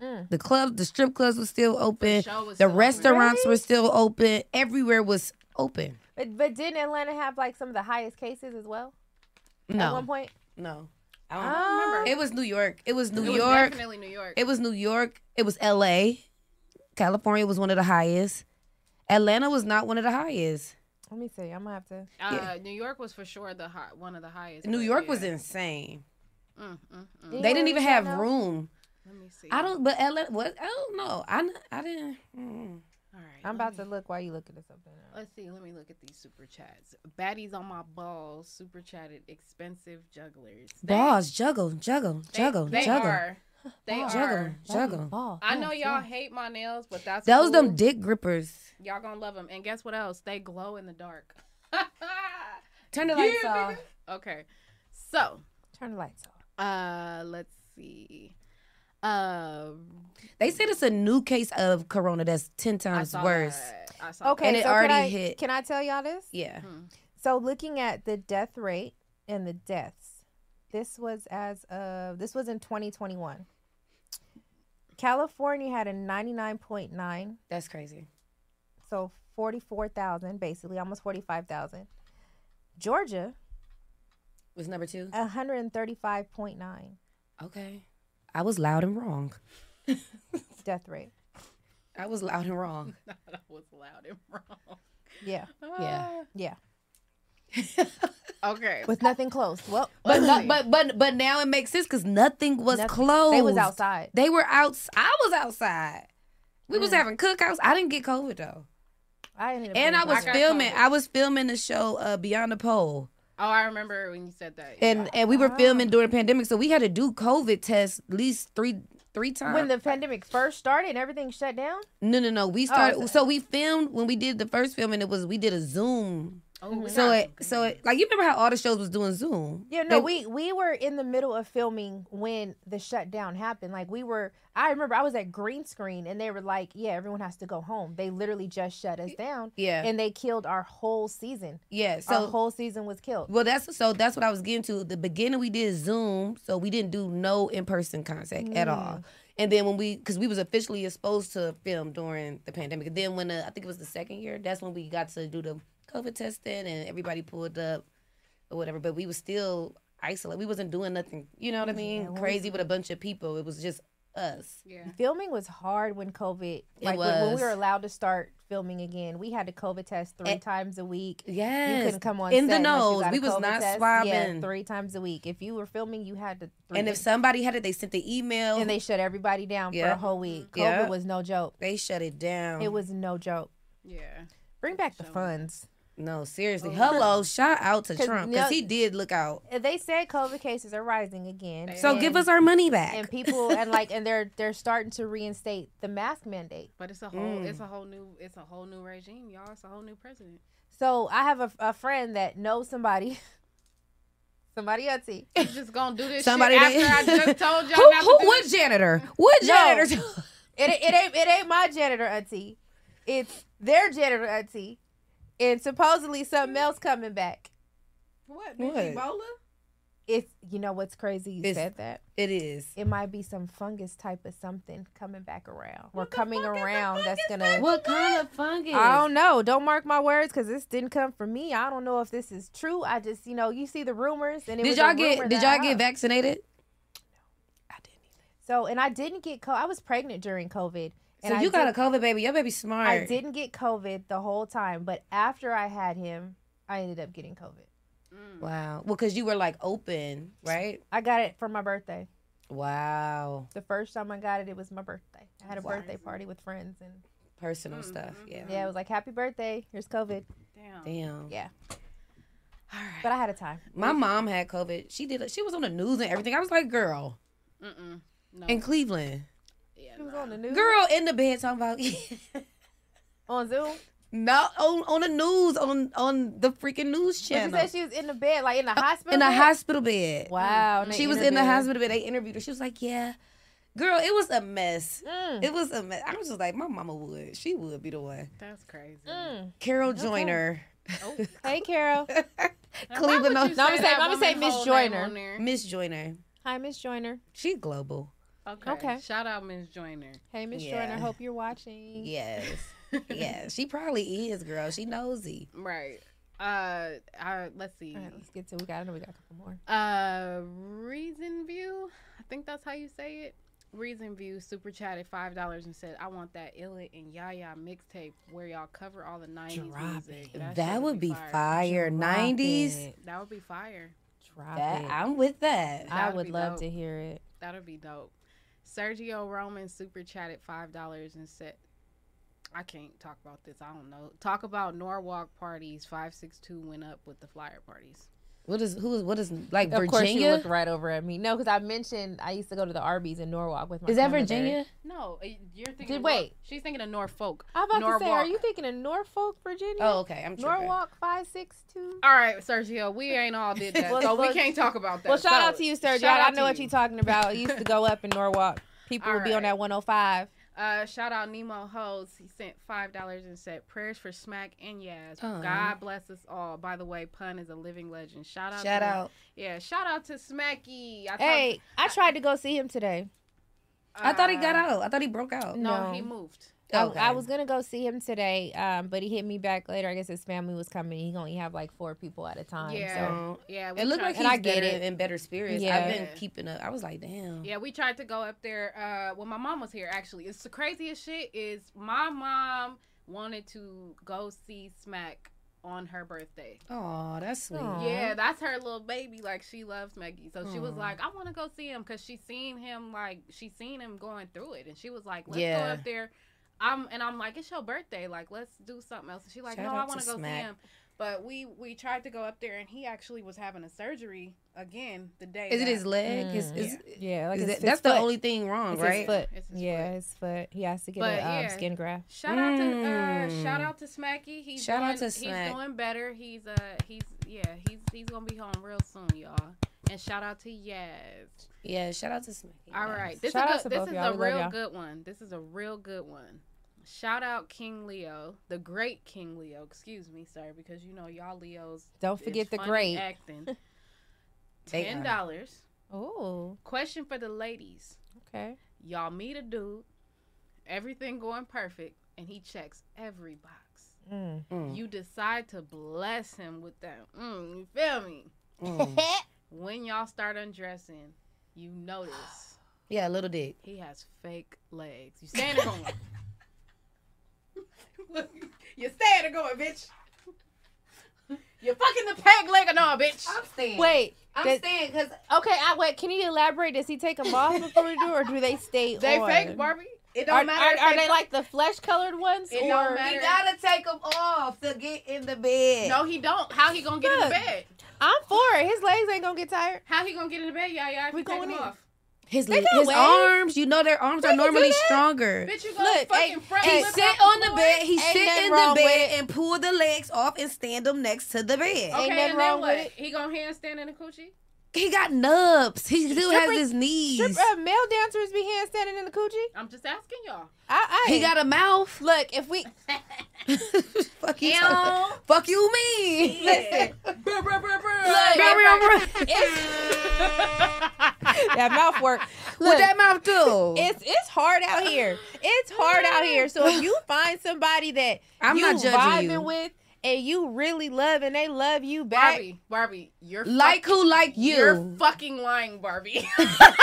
Mm.
The club, the strip clubs were still open.
show was
the
still open.
restaurants
Really?
were still open. Everywhere was open.
But, but didn't Atlanta have like some of the highest cases as well? At
No.
one point? Oh.
No.
don't remember.
It was New York. It was New
It was
York.
definitely New York.
It was New York. It was L.A. California was one of the highest. Atlanta was not one of the highest.
Let me see. I'm gonna have to.
Uh,
Yeah.
New York was for sure the high, one of the highest.
New
but
York
yeah.
was insane.
Mm, mm, mm.
They didn't even have
Now?
room.
Let me see.
I don't. But LA, what? I don't know. I n- I didn't. mm.
All right.
I'm about to look while you looking at something.
Let's see. Let me look at these super chats. Baddies on my balls. Super chatted. Expensive jugglers. They-
Balls juggle, juggle,
They,
juggle,
they
juggle.
are. They
Balls.
are.
Juggle, juggle. Balls,
I know
balls,
y'all
yeah.
hate my nails, but that's
Those them
cool.
dick grippers.
Y'all gonna love them. And guess what else? They glow in the
[laughs]
dark.
Turn
the
lights
off. Okay. So
turn the lights
off. Uh, let's see. Um,
They said it's a new case of corona that's ten times
saw
worse.
I
Okay,
and it
so
already
can I,
hit.
Can I tell y'all this?
Yeah.
So looking at the death rate and the deaths, this was as of this was in 2021. California had a 99.9.
That's crazy.
So 44,000 basically, almost 45,000. Georgia
was number 2.
135.9
Okay. I was loud and wrong.
death rate.
I was loud and
[laughs]
[laughs] wrong.
that was loud and wrong. [laughs] Ah.
Yeah.
Yeah.
Yeah.
Okay.
With nothing close. Well,
[laughs] But
let's
no,
see.
but but but now it makes sense because nothing was
Nothing.
closed.
They was outside.
They were outside. I was outside. We
Mm.
was having cookouts. I didn't get COVID though.
I ended up
And I
getting
was
COVID. I got
filming.
COVID.
I was filming the show uh, Beyond the Pole.
Oh, I remember when you said that.
and and we were filming
Oh.
during the pandemic, so we had to do COVID tests at least three three times.
when the Oh, pandemic first started and everything shut down,
no no no we started so we filmed when we did the first film and it was we did a Zoom.
Oh,
Mm-hmm. so it so it like you remember how all the shows was doing Zoom?
Yeah, no,
They-
we we were in the middle of filming when the shutdown happened. Like we were, I remember I was at green screen, and they were like, "Yeah, everyone has to go home." They literally just shut us down.
Yeah.
and they killed our whole season.
yeah
our
so
whole season was killed.
Well, that's so. That's what I was getting to. The beginning, we did Zoom, so we didn't do no in person contact at
Mm.
all. And then when we, because we was officially exposed to film during the pandemic. And then when uh, I think it was the second year, that's when we got to do the COVID testing and everybody pulled up or whatever. But we was still isolated. We wasn't doing nothing. You know what I mean?
well, we-
Crazy with a bunch of people. It was just us.
Filming was hard when COVID.
It
Like when, when
was.
we were allowed to start filming again, we had to COVID test three
And-
times a week.
Yes.
you couldn't come on
In the
set unless you
nose.
got a
We was
COVID
not
test. Yeah,
swabbing.
three times a week. If you were filming, you had to. Three
And if somebody had it, they sent the email.
and they shut everybody down for
Yeah.
a whole week. COVID
Yeah.
was no joke.
They shut it down.
It was no joke.
Yeah.
Bring back the funds.
No,
Oh.
seriously. Hello, shout out to
[laughs] 'Cause
Trump
no-
because he did look out.
They said COVID cases are rising again.
So
and-
give us our money back.
And people and like and they're they're starting to reinstate the mask mandate.
But it's a whole
Mm.
it's a whole new it's a whole new regime, y'all. It's a whole new president.
So I have a, a friend that knows somebody. [laughs] Somebody auntie.
You just gonna do this
Somebody
shit
that- [laughs]
after I just told y'all
who,
not to
who
do
what
this?
janitor? What
No.
janitor?
It, ain't- it ain't it ain't my janitor auntie. It's their janitor auntie. And supposedly something else coming back.
What?
What?
bitch, Ebola?
It's you know what's crazy you
It's-
said that.
It is.
It might be some fungus type of something coming back around. We're coming around that's gonna
What kind of fungus?
I don't know. Don't mark my words because this didn't come from me. I don't know if this is true. I just, you know, you see the rumors and it
Did
was
y'all
a rumor
get did
that
y'all
I
get
heard.
vaccinated?
So, and I didn't get COVID. I was pregnant during COVID. And
So
I
you got
did-
a COVID baby. Your baby smart.
I didn't get COVID the whole time, but after I had him, I ended up getting COVID. Mm.
Wow. Well, because you were like open, right? Oh.
I got it for my birthday.
Wow.
The first time I got it, it was my birthday. I had a birthday party with friends, and
Personal stuff. Yeah.
Mm-hmm. yeah, it was like, "Happy birthday! Here's COVID."
Mm-hmm. Damn.
Damn.
Yeah. All right. But I had a time.
My mom had COVID. She did. She was on the news and everything. I was like, girl.
Mm-mm.
in Cleveland.
She was on the news.
Girl in the bed talking about [laughs]
on Zoom.
No, on on the news on on the freaking news
But you
channel. Uh,
said she was in the bed, like in the hospital.
in a
bed?
hospital bed.
Mm.
Wow, and they
She was in the
interviewed her.
hospital bed. They interviewed her. She was like, "Yeah, girl, it was a mess.
Mm.
It was a mess." I was just like, "My mama would. She would be the one."
That's crazy.
Mm.
Carol Joyner,
Oh,
[laughs]
Hey, Carol.
Cleveland.
would you No, I'ma say say- that I'ma say woman's Miss whole name Joyner. on there?
Miss Joyner.
Hi, Miss Joyner.
She global.
Okay. Shout out Miss Joyner.
Hey, Miss
Yeah.
Joyner. Hope you're watching.
Yes. [laughs] yeah, she probably is, girl. She nosy.
[laughs] Right. Uh, I, let's see.
All right, let's get to. We got. I know we got a couple more.
Uh, Reason View. I think that's how you say it. Reason View super chatted five dollars and said, "I want that Illa and Yaya mixtape where y'all cover all the '90s music.
That,
shit
would be
fire.
fire. Nineties.
That would be fire.
That- I'm with that.
That'd be dope.
hear it.
That'll be dope. Sergio Roman super chatted five dollars and said, "I can't talk about this. I don't know. Talk about Norwalk parties. Five six two went up with the flyer parties.
What is who is what is like
of course, you
Virginia?
looked right over at me. No, because I mentioned I used to go to the Arby's in Norwalk with my.
Is that
family
Virginia?
there.
No, uh, you're thinking.
Did-
of
wait.
Nor- she's thinking of Norfolk.
I'm about to say, are
Norwalk.
you thinking of Norfolk, Virginia?
Oh, okay, I'm tripping.
Norwalk five six two.
All right, Sergio, we ain't all did that,
[laughs] Well,
so we
well,
can't talk about that.
Well, shout out
So,
to you, Sergio.
shout
I
out
know
to
what
you.
you're talking about. It
[laughs]
used to go up in Norwalk. People would be on
Alright.
that 105.
Uh, shout out Nemo Hoes. He sent five dollars and said prayers for Smack and Yaz.
Aw.
God bless us all. By the way, Pun is a living legend. Shout out.
Shout
to him.
out.
Yeah, shout out to Smacky. I
Hey, I tried to go see him today.
I thought he got out. I thought he broke out.
thought, no, he moved.
I,
Okay.
I was gonna go see him today, um, but he hit me back later. I guess his family was coming. He only have like four people at a time.
Yeah.
so.
Yeah, we
It looked
tried-
like he's
and I get
better,
it.
in better spirits. I've
Yeah.
been keeping up. I was like, damn.
Yeah, we tried to go up there. Uh, when my mom was here, actually, it's the craziest shit. Is my mom wanted to go see Smack on her birthday.
Oh, that's sweet.
Yeah, that's her little baby. Like she loves Maggie, so she was
Aw.
like, "I want to go see him" because she seen him like she seen him going through it, and she was like, "Let's
Yeah.
go up there." I'm and I'm like, "It's your birthday, like let's do something else." And she like,
Shout
"No,
out
I
to
want to go
Smack.
see him." But we we tried to go up there, and he actually was having a surgery again the day.
Is it
that-
his leg?
Mm.
Is, is,
Yeah, like
is
it's
that-
his
that's the
foot.
only thing wrong,
It's his
right?
foot. yeah, his foot. He has to get
But
a um,
yeah.
skin graft. Mm.
Shout out to
Mm.
uh, shout out to Smacky. He's
Shout
doing,
out to Smack.
He's doing better. He's uh he's yeah he's he's gonna be home real soon, y'all. And shout out to Yaz.
Yeah, shout out to Smacky.
All right, this
Shout out
is
to
a, good,
both
this is
y'all.
a
We love
real
y'all.
good one. This is a real good one. Shout out King Leo, the great King Leo. Excuse me, sir, because you know y'all Leos.
Don't
is
forget the
funny
great.
acting.
[laughs] They
Ten
are.
dollars.
Oh,
Question for the ladies.
okay.
Y'all meet a dude, everything going perfect, and he checks every box.
Mm.
You decide to bless him with that. Mm, you feel me?
Mm.
[laughs] when y'all start undressing, you
[gasps]
notice
Yeah, little dick.
he has fake legs. You standing
[laughs]
on
Mm.
him. you standing going, bitch. You're fucking the peg leg or no, bitch. I'm
staying.
Wait, does-
because
okay. I wait. Can you elaborate? Does he take them off before we do, or do they stay?
They
on?
fake Barbie. It don't
Are,
matter.
are,
if
are they like the flesh colored ones?
It
or
don't matter.
You gotta take them off to Oh, get in the bed.
No, he don't. How he gonna get in the
Look.
bed?
I'm for it. His legs ain't gonna get tired.
How he gonna get in the bed? Yeah, yeah. If
We
you take
going
him
in.
off.
His,
They
leg,
got
his
waves.
arms, you know their arms are normally stronger.
Bitch, you gonna
Look,
fucking
ain't-
front
He
flip
sit
off
on
the
the
floor?
bed. He
Ain't
sit
nothing
in
wrong
the
with
bed
it.
and pull the legs off and stand them next to the bed.
Okay,
nothing
and
wrong
then
with
what? He gonna handstand in the coochie?
He got nubs. He still has
Strippers-
his knees.
Strip, uh, male dancers be handstanding in the coochie.
I'm just asking y'all.
I, I
He got a mouth.
Look, if we
[laughs] Fuck you. talking about? Fuck you mean?
listen,
Brr, brr, brr, brr.
look,
Brr, [laughs]
if- if- that mouth work.
What
Look,
that mouth do?
it's it's hard out here. It's hard out here. So if
[laughs]
you find somebody that
I'm
you
not judging
vibing
you.
with and you really love and they love you back,
Barbie, Barbie, you're
Like
fuck-
who like you.
You're fucking lying,
[laughs]
Barbie. [laughs] I'm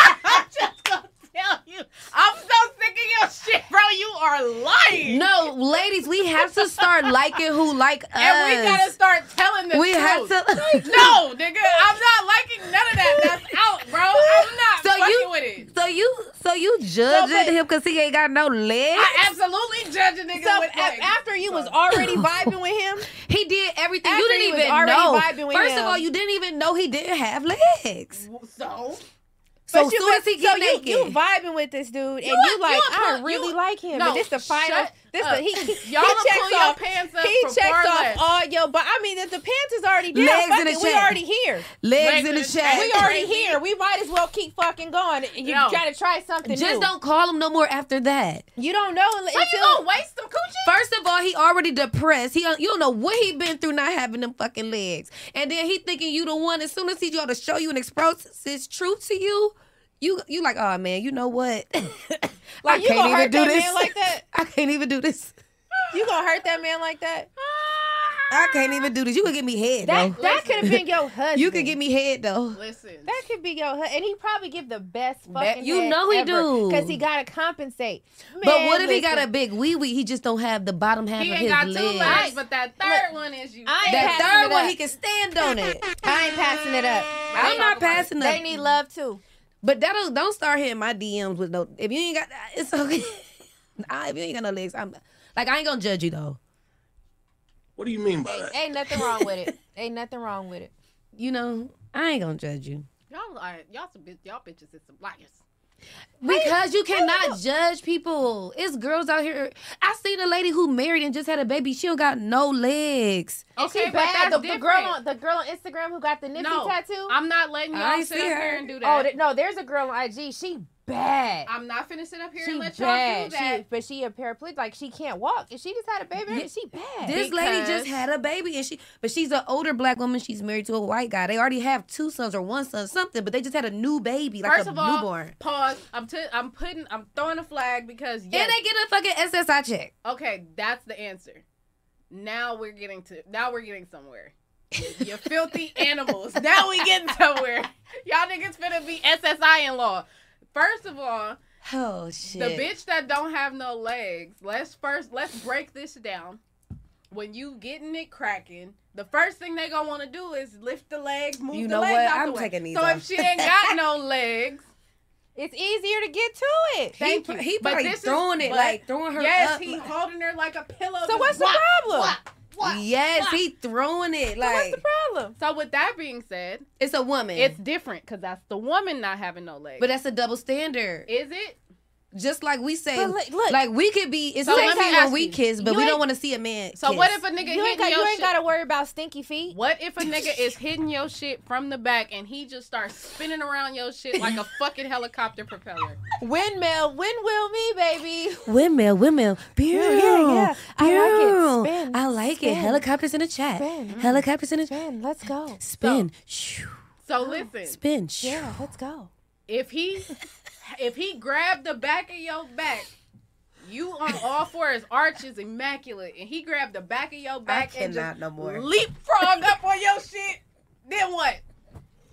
just gonna tell you. I'm so sick of your shit, bro. You are lying.
no, ladies, we have to start liking who like us.
And we gotta start telling the
We have
truth.
[laughs] to.
No, nigga, I'm not liking none of that. That's out, bro. I'm not
[laughs] So
fucking
you-
with it.
So you, so you judging
but-
him because he ain't got no legs?
I absolutely judge a nigga
So
with
a-
legs.
after you was
[coughs]
already vibing with him,
He did everything.
After
you
he
didn't
was
even
already
know.
vibing with
First
him.
of all, you didn't even know he didn't have legs.
So
So
But
as soon as he get
so
naked.
You, you vibing with this dude, and
You
you,
a-
like,
you a
I
per-
really
you-
like him.
No,
but this the final.
shut
This
up.
the
[laughs]
he. he
Y'all
he
done
checks
pull your
off-
pants up
He
for far
checks off
less.
all your. But I mean, the, the pants is already down.
Legs
Fuck
in the
it, We
chat.
already here.
Legs Legs in in the the chat. chat.
We already here. We might as well keep fucking going. You
No.
gotta try something.
Just
new.
don't call him no more after that.
You don't know
until
you gonna waste them coochie?
First of all, he already depressed. He uh, you don't know what he been through not having them fucking legs, and then he thinking you the one. As soon as he try to show you and express his truth to you, you you like, oh man, you know what? [coughs]
Like,
I
you
can't
gonna
even
hurt
do
that
this.
man like that?
[laughs] I can't even do this.
You gonna hurt that man like that?
I can't even do this. You could give me head
That
though.
that could have been your
[laughs]
husband.
You could give me head though.
Listen,
that could be your husband, and he probably give the best fucking.
you know he do.
because he gotta compensate.
but
Man,
what if he
listen.
got a big wee wee? He just don't have the bottom half
He
of
ain't
his
got
legs.
two legs, but that third one is you.
I ain't
That
passing
third
it
one,
up.
he can stand on it.
[laughs] I ain't passing it up.
I'm not passing
They
up.
need love too.
But that don't don't start hitting my DMs with no. If you ain't got, it's okay. [laughs] I, if you ain't got no legs, I'm like I ain't gonna judge you though.
What do you mean by
[laughs] Ain't, ain't nothing wrong with it. Ain't nothing wrong with it.
You know I ain't gonna judge you
Y'all are y'all some bitch, y'all bitches is some liars.
because you cannot judge people. It's girls out here. I seen a lady who married and just had a baby. She don't got no legs.
Okay,
but
bad.
that's
the, the girl
different.
on the girl on Instagram who got the Nipsey
No,
tattoo.
I'm not letting
I
y'all
ain't
sit
see
up
her.
here and do that.
Oh, th- no, there's a girl on IG. She bad.
I'm not finna sit up here
she
and let y'all
bad.
do that.
She, but she a paraplegic. Like she can't walk. And she just had a baby.
Yeah.
She bad.
This lady just had a baby and she but she's an older black woman, she's married to a white guy. They already have two sons or one son, something, but they just had a new baby, like
First
a
of all,
newborn.
pause. I'm t- I'm putting I'm throwing a flag because yes,
And they get a fucking SSI check.
Okay, that's the answer. Now we're getting to now we're getting somewhere. You filthy animals. Now we getting somewhere. [laughs] Y'all niggas finna be SSI in law. First of all,
Oh shit.
the bitch that don't have no legs. Let's first let's break this down. When you getting it cracking, the first thing they gonna want to do is lift the legs, move
You
the
know
legs
what?
out the
I'm
way.
taking these
so
off.
if she ain't got
[laughs]
no legs,
it's easier to get to it.
Thank
pro-
you.
he
but
probably
this is-
throwing it,
but-
like, throwing her
Yes,
up,
he
like-
holding her like a pillow.
So
just
what's the
whop,
problem?
whop, whop,
Yes,
whop.
he throwing it like
what's the problem? So with that being said,
it's a woman.
it's different because that's the woman not having no legs.
but that's a double standard.
is it?
Just like we say,
But
like,
look- look.
we could be. It's
So
okay
let me
when
ask
we
you.
kiss, but
You
we
ain't-
don't want to see a man.
So
kiss.
what if a nigga
You ain't
hitting
got
your
you ain't
shit?
gotta worry about stinky feet.
What
[laughs]
if a nigga is hitting your shit from the back and he just starts spinning around your shit
[laughs]
like a fucking helicopter propeller?
Windmill, windmill me, baby.
Windmill, windmill, pew,
yeah. I like it.
pew.
Spin,
I like it.
spin,
Helicopters in the chat.
spin.
Helicopters in the chat.
Man, let's go.
Spin, shoo,
So listen,
spin, shoo.
Yeah, let's go.
if he if he grabbed the back of your back, you on all fours, arch is immaculate, and he grabbed the back of your back and just
no more.
leapfrog up on your shit. Then what?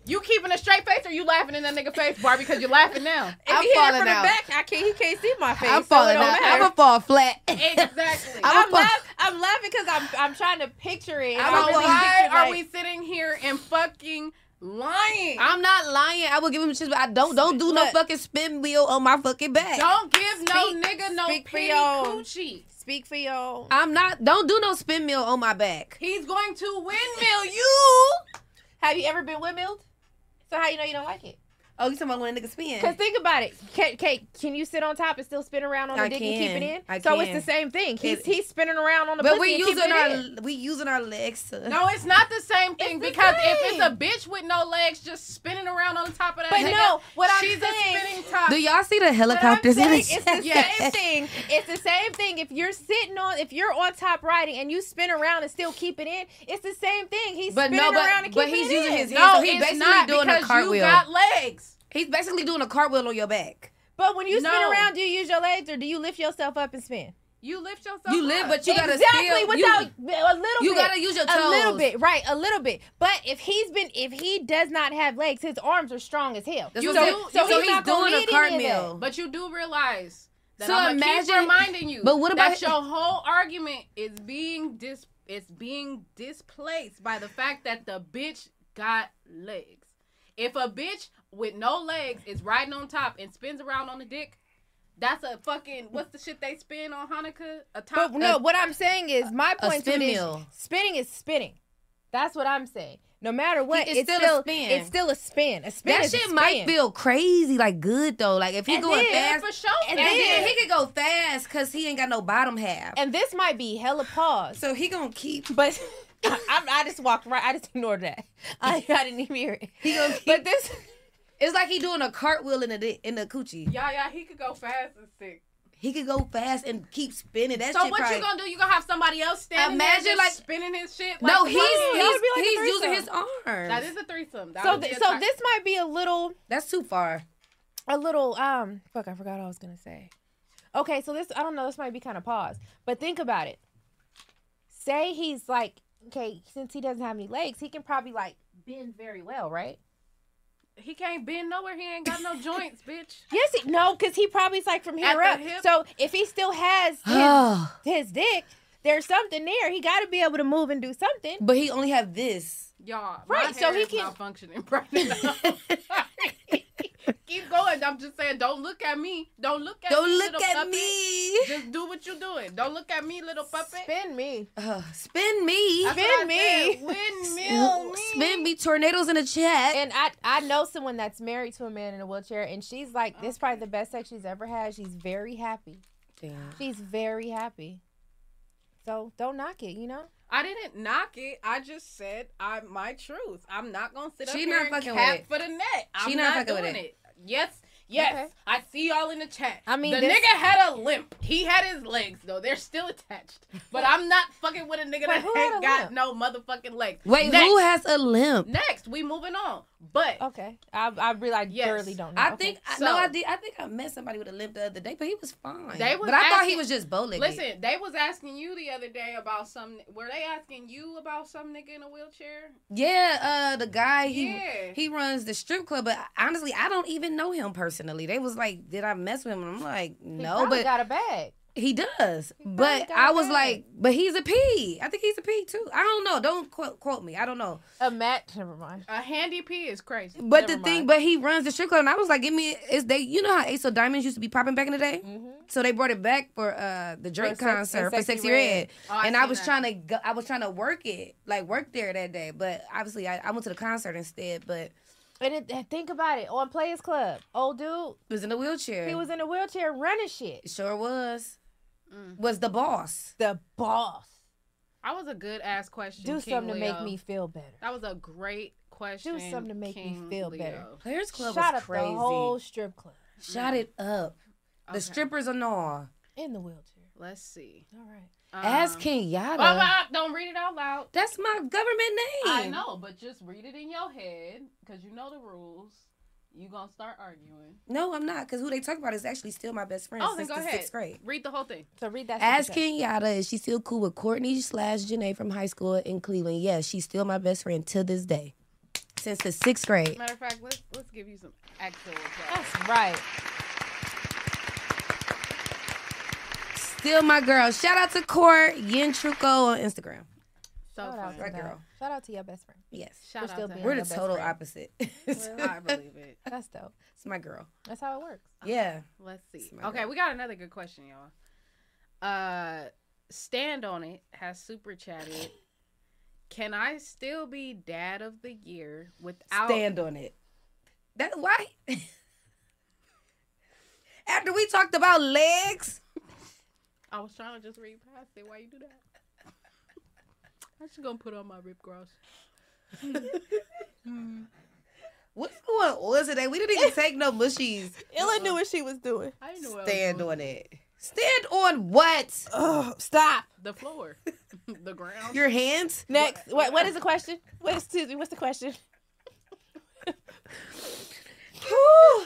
You keeping a straight face or you laughing in that nigga face, Barbie? Because you're laughing now. If
I'm
he hit her
falling
from the
out.
back, I can't. He can't see my face. so
I'm
it
falling
don't
out.
matter.
I'ma
fall flat.
Exactly.
[laughs] I'm, laugh- I'm laughing because I'm I'm trying to picture it.
I
I'm
don't know
really
why
picture,
are
like-
we sitting here and fucking lying?
I'm not lying. I will give him shit, but I don't don't do no
Look.
fucking spin wheel on my fucking back.
Don't give no
Speak-
nigga no
speak for
pity
your-
coochie.
Speak for your.
I'm not. Don't do no spin wheel on my back.
He's going to windmill you.
Have you ever been windmilled? So how you know you don't like it?
Oh, you talking about when a nigga spin?
Cause think about it. Can, can, can you sit on top and still spin around on the
I
dick and keep
can.
it in?
I
so
can.
it's the same thing. He's
It-
he's spinning around on the
But
pussy
we
and
using
keeping it
our
in.
we using our legs. To,
No, it's not the same thing
the
because
same.
if it's a bitch with no legs just spinning around on top of that,
But
nigga,
no, what I'm
she's
saying-
a spinning top.
do y'all see the helicopters
But
in
I'm
the [laughs]
saying it's the
chat?
same thing. It's the same thing. If you're sitting on, if you're on top riding and you spin around and still keep it in, it's the same thing. He's
But
spinning
no, but-
around and
but
keeping
he's
it
using
in.
his
no,
So he
it's
basically
not
doing a
because
cartwheel.
you got legs.
He's basically doing a cartwheel on your back.
But when you spin
No.
around, do you use your legs or do you lift yourself up and spin?
You lift yourself.
You live,
up.
but you gotta
exactly
still-
without
you-
a little.
you
bit.
gotta use your
A little
toes.
bit, right? A little bit. But if he's been, if he does not have legs, his arms are strong as hell.
That's
so,
what I'm saying. So he's
not gonna
doing a
need any of
cartwheel.
that.
But you do realize that
So
I'm
imagine-
keep reminding you.
but what about-
that your whole argument is being dis is being displaced by the fact that the bitch got legs. If a bitch with no legs is riding on top and spins around on the dick, that's a fucking what's the shit they spin on Hanukkah? A top.
But no,
a-
what I'm saying is my
a
point to
spin
it is
mill.
spinning is spinning. That's what I'm saying. No matter what,
It's
it's,
still a
still,
spin.
It's still a spin. A spin.
That
is a
shit might
spin.
feel crazy, like good though. Like if he
And
going
then-
fast,
for sure,
and
man.
then, he could go fast because he ain't got no bottom half.
And this might be hella pause.
So he gonna keep.
But [laughs] I, I'm- I just walked right. I just ignored that. [laughs] I, I didn't even hear it.
He gonna keep.
But this,
[laughs] it's like he doing a cartwheel in the di- in the coochie.
Yeah, yeah, he could go fast and sick.
He could go fast and keep spinning. That
so
shit
what
probably-
you gonna do? You gonna have somebody else standing?
Imagine,
there just
like-
spinning his shit.
No,
Like,
he's
what?
he's, he's using his arms.
That is a threesome. That
so
would be
th-
a
so
ti-
this might be a little.
That's too far.
A little. Um. Fuck. I forgot what I was gonna say. Okay. So this. I don't know. This might be kind of pause. But think about it. Say he's like. Okay. Since he doesn't have any legs, he can probably like bend very well, right?
he can't bend nowhere. He ain't got
[laughs]
no joints, bitch.
Yes, he, no, because he probably is like from
At
here
the
up.
hip?
So if he still has his, his dick, there's something there. He got to be able to move and do something.
But he only have this.
Y'all,
Right,
My
so
hair
he
is
can-
malfunctioning [laughs] right now.
[laughs]
Keep going. I'm just saying, don't look at me. Don't look at
Don't
me.
look
little
at
puppet.
me.
Just do what you're doing. Don't look at me, little puppet.
Spin me.
[sighs] Uh, spin me.
That's what I said.
[laughs] Windmill me.
Spin me. Tornadoes in the chat.
And I, I know someone that's married to a man in a wheelchair, and she's like, this is probably the best sex she's ever had. She's very happy. She's very happy. So don't knock it, you know?
I didn't knock it. I just said I my truth. I'm not gonna sit up
She
here
not
and
fucking with
cap
it.
for the net. I'm
She not
not,
fucking with
doing
it.
it. Yes, yes.
Okay.
I see y'all in the chat.
I mean,
the
this-
nigga had a limp. He had his legs though. They're still attached.
[laughs]
But I'm not fucking with a nigga that
who had
ain't
a
got no motherfucking legs.
Wait,
Next.
who has a limp?
Next, we moving on. But
okay, I I really I
thoroughly
don't
I think I no,
So-
I did. I think I met somebody with a limp the other day, but he was fine.
They was
but I thought he
asking-
was just bow legged.
Listen, they was asking you the other day about some. Were they asking you about some nigga in a wheelchair?
yeah, uh, the guy he
Yeah.
he runs the strip club, but honestly, I don't even know him personally. They was like, "Did I mess with him?" And I'm like, "No,"
probably
but
got a bag.
He does, but
got
I was
that.
like, "But he's a P. I think he's a P too. I don't know. Don't quote, quote me. I don't know."
A mat. Never mind.
A handy P is crazy.
But the thing, but he runs the strip club, and I was like, "Give me is they? You know how Ace of Diamonds used to be popping back in the day? So they brought it back for uh the Drake
Sex- and
concert for
Mm-hmm. Sexy
Sexy
Red.
Red,
Oh, I
and I
seen
was
that.
trying to go, I was trying to work it, like work there that day. But obviously, I, I went to the concert instead. But
And it, think about it on Players Club. Old dude,
was in a wheelchair.
he was in a wheelchair running shit.
sure was was the boss.
The boss.
I was a good ass question.
Do
King
something to make
Leo.
me feel better.
That was a great question.
Do something to make
King
me feel
Leo.
better.
Players Club
Shot
was
up
crazy.
the whole Mm. strip club
Shot it up. The strippers and all.
in the wheelchair.
Let's see.
All right.
Ask King
Oh,
Yada.
oh, don't read it out loud.
That's my government name.
I know, but just read it in your head because you know the rules. You gonna start arguing.
No, I'm not, because who they talk about is actually still my best friend
oh, then
since
go
the
ahead.
sixth grade.
Read the whole thing.
So read that.
Ask Kenyatta is she still cool with Courtney slash Janae from high school in Cleveland? Yes, she's still my best friend to this day, since the sixth grade.
Matter of fact, let's let's give you some actual. Applause.
That's right.
Still my girl. Shout out to Court Yin Truco on Instagram.
So
Shout out,
funny.
to that.
girl.
Shout out to your best friend.
Yes,
for
Shout out
still
to
being
we're
your
the
best
total
friend.
opposite.
Well,
[laughs]
I believe it. Uh,
That's dope.
it's my girl.
That's how it works.
Yeah.
Let's see.
my
Okay, we got another good question, y'all. Uh Stand on it has super chatted. Can I still be dad of the year without
Stand on it. That
[laughs]
why? After we talked about legs,
I was trying to just read past it. Why you do that? [laughs] I'm just gonna put on my rip cross.
what's going on today? We
[laughs]
didn't even take no mushies.
Ella knew what she was doing.
I didn't know what I was
Stand
doing.
on it. Stand on what?
stop.
the floor. [laughs] the ground.
Your hands?
Next. What, what is the question? What, excuse me. What's
[laughs]
the question?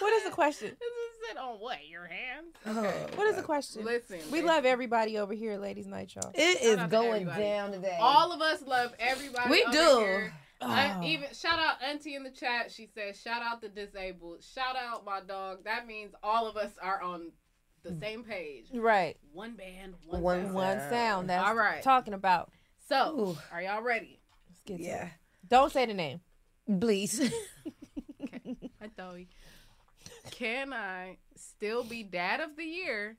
what is the question?
This is it on what? Your hands?
Oh,
What is the question?
Listen.
We love everybody over here, ladies' night, y'all.
It
out
is
to
going
everybody.
down today.
All of us love everybody.
We
over
do.
here. Uh,
Oh.
even shout out Auntie in the chat. She says, "Shout out the disabled. Shout out my dog." That means all of us are on the same page.
Mm. Right.
One band, one.
One
sound.
one sound. That's
All right.
talking about.
So,
Ooh.
are y'all ready?
Let's get to it.
yeah.
Don't say the name. [laughs]
Please.
[laughs] I thought. you- Can I still be dad of the year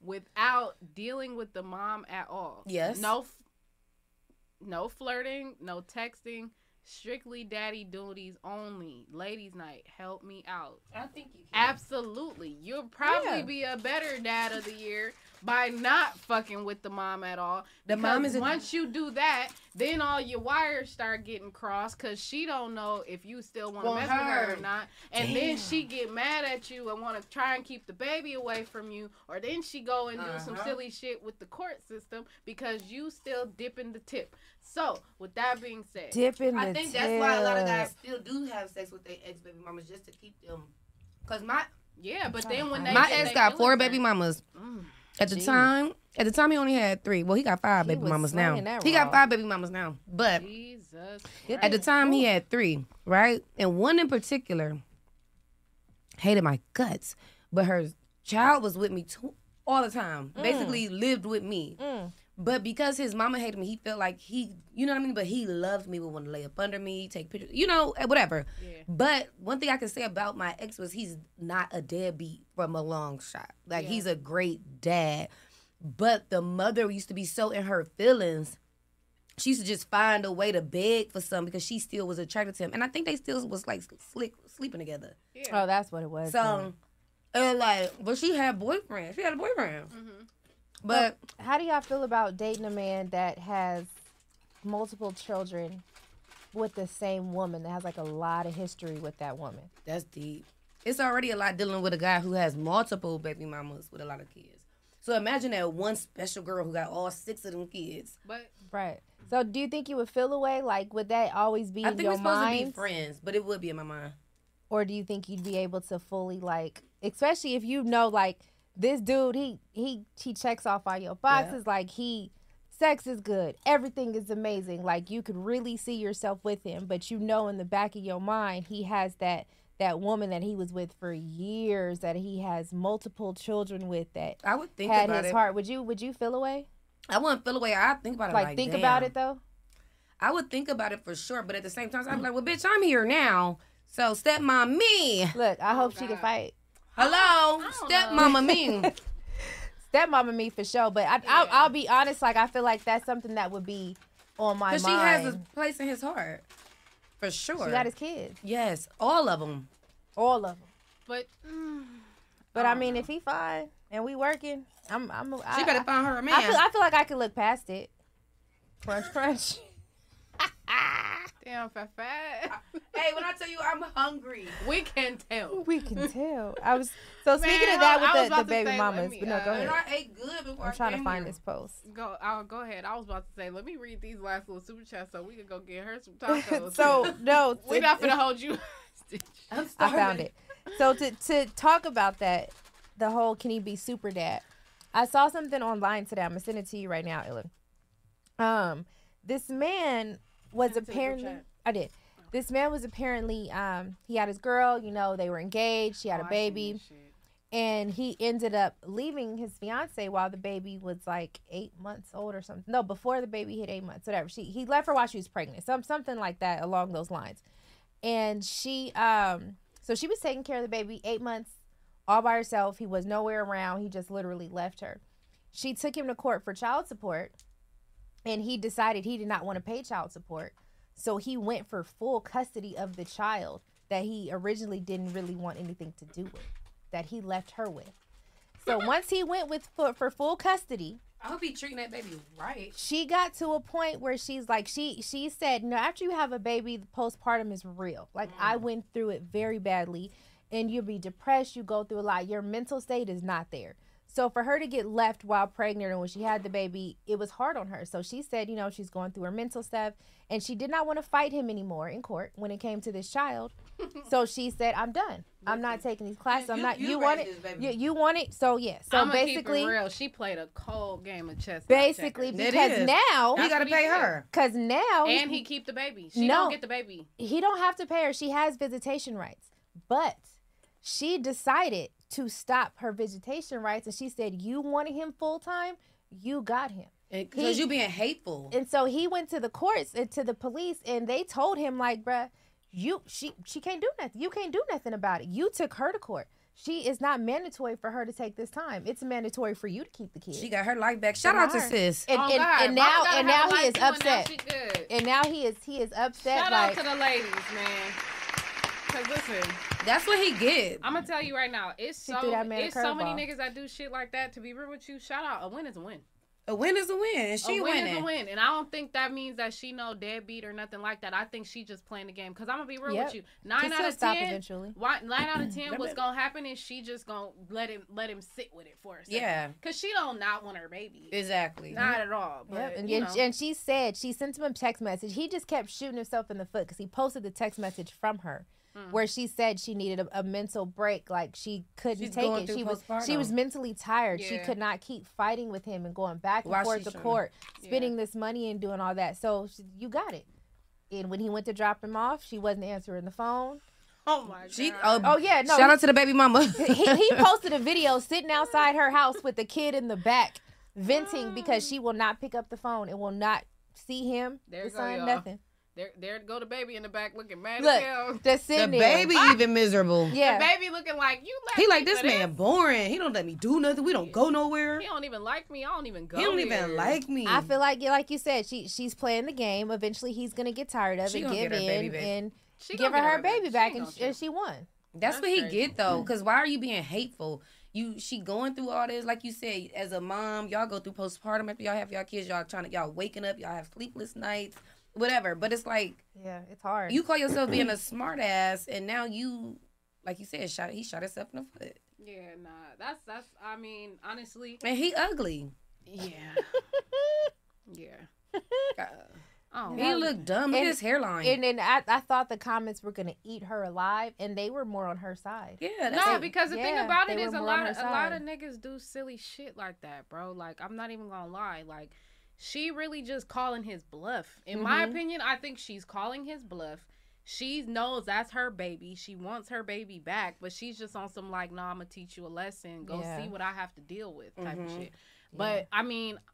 without dealing with the mom at all?
Yes.
No. f- no flirting, no texting. Strictly daddy duties only. Ladies' night. Help me out.
I think you can.
Absolutely. You'll probably
Yeah.
be a better dad of the year by not fucking with the mom at all.
The mom
Because
is a-
once you do that, then all your wires start getting crossed because she don't know if you still want to
Want
mess with her
her.
or not. And
Damn.
then she get mad at you and want to try and keep the baby away from you. Or then she go and do some
Uh-huh.
silly shit with the court system because you still dipping the tip. So with that being said,
Dipping
I think that's why a lot of guys still do have sex with their ex baby mamas just to keep them. Cause my
yeah, but then when they
My
get
ex
they
got
feelings
four
hurt-
baby mamas.
Mm.
At the
Jeez.
time, at the time he only had three. Well, he got five baby
was
mamas now.
slinging that
He
raw.
got five baby mamas now, but
Jesus.
at the time he had three, right? And one in particular hated my guts, but her child was with me too, all the time.
Mm.
Basically, lived with me.
Mm.
But because his mama hated me, he felt like he, you know what I mean. But he loved me, would want to lay up under me, take pictures, you know, eh, whatever. But one thing I can say about my ex was he's not a deadbeat from a long shot. Like
Yeah.
he's a great dad. But the mother used to be so in her feelings. She used to just find a way to beg for some because she still was attracted to him, and I think they still was like slick sleeping together.
Oh, that's what it was.
So, and like, but she had boyfriend. She had a boyfriend. But
how do y'all feel about dating a man that has multiple children with the same woman that has like a lot of history with that woman?
That's deep. It's already a lot dealing with a guy who has multiple baby mamas with a lot of kids. So imagine that one special girl who got all six of them kids.
But
Right. So do you think you would feel away? Like would that always be
I
in
think
your
we're supposed to be
mind?
friends, but it would be in my mind.
or do you think you'd be able to fully like especially if you know like this dude he he he checks off all your boxes like he sex is good everything is amazing like you could really see yourself with him but you know in the back of your mind he has that that woman that he was with for years that he has multiple children with that
I would think
had
about
his
it.
heart would you would you feel away
I wouldn't feel away. I think about it.
Like,
Like,
think about it, though.
I would think about it for sure, but at the same time, I'd be like, "Well, bitch, I'm here now." So stepmom me.
Look, I hope she can fight.
Hello, stepmama me.
[laughs] stepmama me for sure but I, I'll, I'll be honest like i feel like that's something that would be on my mind
Because she has a place in his heart, for sure.
She got his kids.
Yes, all of them.
All of them.
But
But I, mean, if he fine and we working, I'm I'm. She I,
better find her a
I feel,
man.
I feel like I could look past it. Crunch, crunch.
Damn, fat fat.
Hey, when I tell you I'm hungry,
we can tell.
[laughs] We can tell. I was so
Man,
speaking of
I
that
was
with the,
about
the
to
baby
say, let
mamas.
me,
but no, go
uh,
ahead.
ate good before
I'm
I
trying to
came
find
here.
this post.
Go, I'll go ahead. I was about to say, let me read these last little super chats so we can go get her some tacos.
So, no,
we're
[laughs]
not gonna hold you. hostage.
I found it. So to to talk about that, the whole can he be super dad? I saw something online today. I'm gonna send it to you right now, Ellen. Um, this man was
Send it to the group
apparently
chat.
I did. This man was apparently um he had his girl. You know they were engaged. She had
Oh,
a
I seen
baby,
this
and he ended up leaving his fiance while the baby was like eight months old or something. No, before the baby hit eight months, whatever. She he left her while she was pregnant. Some something like that along those lines and she um so she was taking care of the baby eight months all by herself he was nowhere around he just literally left her she took him to court for child support and he decided he did not want to pay child support so he went for full custody of the child that he originally didn't really want anything to do with that he left her with so once he went with for, for full custody
I hope he treating that baby right.
she got to a point where she's like she she said no after you have a baby the postpartum is real like i
Mm.
went through it very badly and you'll be depressed you go through a lot your mental state is not there so for her to get left while pregnant and when she had the baby it was hard on her so she said you know she's going through her mental stuff and she did not want to fight him anymore in court when it came to this
[laughs]
child so she said i'm done i'm not taking these classes i'm
you-
not
you
you, want
raised
it
this baby.
you, you want it so yeah so
I'ma
basically
keep it real. She played a cold game of chess.
Basically, because now
You
Because now
and he keep the baby. She
No.
don't get the baby.
he don't have to pay her. She has visitation rights, but she decided to stop her visitation rights, and she said, "You wanted him full time, you got him."
Because
He-
you being hateful.
and so he went to the courts and to the police, and they told him like, bruh, you she she can't do nothing. You can't do nothing about it. You took her to court. she it's not mandatory for her to take this time. It's mandatory for you to keep the kid.
She got her life back. Shout out to
Right.
sis.
And,
Oh,
and-
God.
and
Mama
now
gotta
and
have
now
a life
he is
too, and now
upset.
she
And now he is he is upset.
Shout
like,
out to the ladies, man. Cause listen,
That's what he get.
I'm gonna tell you right now, it's
She
so
threw that man a
it's so many
curveball.
niggas that do shit like that. To be real with you, shout out a win is a win.
A win is a win. and She
a win
winning.
is a win, and I don't think that means that she no deadbeat or nothing like that. I think she just playing the game. Cause I'm gonna be real
Yep.
with you, nine
She'll
out of
stop
ten,
eventually.
why- nine
[clears throat]
out of ten,
That
what's
baby-
gonna happen is she just gonna let him let him sit with it for a second.
Yeah.
Cause she don't not want her baby.
Exactly.
Not at all. But
Yep, and,
you
and-
know.
and she said she sent him a text message. He just kept shooting himself in the foot because he posted the text message from her,
Hmm.
Mm.
where she said she needed a, a mental break, like she couldn't
She's
take
going
it.
through
She was she was
postpartum.
mentally tired. She
Yeah.
could not keep fighting with him and going back and
Why
forth
she
to
shouldn't.
court, spending this money and doing all that. So she, you got it. And when he went to drop him off, she wasn't answering the phone.
Oh my god.
She,
oh, yeah, no.
Shout
he-
out to the baby
[laughs]
mama.
he, he posted a video sitting outside her house with the kid in the back venting because she will not pick up the phone and will not see him.
There
the
go,
son,
y'all.
nothing.
There, there go the baby in the back looking mad as hell. Ah!
Look, that's
the
sitting there. [laughs]
baby even miserable.
The baby looking like you. Left
He like
me
this
for
[laughs] man boring. He don't let me do nothing. We don't go nowhere.
He don't even like me. I don't even go.
He don't even
there.
like me.
I feel like, yeah, like you said, she she's playing the game. Eventually, he's gonna get tired of
She
it,
gonna
give
get her baby
in,
back.
and
She
give her
gonna get
her
her
baby
baby.
back,
She
and,
gonna
and she won.
That's, what he get though.
Mm-hmm.
Cause why are you being hateful? You she going through all this, like you said, as a mom, y'all go through postpartum after y'all have y'all kids, y'all trying to y'all waking up, y'all have sleepless nights, whatever. But it's like
Yeah, it's hard.
you call yourself being a smart ass and now you like you said, shot he shot himself in the foot.
Yeah, nah. That's that's. I mean, honestly.
And he ugly.
Yeah.
[laughs]
yeah. Oh,
He look dumb. Look at his hairline.
And then I, I thought the comments were gonna eat her alive, and they were more on her side.
Yeah,
no, because the thing
Yeah,
about it
they
is
were
a
more on
lot
her
of a lot
side.
of niggas do silly shit like that, bro. Like I'm not even gonna lie, like she really just calling his bluff. In my
Mm-hmm.
Mhm.
opinion, I think she's calling his bluff. She knows that's her baby. She wants her baby back, but she's just on some like, nah, I'm gonna teach you a lesson. Go
Yeah.
see what I have to deal with type of
Mhm.
shit. But I mean, [sighs]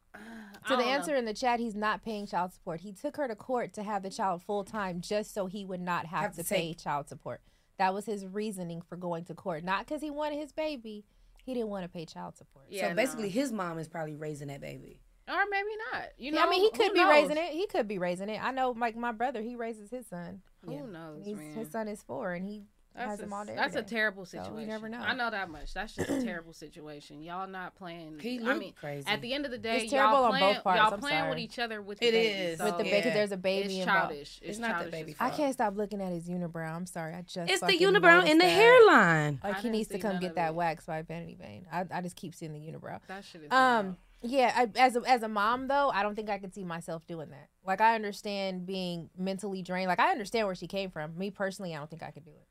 I
To the
don't know.
answer in the chat, he's not paying child support. He took her to court to have the child full time just so he would not have,
Have
to,
to
pay
take-
child support. That was his reasoning for going to court. Not because he wanted his baby. He didn't want to pay child support.
so basically his mom is probably raising that baby.
or maybe not. You know,
I mean, he
who
could be
knows?
raising it. He could be raising it. I know, like my brother, he raises his son.
Who knows,
He's-
man.
His son is four, and he has
That's,
him
a,
all day.
that's a
every day.
terrible
So
situation.
you never know.
I know that much. That's just
[clears throat]
a terrible situation. Y'all not playing.
He
I
look
mean,
crazy.
at the end of the day,
It's terrible
y'all
on
playing,
both parts,
Y'all
I'm
playing with
sorry.
each other with the
It
baby.
is.
so-
With the baby, 'cause there's a baby
It's
involved.
childish. It's,
It's not the
childish
baby
as
I
fuck.
can't stop looking at his unibrow. I'm sorry. I just
It's the
fucking
unibrow and
noticed
the
that.
hairline. I
Like he
didn't
needs to
see
come
none
get
of
that wax by Vanity Vein. I, I just keep seeing the unibrow.
That shit is
um yeah. I, as a, as a mom though, I don't think I could see myself doing that. Like I understand being mentally drained. Like I understand where she came from. Me personally, I don't think I could do it.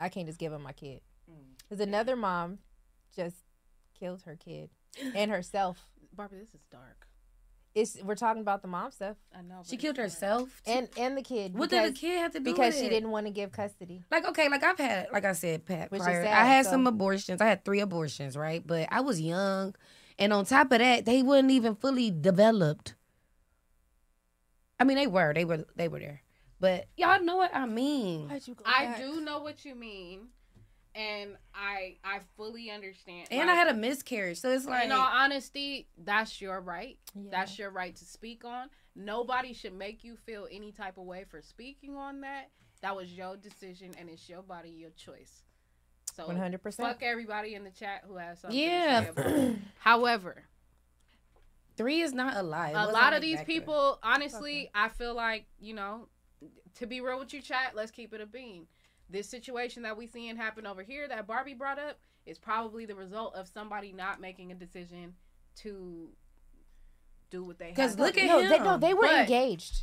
I can't just give him my kid.
Mm.
Because another mom just killed her kid and herself.
Barbara, this is dark.
It's we're talking about the mom stuff.
I know.
She killed herself.
and and the kid.
What did the
because-
kid have to do
Because
with
she
it?
didn't want to give custody.
Like okay, like I've had, like I said, Pat.
Which is
prior,
sad,
I had
so-
some abortions. I had three abortions, right? But I was young, and on top of that, they weren't even fully developed. I mean, they were, they were, they were there. But y'all know what I mean.
I do know what you mean, and I I fully understand.
And I
Like,
had a miscarriage, so it's like
in all honesty, that's your right. That's your right to speak on. Nobody should make you feel any type of way for speaking on that. That was your decision, and it's your body, your choice. So
100%.
Fuck everybody in the chat who has something.
Yeah.
To say about
[clears throat]
it. However,
three is not a lie. It
a
wasn't
lot
like
of these
back then.
people, honestly, I feel like you know, to be real with you, chat. Let's keep it a bean. This situation that we seeing happen over here that Barbie brought up is probably the result of somebody not making a decision to do what they.
Because
had
look
to
at
do.
him.
they- no, they were
But-
[gasps]
engaged.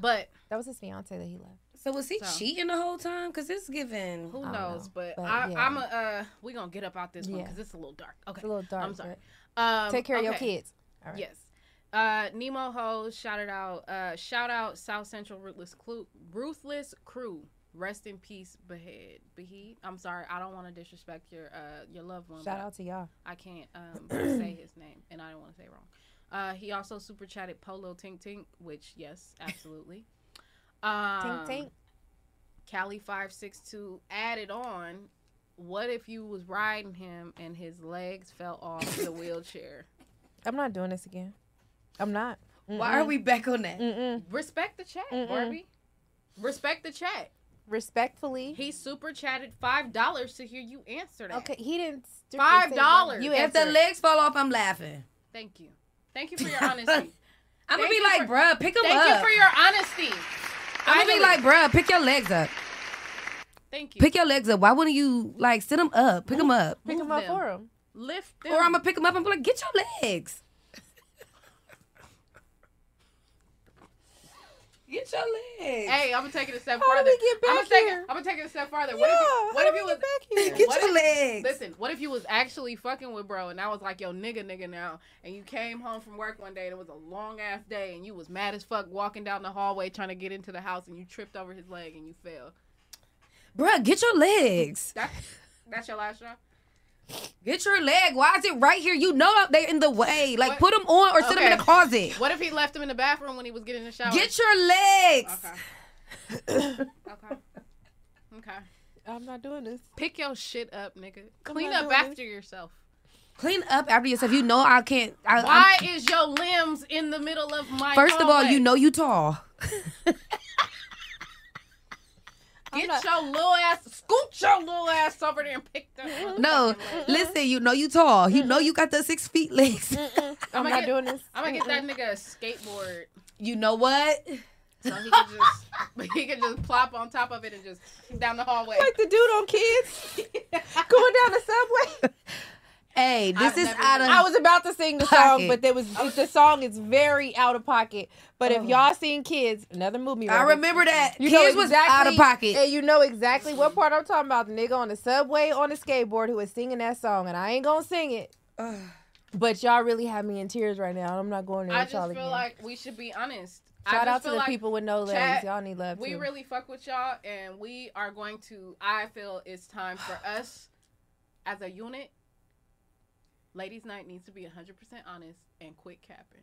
But
that was his fiance that he left.
So was he
So-
cheating the whole time? Because it's given.
Who knows? but
But
I,
yeah.
I'm a. Uh, we gonna get up out this one
Yeah.
because it's a little dark. Okay,
It's a little dark,
I'm sorry.
but
Um,
take care of your kids. All right.
Um, Yes. Uh, Nemo Ho shouted out. Uh, shout out South Central Ruthless Crew. Ruthless Crew. Rest in peace, Behead. Behead. I'm sorry. I don't want to disrespect your uh your loved one.
Shout
but
out to y'all.
I can't um [coughs] say his name, and I don't want to say it wrong. Uh, he also super chatted Polo Tink Tink, which
[laughs]
yes, absolutely. um,
tink.
Cali five six two added on what if you was riding him and his legs fell off the
[laughs]
wheelchair?
I'm not doing this again. I'm not.
Why are we
back on that?
Respect the chat,
Mm-mm.
Barbie. Respect the chat.
Respectfully.
He super chatted five dollars to hear you answer that.
Okay, he didn't. strictly
Five
say
dollars.
You
if the
answered.
legs fall off, I'm laughing.
Thank you. Thank you for your
[laughs]
honesty.
I'm gonna
Thank
be
you
like,
for-
bruh, pick 'em
Thank
up."
you for your honesty.
I'm gonna
Finally.
be like, bruh, pick your legs up.
Thank you.
Pick your legs up. Why wouldn't you like sit them up? Pick them up.
Pick him up for him.
Lift
Or I'm gonna pick them up and be like, get your legs. Get your legs.
Hey, I'm gonna take it a step
How
further.
did we get
I'm
back
gonna take
here?
It, I'm gonna take it a step farther. What
Yeah,
if you, what
how
if you
did
was
we get back here?
[laughs] what
Get your
if-
legs.
Listen, what if you was actually fucking with bro and I was like yo nigga nigga now and you came home from work one day and it was a long ass day and you was mad as fuck walking down the hallway trying to get into the house and you tripped over his leg and you fell.
Bruh, get your legs.
That that's your last shot.
Get your leg. Why is it right here? You know up there in the way. Like put 'em put them on or sit 'em in
Okay.
the closet.
What if he left him in the bathroom when he was getting in the shower?
Get your legs.
Okay.
I'm not doing this.
Pick your shit up, nigga. Clean
not
up
doing
after yourself.
Clean up after yourself. You know I can't. I, I'm-
Why is your limbs in the middle of my
First of all,
hallway?
you know you tall.
Get your little ass, scoot your little ass over there and pick them. up.
No, listen, you know you tall. You know you got the six feet [laughs] legs.
I'ma
not
get-
doing this.
I'm gonna get that nigga a skateboard
You know what?
so he can just [laughs] he can just plop on top of it and just down the hallway.
Like the dude
[laughs]
on kids going down the subway.
Hey, this is out of.
I was about to sing the song,
pocket.
but there was
Oh.
the song is very out of pocket. But if y'all seen kids, another movie.
I
reference,
remember that.
You
Kids
know
was out of
exactly-
pocket.
and you know exactly what part I'm talking about. The nigga on the subway on the skateboard who was singing that song, and I ain't gonna sing it. But y'all really have me in tears right now. and I'm not going there
I
with
just
y'all
feel
again.
like we should be honest. I
Shout
just
out to
feel
the
like
people with no legs.
chat,
y'all need love
We
too.
really fuck with y'all, and we are going to. I feel it's time
[sighs]
for us as a unit. Ladies' night needs to be 100% honest and quit capping.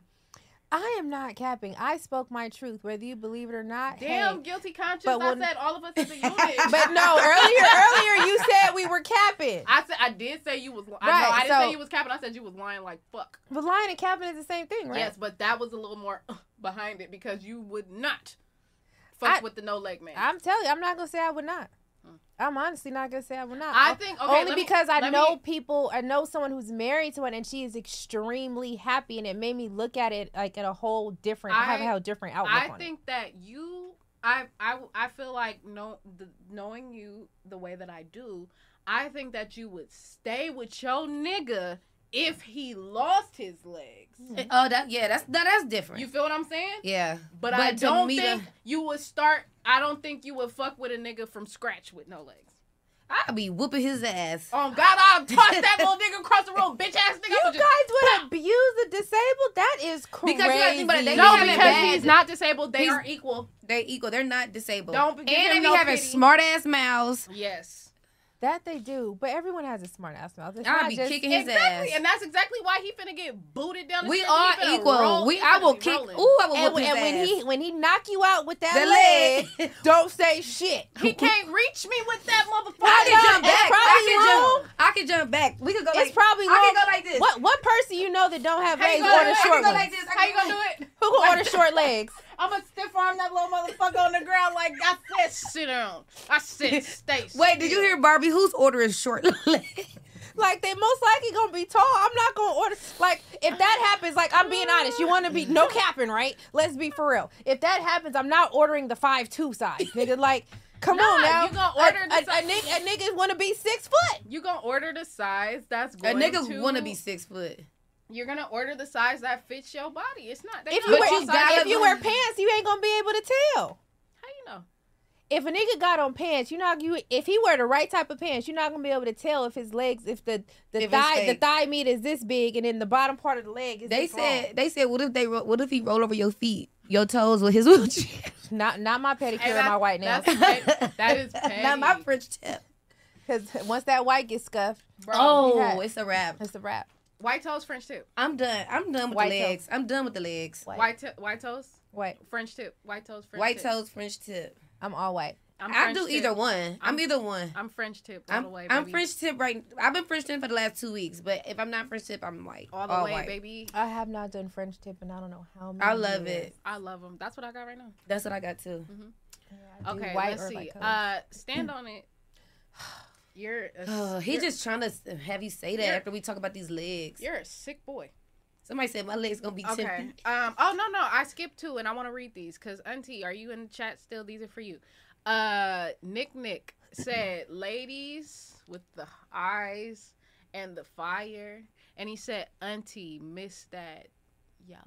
I am not capping. I spoke my truth, whether you believe it or not.
Damn,
hey.
guilty conscience.
but
I
when-
said all of us
[laughs]
as a unit.
But no, earlier, earlier you said we were capping.
I said I did say you was. Li- [laughs] I, know,
Right,
I didn't say
so-
you was capping. I said you was lying like fuck.
But lying and capping is the same thing, right?
Yes, but that was a little more uh, behind it because you would not fuck
I-
with the no leg man.
I'm telling you, I'm not gonna say I would not. I'm honestly not gonna say I would not.
Hmm. I
O-
think- okay,
only
let me-
because I
let
know
me-
people. I know someone who's married to one, and she is extremely happy, and it made me look at it like at a whole different. I, have a whole different outlook
I
on it.
think that you, I, I, I feel like no, the, knowing you the way that I do, I think that you would stay with your nigga if he lost his legs.
Oh, that yeah, that's that, that's different.
You feel what I'm saying?
yeah,
But, I
to
don't
me, the-
think you would start. I don't think you would fuck with a nigga from scratch with no legs.
I'd be whooping his ass.
Oh God,
[laughs]
I'll toss that little nigga across the room, bitch ass nigga.
You guys would abuse the disabled. That is crazy.
Because you gotta think about it, they be
no,
having
because
bad-
he's not disabled. They
He's-
are equal.
They equal. They're not disabled.
Don't
and
give him
they be
no
having
pity.
smart ass mouths.
Yes.
That they do, but everyone has a smart ass mouth. It's
[laughs] I'd
not
be
just-
kicking his
Exactly,
ass.
and that's exactly why he finna get booted down the
We
street.
are
He finna
equal.
roll-
We-
he
I
finna
will
be
kick-
rolling.
ooh, I will
And,
whoop his
and when he
ass.
when he knock you out with that
The
leg,
leg.
[laughs] don't say shit.
[laughs]
He can't reach me with that motherfucker.
I can jump
It's
back.
probably
I
long.
can jump. I can jump back. We could go. like,
It's probably
I can
long.
go like this.
What what person you know that don't have
How you
legs
gonna do
order
it? I
short
can go
ones?
like this. I
How you
can
gonna do it?
[laughs] Who can order
[laughs]
short legs?
I'm gonna stiff arm that little motherfucker on the ground like I said. Sit down. I said stay.
Wait, did you hear Barbie? Who's ordering short [laughs] legs?
Like they most likely gonna be tall. I'm not gonna order like if that happens, like I'm being honest, you wanna be no capping, right? Let's be for real. If that happens, I'm not ordering the five two size. Nigga, like come
Nah,
on now.
you gonna
A-
order the
a,
size-
a, nigga, a nigga wanna be six foot.
You gonna order the size that's
A
going
nigga
to
wanna be six foot.
You're gonna order the size that fits your body. It's not. they
If
not
you,
all
wear,
sizes.
if you wear pants, you ain't gonna be able to tell.
how you know?
if a nigga got on pants, you not you if he wear the right type of pants, you're not gonna be able to tell if his legs, if the the
If it's
thigh the
fake.
thigh meat is this big and then the bottom part of the leg is.
They
this
said.
long.
They said. What if they? Ro- what if he roll over your feet, your toes with his [laughs] wheelchair?
not not my pedicure and,
that-
my white nails. [laughs]
That's, that is
Not my French tip.
Because once that white gets scuffed,
oh,
you got-
it's a wrap.
it's a wrap.
White toes, French tip.
I'm done. I'm done with
White
the
toes.
legs. I'm done with the legs.
White, t- white toes,
White,
French tip. White toes, French
White
tip.
toes, French tip.
I'm all white.
I'm
I do
French
either
tip.
one. I'm,
I'm-
either one.
I'm French tip all
I'm,
the way.
I'm
baby.
French tip right. I've been French tip for the last two weeks, but if I'm not French tip, I'm white.
all the way,
white.
baby.
I have not done French tip, and I don't know how many.
I love it.
I love them. That's what I got right now.
That's what I got too.
I do
Okay,
Mm-hmm. white
let's
or
see.
like color.
Uh, stand on it. You're. A,
[sighs]
Oh, he
you're-
just trying to s- have you say that
you're-
after we talk about these legs.
You're a sick boy.
Somebody said my legs gonna be
Okay.
tempting.
Um. Oh no no. I skipped two, and I want to read these because Auntie, are you in the chat still? These are for you. Uh, Nick Nick said, "Ladies with the eyes and the fire," and he said, "Auntie, miss that, yalla."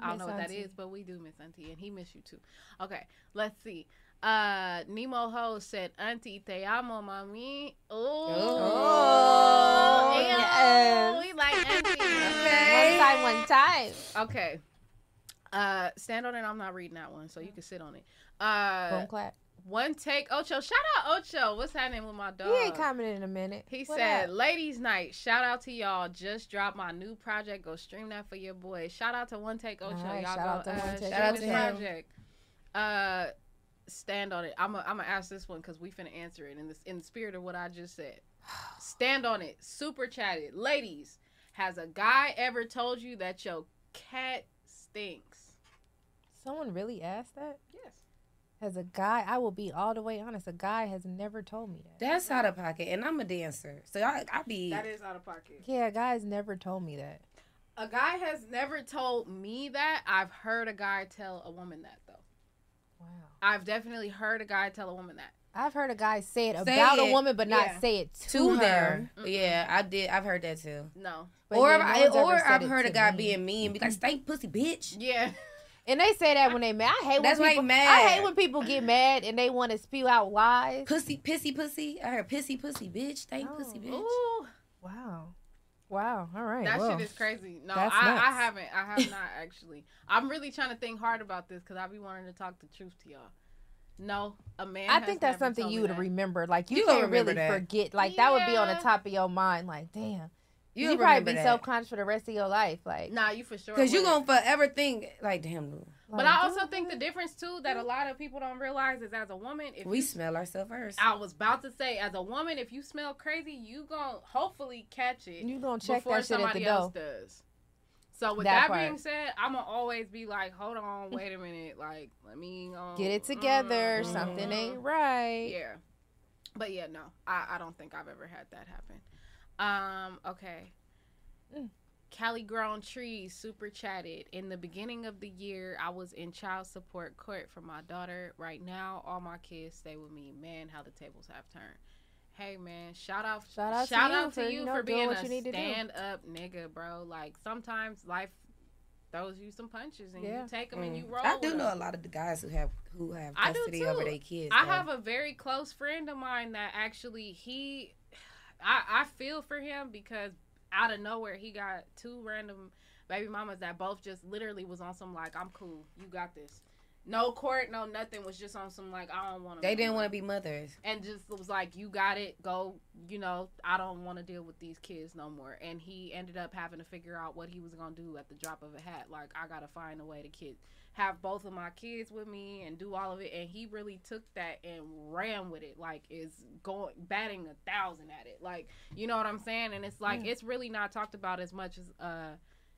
I don't
Miss
know what that
Auntie.
is, but we do miss Auntie, and he miss you too. Okay, let's see. Uh, Nemo Ho said, "Auntie, te amo, mami." Oh,
yes.
we like Auntie.
Okay. One time, one time.
Okay. Uh, stand on it. I'm not reading that one, so you can sit on it. Uh,
Boom clap.
One take, Ocho. Shout out Ocho. What's happening with my dog?
He ain't commenting in a minute.
He
What
said,
up?
"Ladies' night. Shout out to y'all. Just dropped my new project. Go stream that for your boy. Shout out to One Take Ocho.
All right,
y'all
shout
go
out to
uh,
One Take
stream
Shout out
his
to him.
project. Uh, stand on it. I'm gonna I'm ask this one because we finna answer it in this in the spirit of what I just
[sighs]
said. Stand on it. Super chatted. Ladies, has a guy ever told you that your cat stinks?
Someone really asked that?
Yes.
As a guy, I will be all the way honest. A guy has never told me that.
That's out of pocket, and I'm a dancer, so I I be.
That is out of pocket.
Yeah, a guy has never told me that.
A guy has never told me that. I've heard a guy tell a woman that though. Wow. I've definitely heard a guy tell a woman that.
I've heard a guy say it
Say
about
it.
a woman, but not
Yeah.
say it to,
to
her.
her. Yeah, I did. I've heard that too.
No.
or I, or I've heard a guy being mean and be like, "Stank pussy, bitch."
Yeah.
And they say that when they mad. I hate
That's
when
why
people,
he mad.
I hate when people get mad and they want to spew out lies.
Pussy, pissy, pussy. I heard pissy, pussy, bitch. Stank pussy,
Oh.
bitch.
Ooh.
Wow. Wow. All right.
That
well.
shit is crazy. No, I,
That's
I
nuts.
haven't. I have
[laughs]
not actually. I'm really trying to think hard about this because I be wanting to talk the truth to y'all. No, a man.
I
has
think that's
never
something
told
you
me
would
that.
remember. Like you,
You gonna
can't
remember
really
that.
forget. Like that would be on the
Yeah.
top of your mind. Like damn,
You'll
you probably
remember
be
that.
self conscious for the rest of your life. Like
Nah, you for sure.
Cause you
would.
gonna forever think like, "Damn, Lou,
But I also think the difference too that a lot of people don't realize is as a woman, if
we
you
smell ourselves first.
I was about to say, as a woman, if you smell crazy, you gonna hopefully catch it.
You gonna check
before
that shit at the
somebody
door.
else does. So with that,
That
being
part.
said, I'm gonna always be like, hold on, wait a minute, like let me um, mm-hmm.
get it together. Something ain't right.
Yeah, but yeah, no, I, I don't think I've ever had that happen. Um, okay.
Mm.
Cali Grown Trees super chatted. In the beginning of the year, I was in child support court for my daughter. Right now, all my kids stay with me. Man, how the tables have turned. Hey man, shout out,
Shout out to
to
you for,
you
you know,
for
doing
being
what
a
you need to do.
stand up nigga, bro. Like sometimes life throws you some punches and
Yeah.
you take them and you
Mm.
roll.
I do
with
know
'em.
a lot of the guys who have who have
I do
custody
too.
over their kids.
I
though.
have a very close friend of mine that actually he, I I feel for him because out of nowhere he got two random baby mamas that both just literally was on some like I'm cool, you got this. No court, no nothing. Was just on some like I don't want to.
They didn't want to be mothers.
And just was like, you got it. Go, you know, I don't want to deal with these kids no more. And he ended up having to figure out what he was gonna do at the drop of a hat. Like I gotta find a way to kid have both of my kids with me and do all of it. And he really took that and ran with it. Like is going batting a thousand at it. Like you know what I'm saying? And it's like
Yeah.
it's really not talked about as much as uh.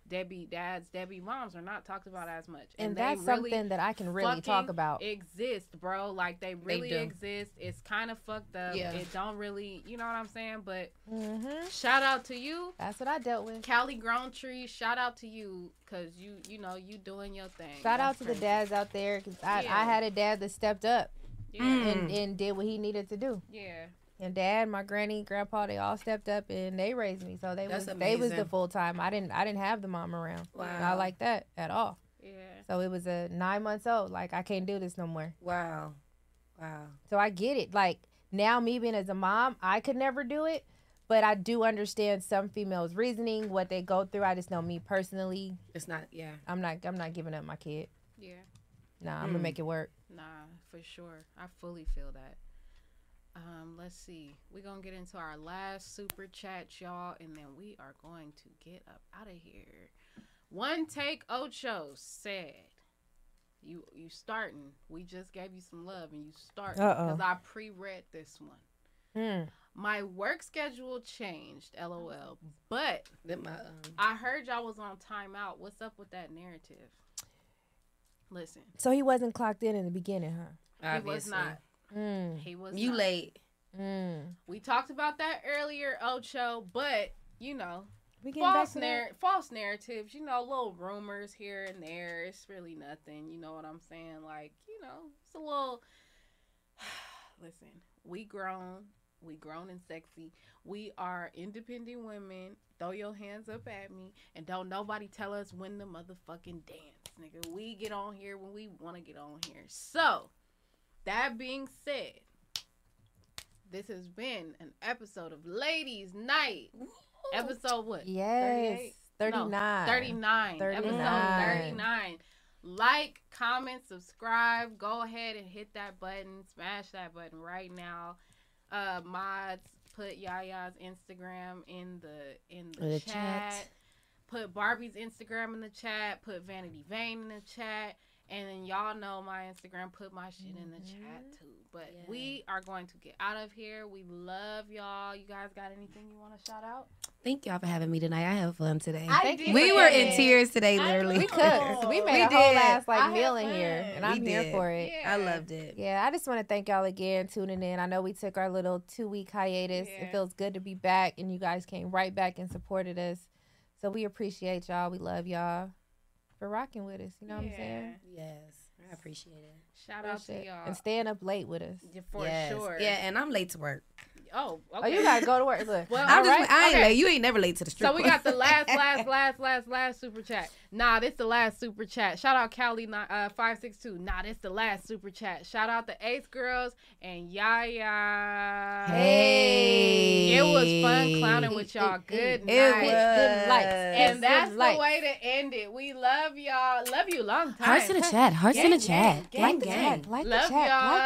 Debbie dads, Debbie moms are not talked about as much,
And
they
that's
really
something that I can really talk
fucking
about.
Exist, bro. Like they really
do.
exist. It's kind of fucked up.
Yeah.
It don't really, you know what I'm saying? But
Mhm.
shout out to you.
That's what I dealt with.
Cali Grown Tree, shout out to you cuz you you know you doing your thing.
Shout
That's
out to the
crazy.
dads out there because I,
Yeah.
I had a dad that stepped up
Yeah.
and, and did what he needed to do.
Yeah.
And dad, my granny, grandpa, they all stepped up and they raised me. So they
That's
was they was the
amazing.
full time. I didn't I didn't have the mom around.
Wow.
Not like that at all.
Yeah.
So it was a nine months old. Like I can't do this no more.
Wow. Wow.
So I get it. Like now, me being as a mom, I could never do it, but I do understand some females' reasoning, what they go through. I just know me personally.
It's not. Yeah.
I'm not. I'm not giving up my kid.
Yeah.
Nah, I'm gonna
Mm.
make it work.
Nah, for sure. I fully feel that. Um, let's see. We're gonna get into our last super chat, y'all, and then we are going to get up out of here. One take Ocho said, You you starting. We just gave you some love and you start
Uh-oh.
because I pre-read this one. My work schedule changed, lol. But
Then my, um,
I heard y'all was on timeout. What's up with that narrative? Listen,
So he wasn't clocked in in the beginning, huh?
he was not.
Mm.
He was not. We talked about that earlier, Ocho, but you know,
We getting back
false
to that?
narr- false narratives. You know, little rumors here and there. It's really nothing. You know what I'm saying? Like, you know, it's a little. [sighs] Listen, we grown. We grown and sexy. We are independent women. Throw your hands up at me, and don't nobody tell us when the motherfucking dance, nigga. We get on here when we want to get on here. So, that being said, this has been an episode of Ladies Night. Episode what?
Yes,
38? No,
39.
39. Episode
39.
39. Like, comment, subscribe. Go ahead and hit that button. Smash that button right now. Uh, mods, put Yaya's Instagram in the in the,
The
chat.
chat.
Put Barbie's Instagram in the chat. Put Vanity Vane in the chat. And then y'all know my Instagram. Put my shit in the
Mm-hmm.
chat too. But we are going to get out of here. We love y'all. You guys got anything you want to shout out?
Thank y'all for having me tonight. I had fun today.
I Thank did. you.
We were in tears today,
I
literally.
We cooked. Oh. We made a whole ass like meal in here, and
We
I'm here
did.
for it.
I loved it.
Yeah, I just want to thank y'all again tuning in. I know we took our little two week hiatus. It feels good to be back, and you guys came right back and supported us. So we appreciate y'all. We love y'all for rocking with us. You know what I'm saying?
Yes, I appreciate it.
Shout out to
Appreciate-
y'all.
and staying up late with us.
for sure.
Yeah, and I'm late to work.
Oh, okay.
Oh, you gotta go
[laughs]
to work. Look,
Well,
I'm
all
just,
right,
I ain't
okay.
late. You ain't never late to the strip.
So we got the
club. [laughs]
last,
[laughs]
last, last, last, last super chat. Nah, this the last super chat. Shout out Cali ni- uh, five six two. Nah, this the last super chat. Shout out the Ace Girls and Yaya.
Hey.
it was fun clowning with y'all. Good
It
night.
was. Them likes. Them
And that's the
likes.
way to end it. We love y'all. Love you long time.
Hearts in the chat. Hearts in the chat.
gang,
Like
gang.
the chat.
Love y'all.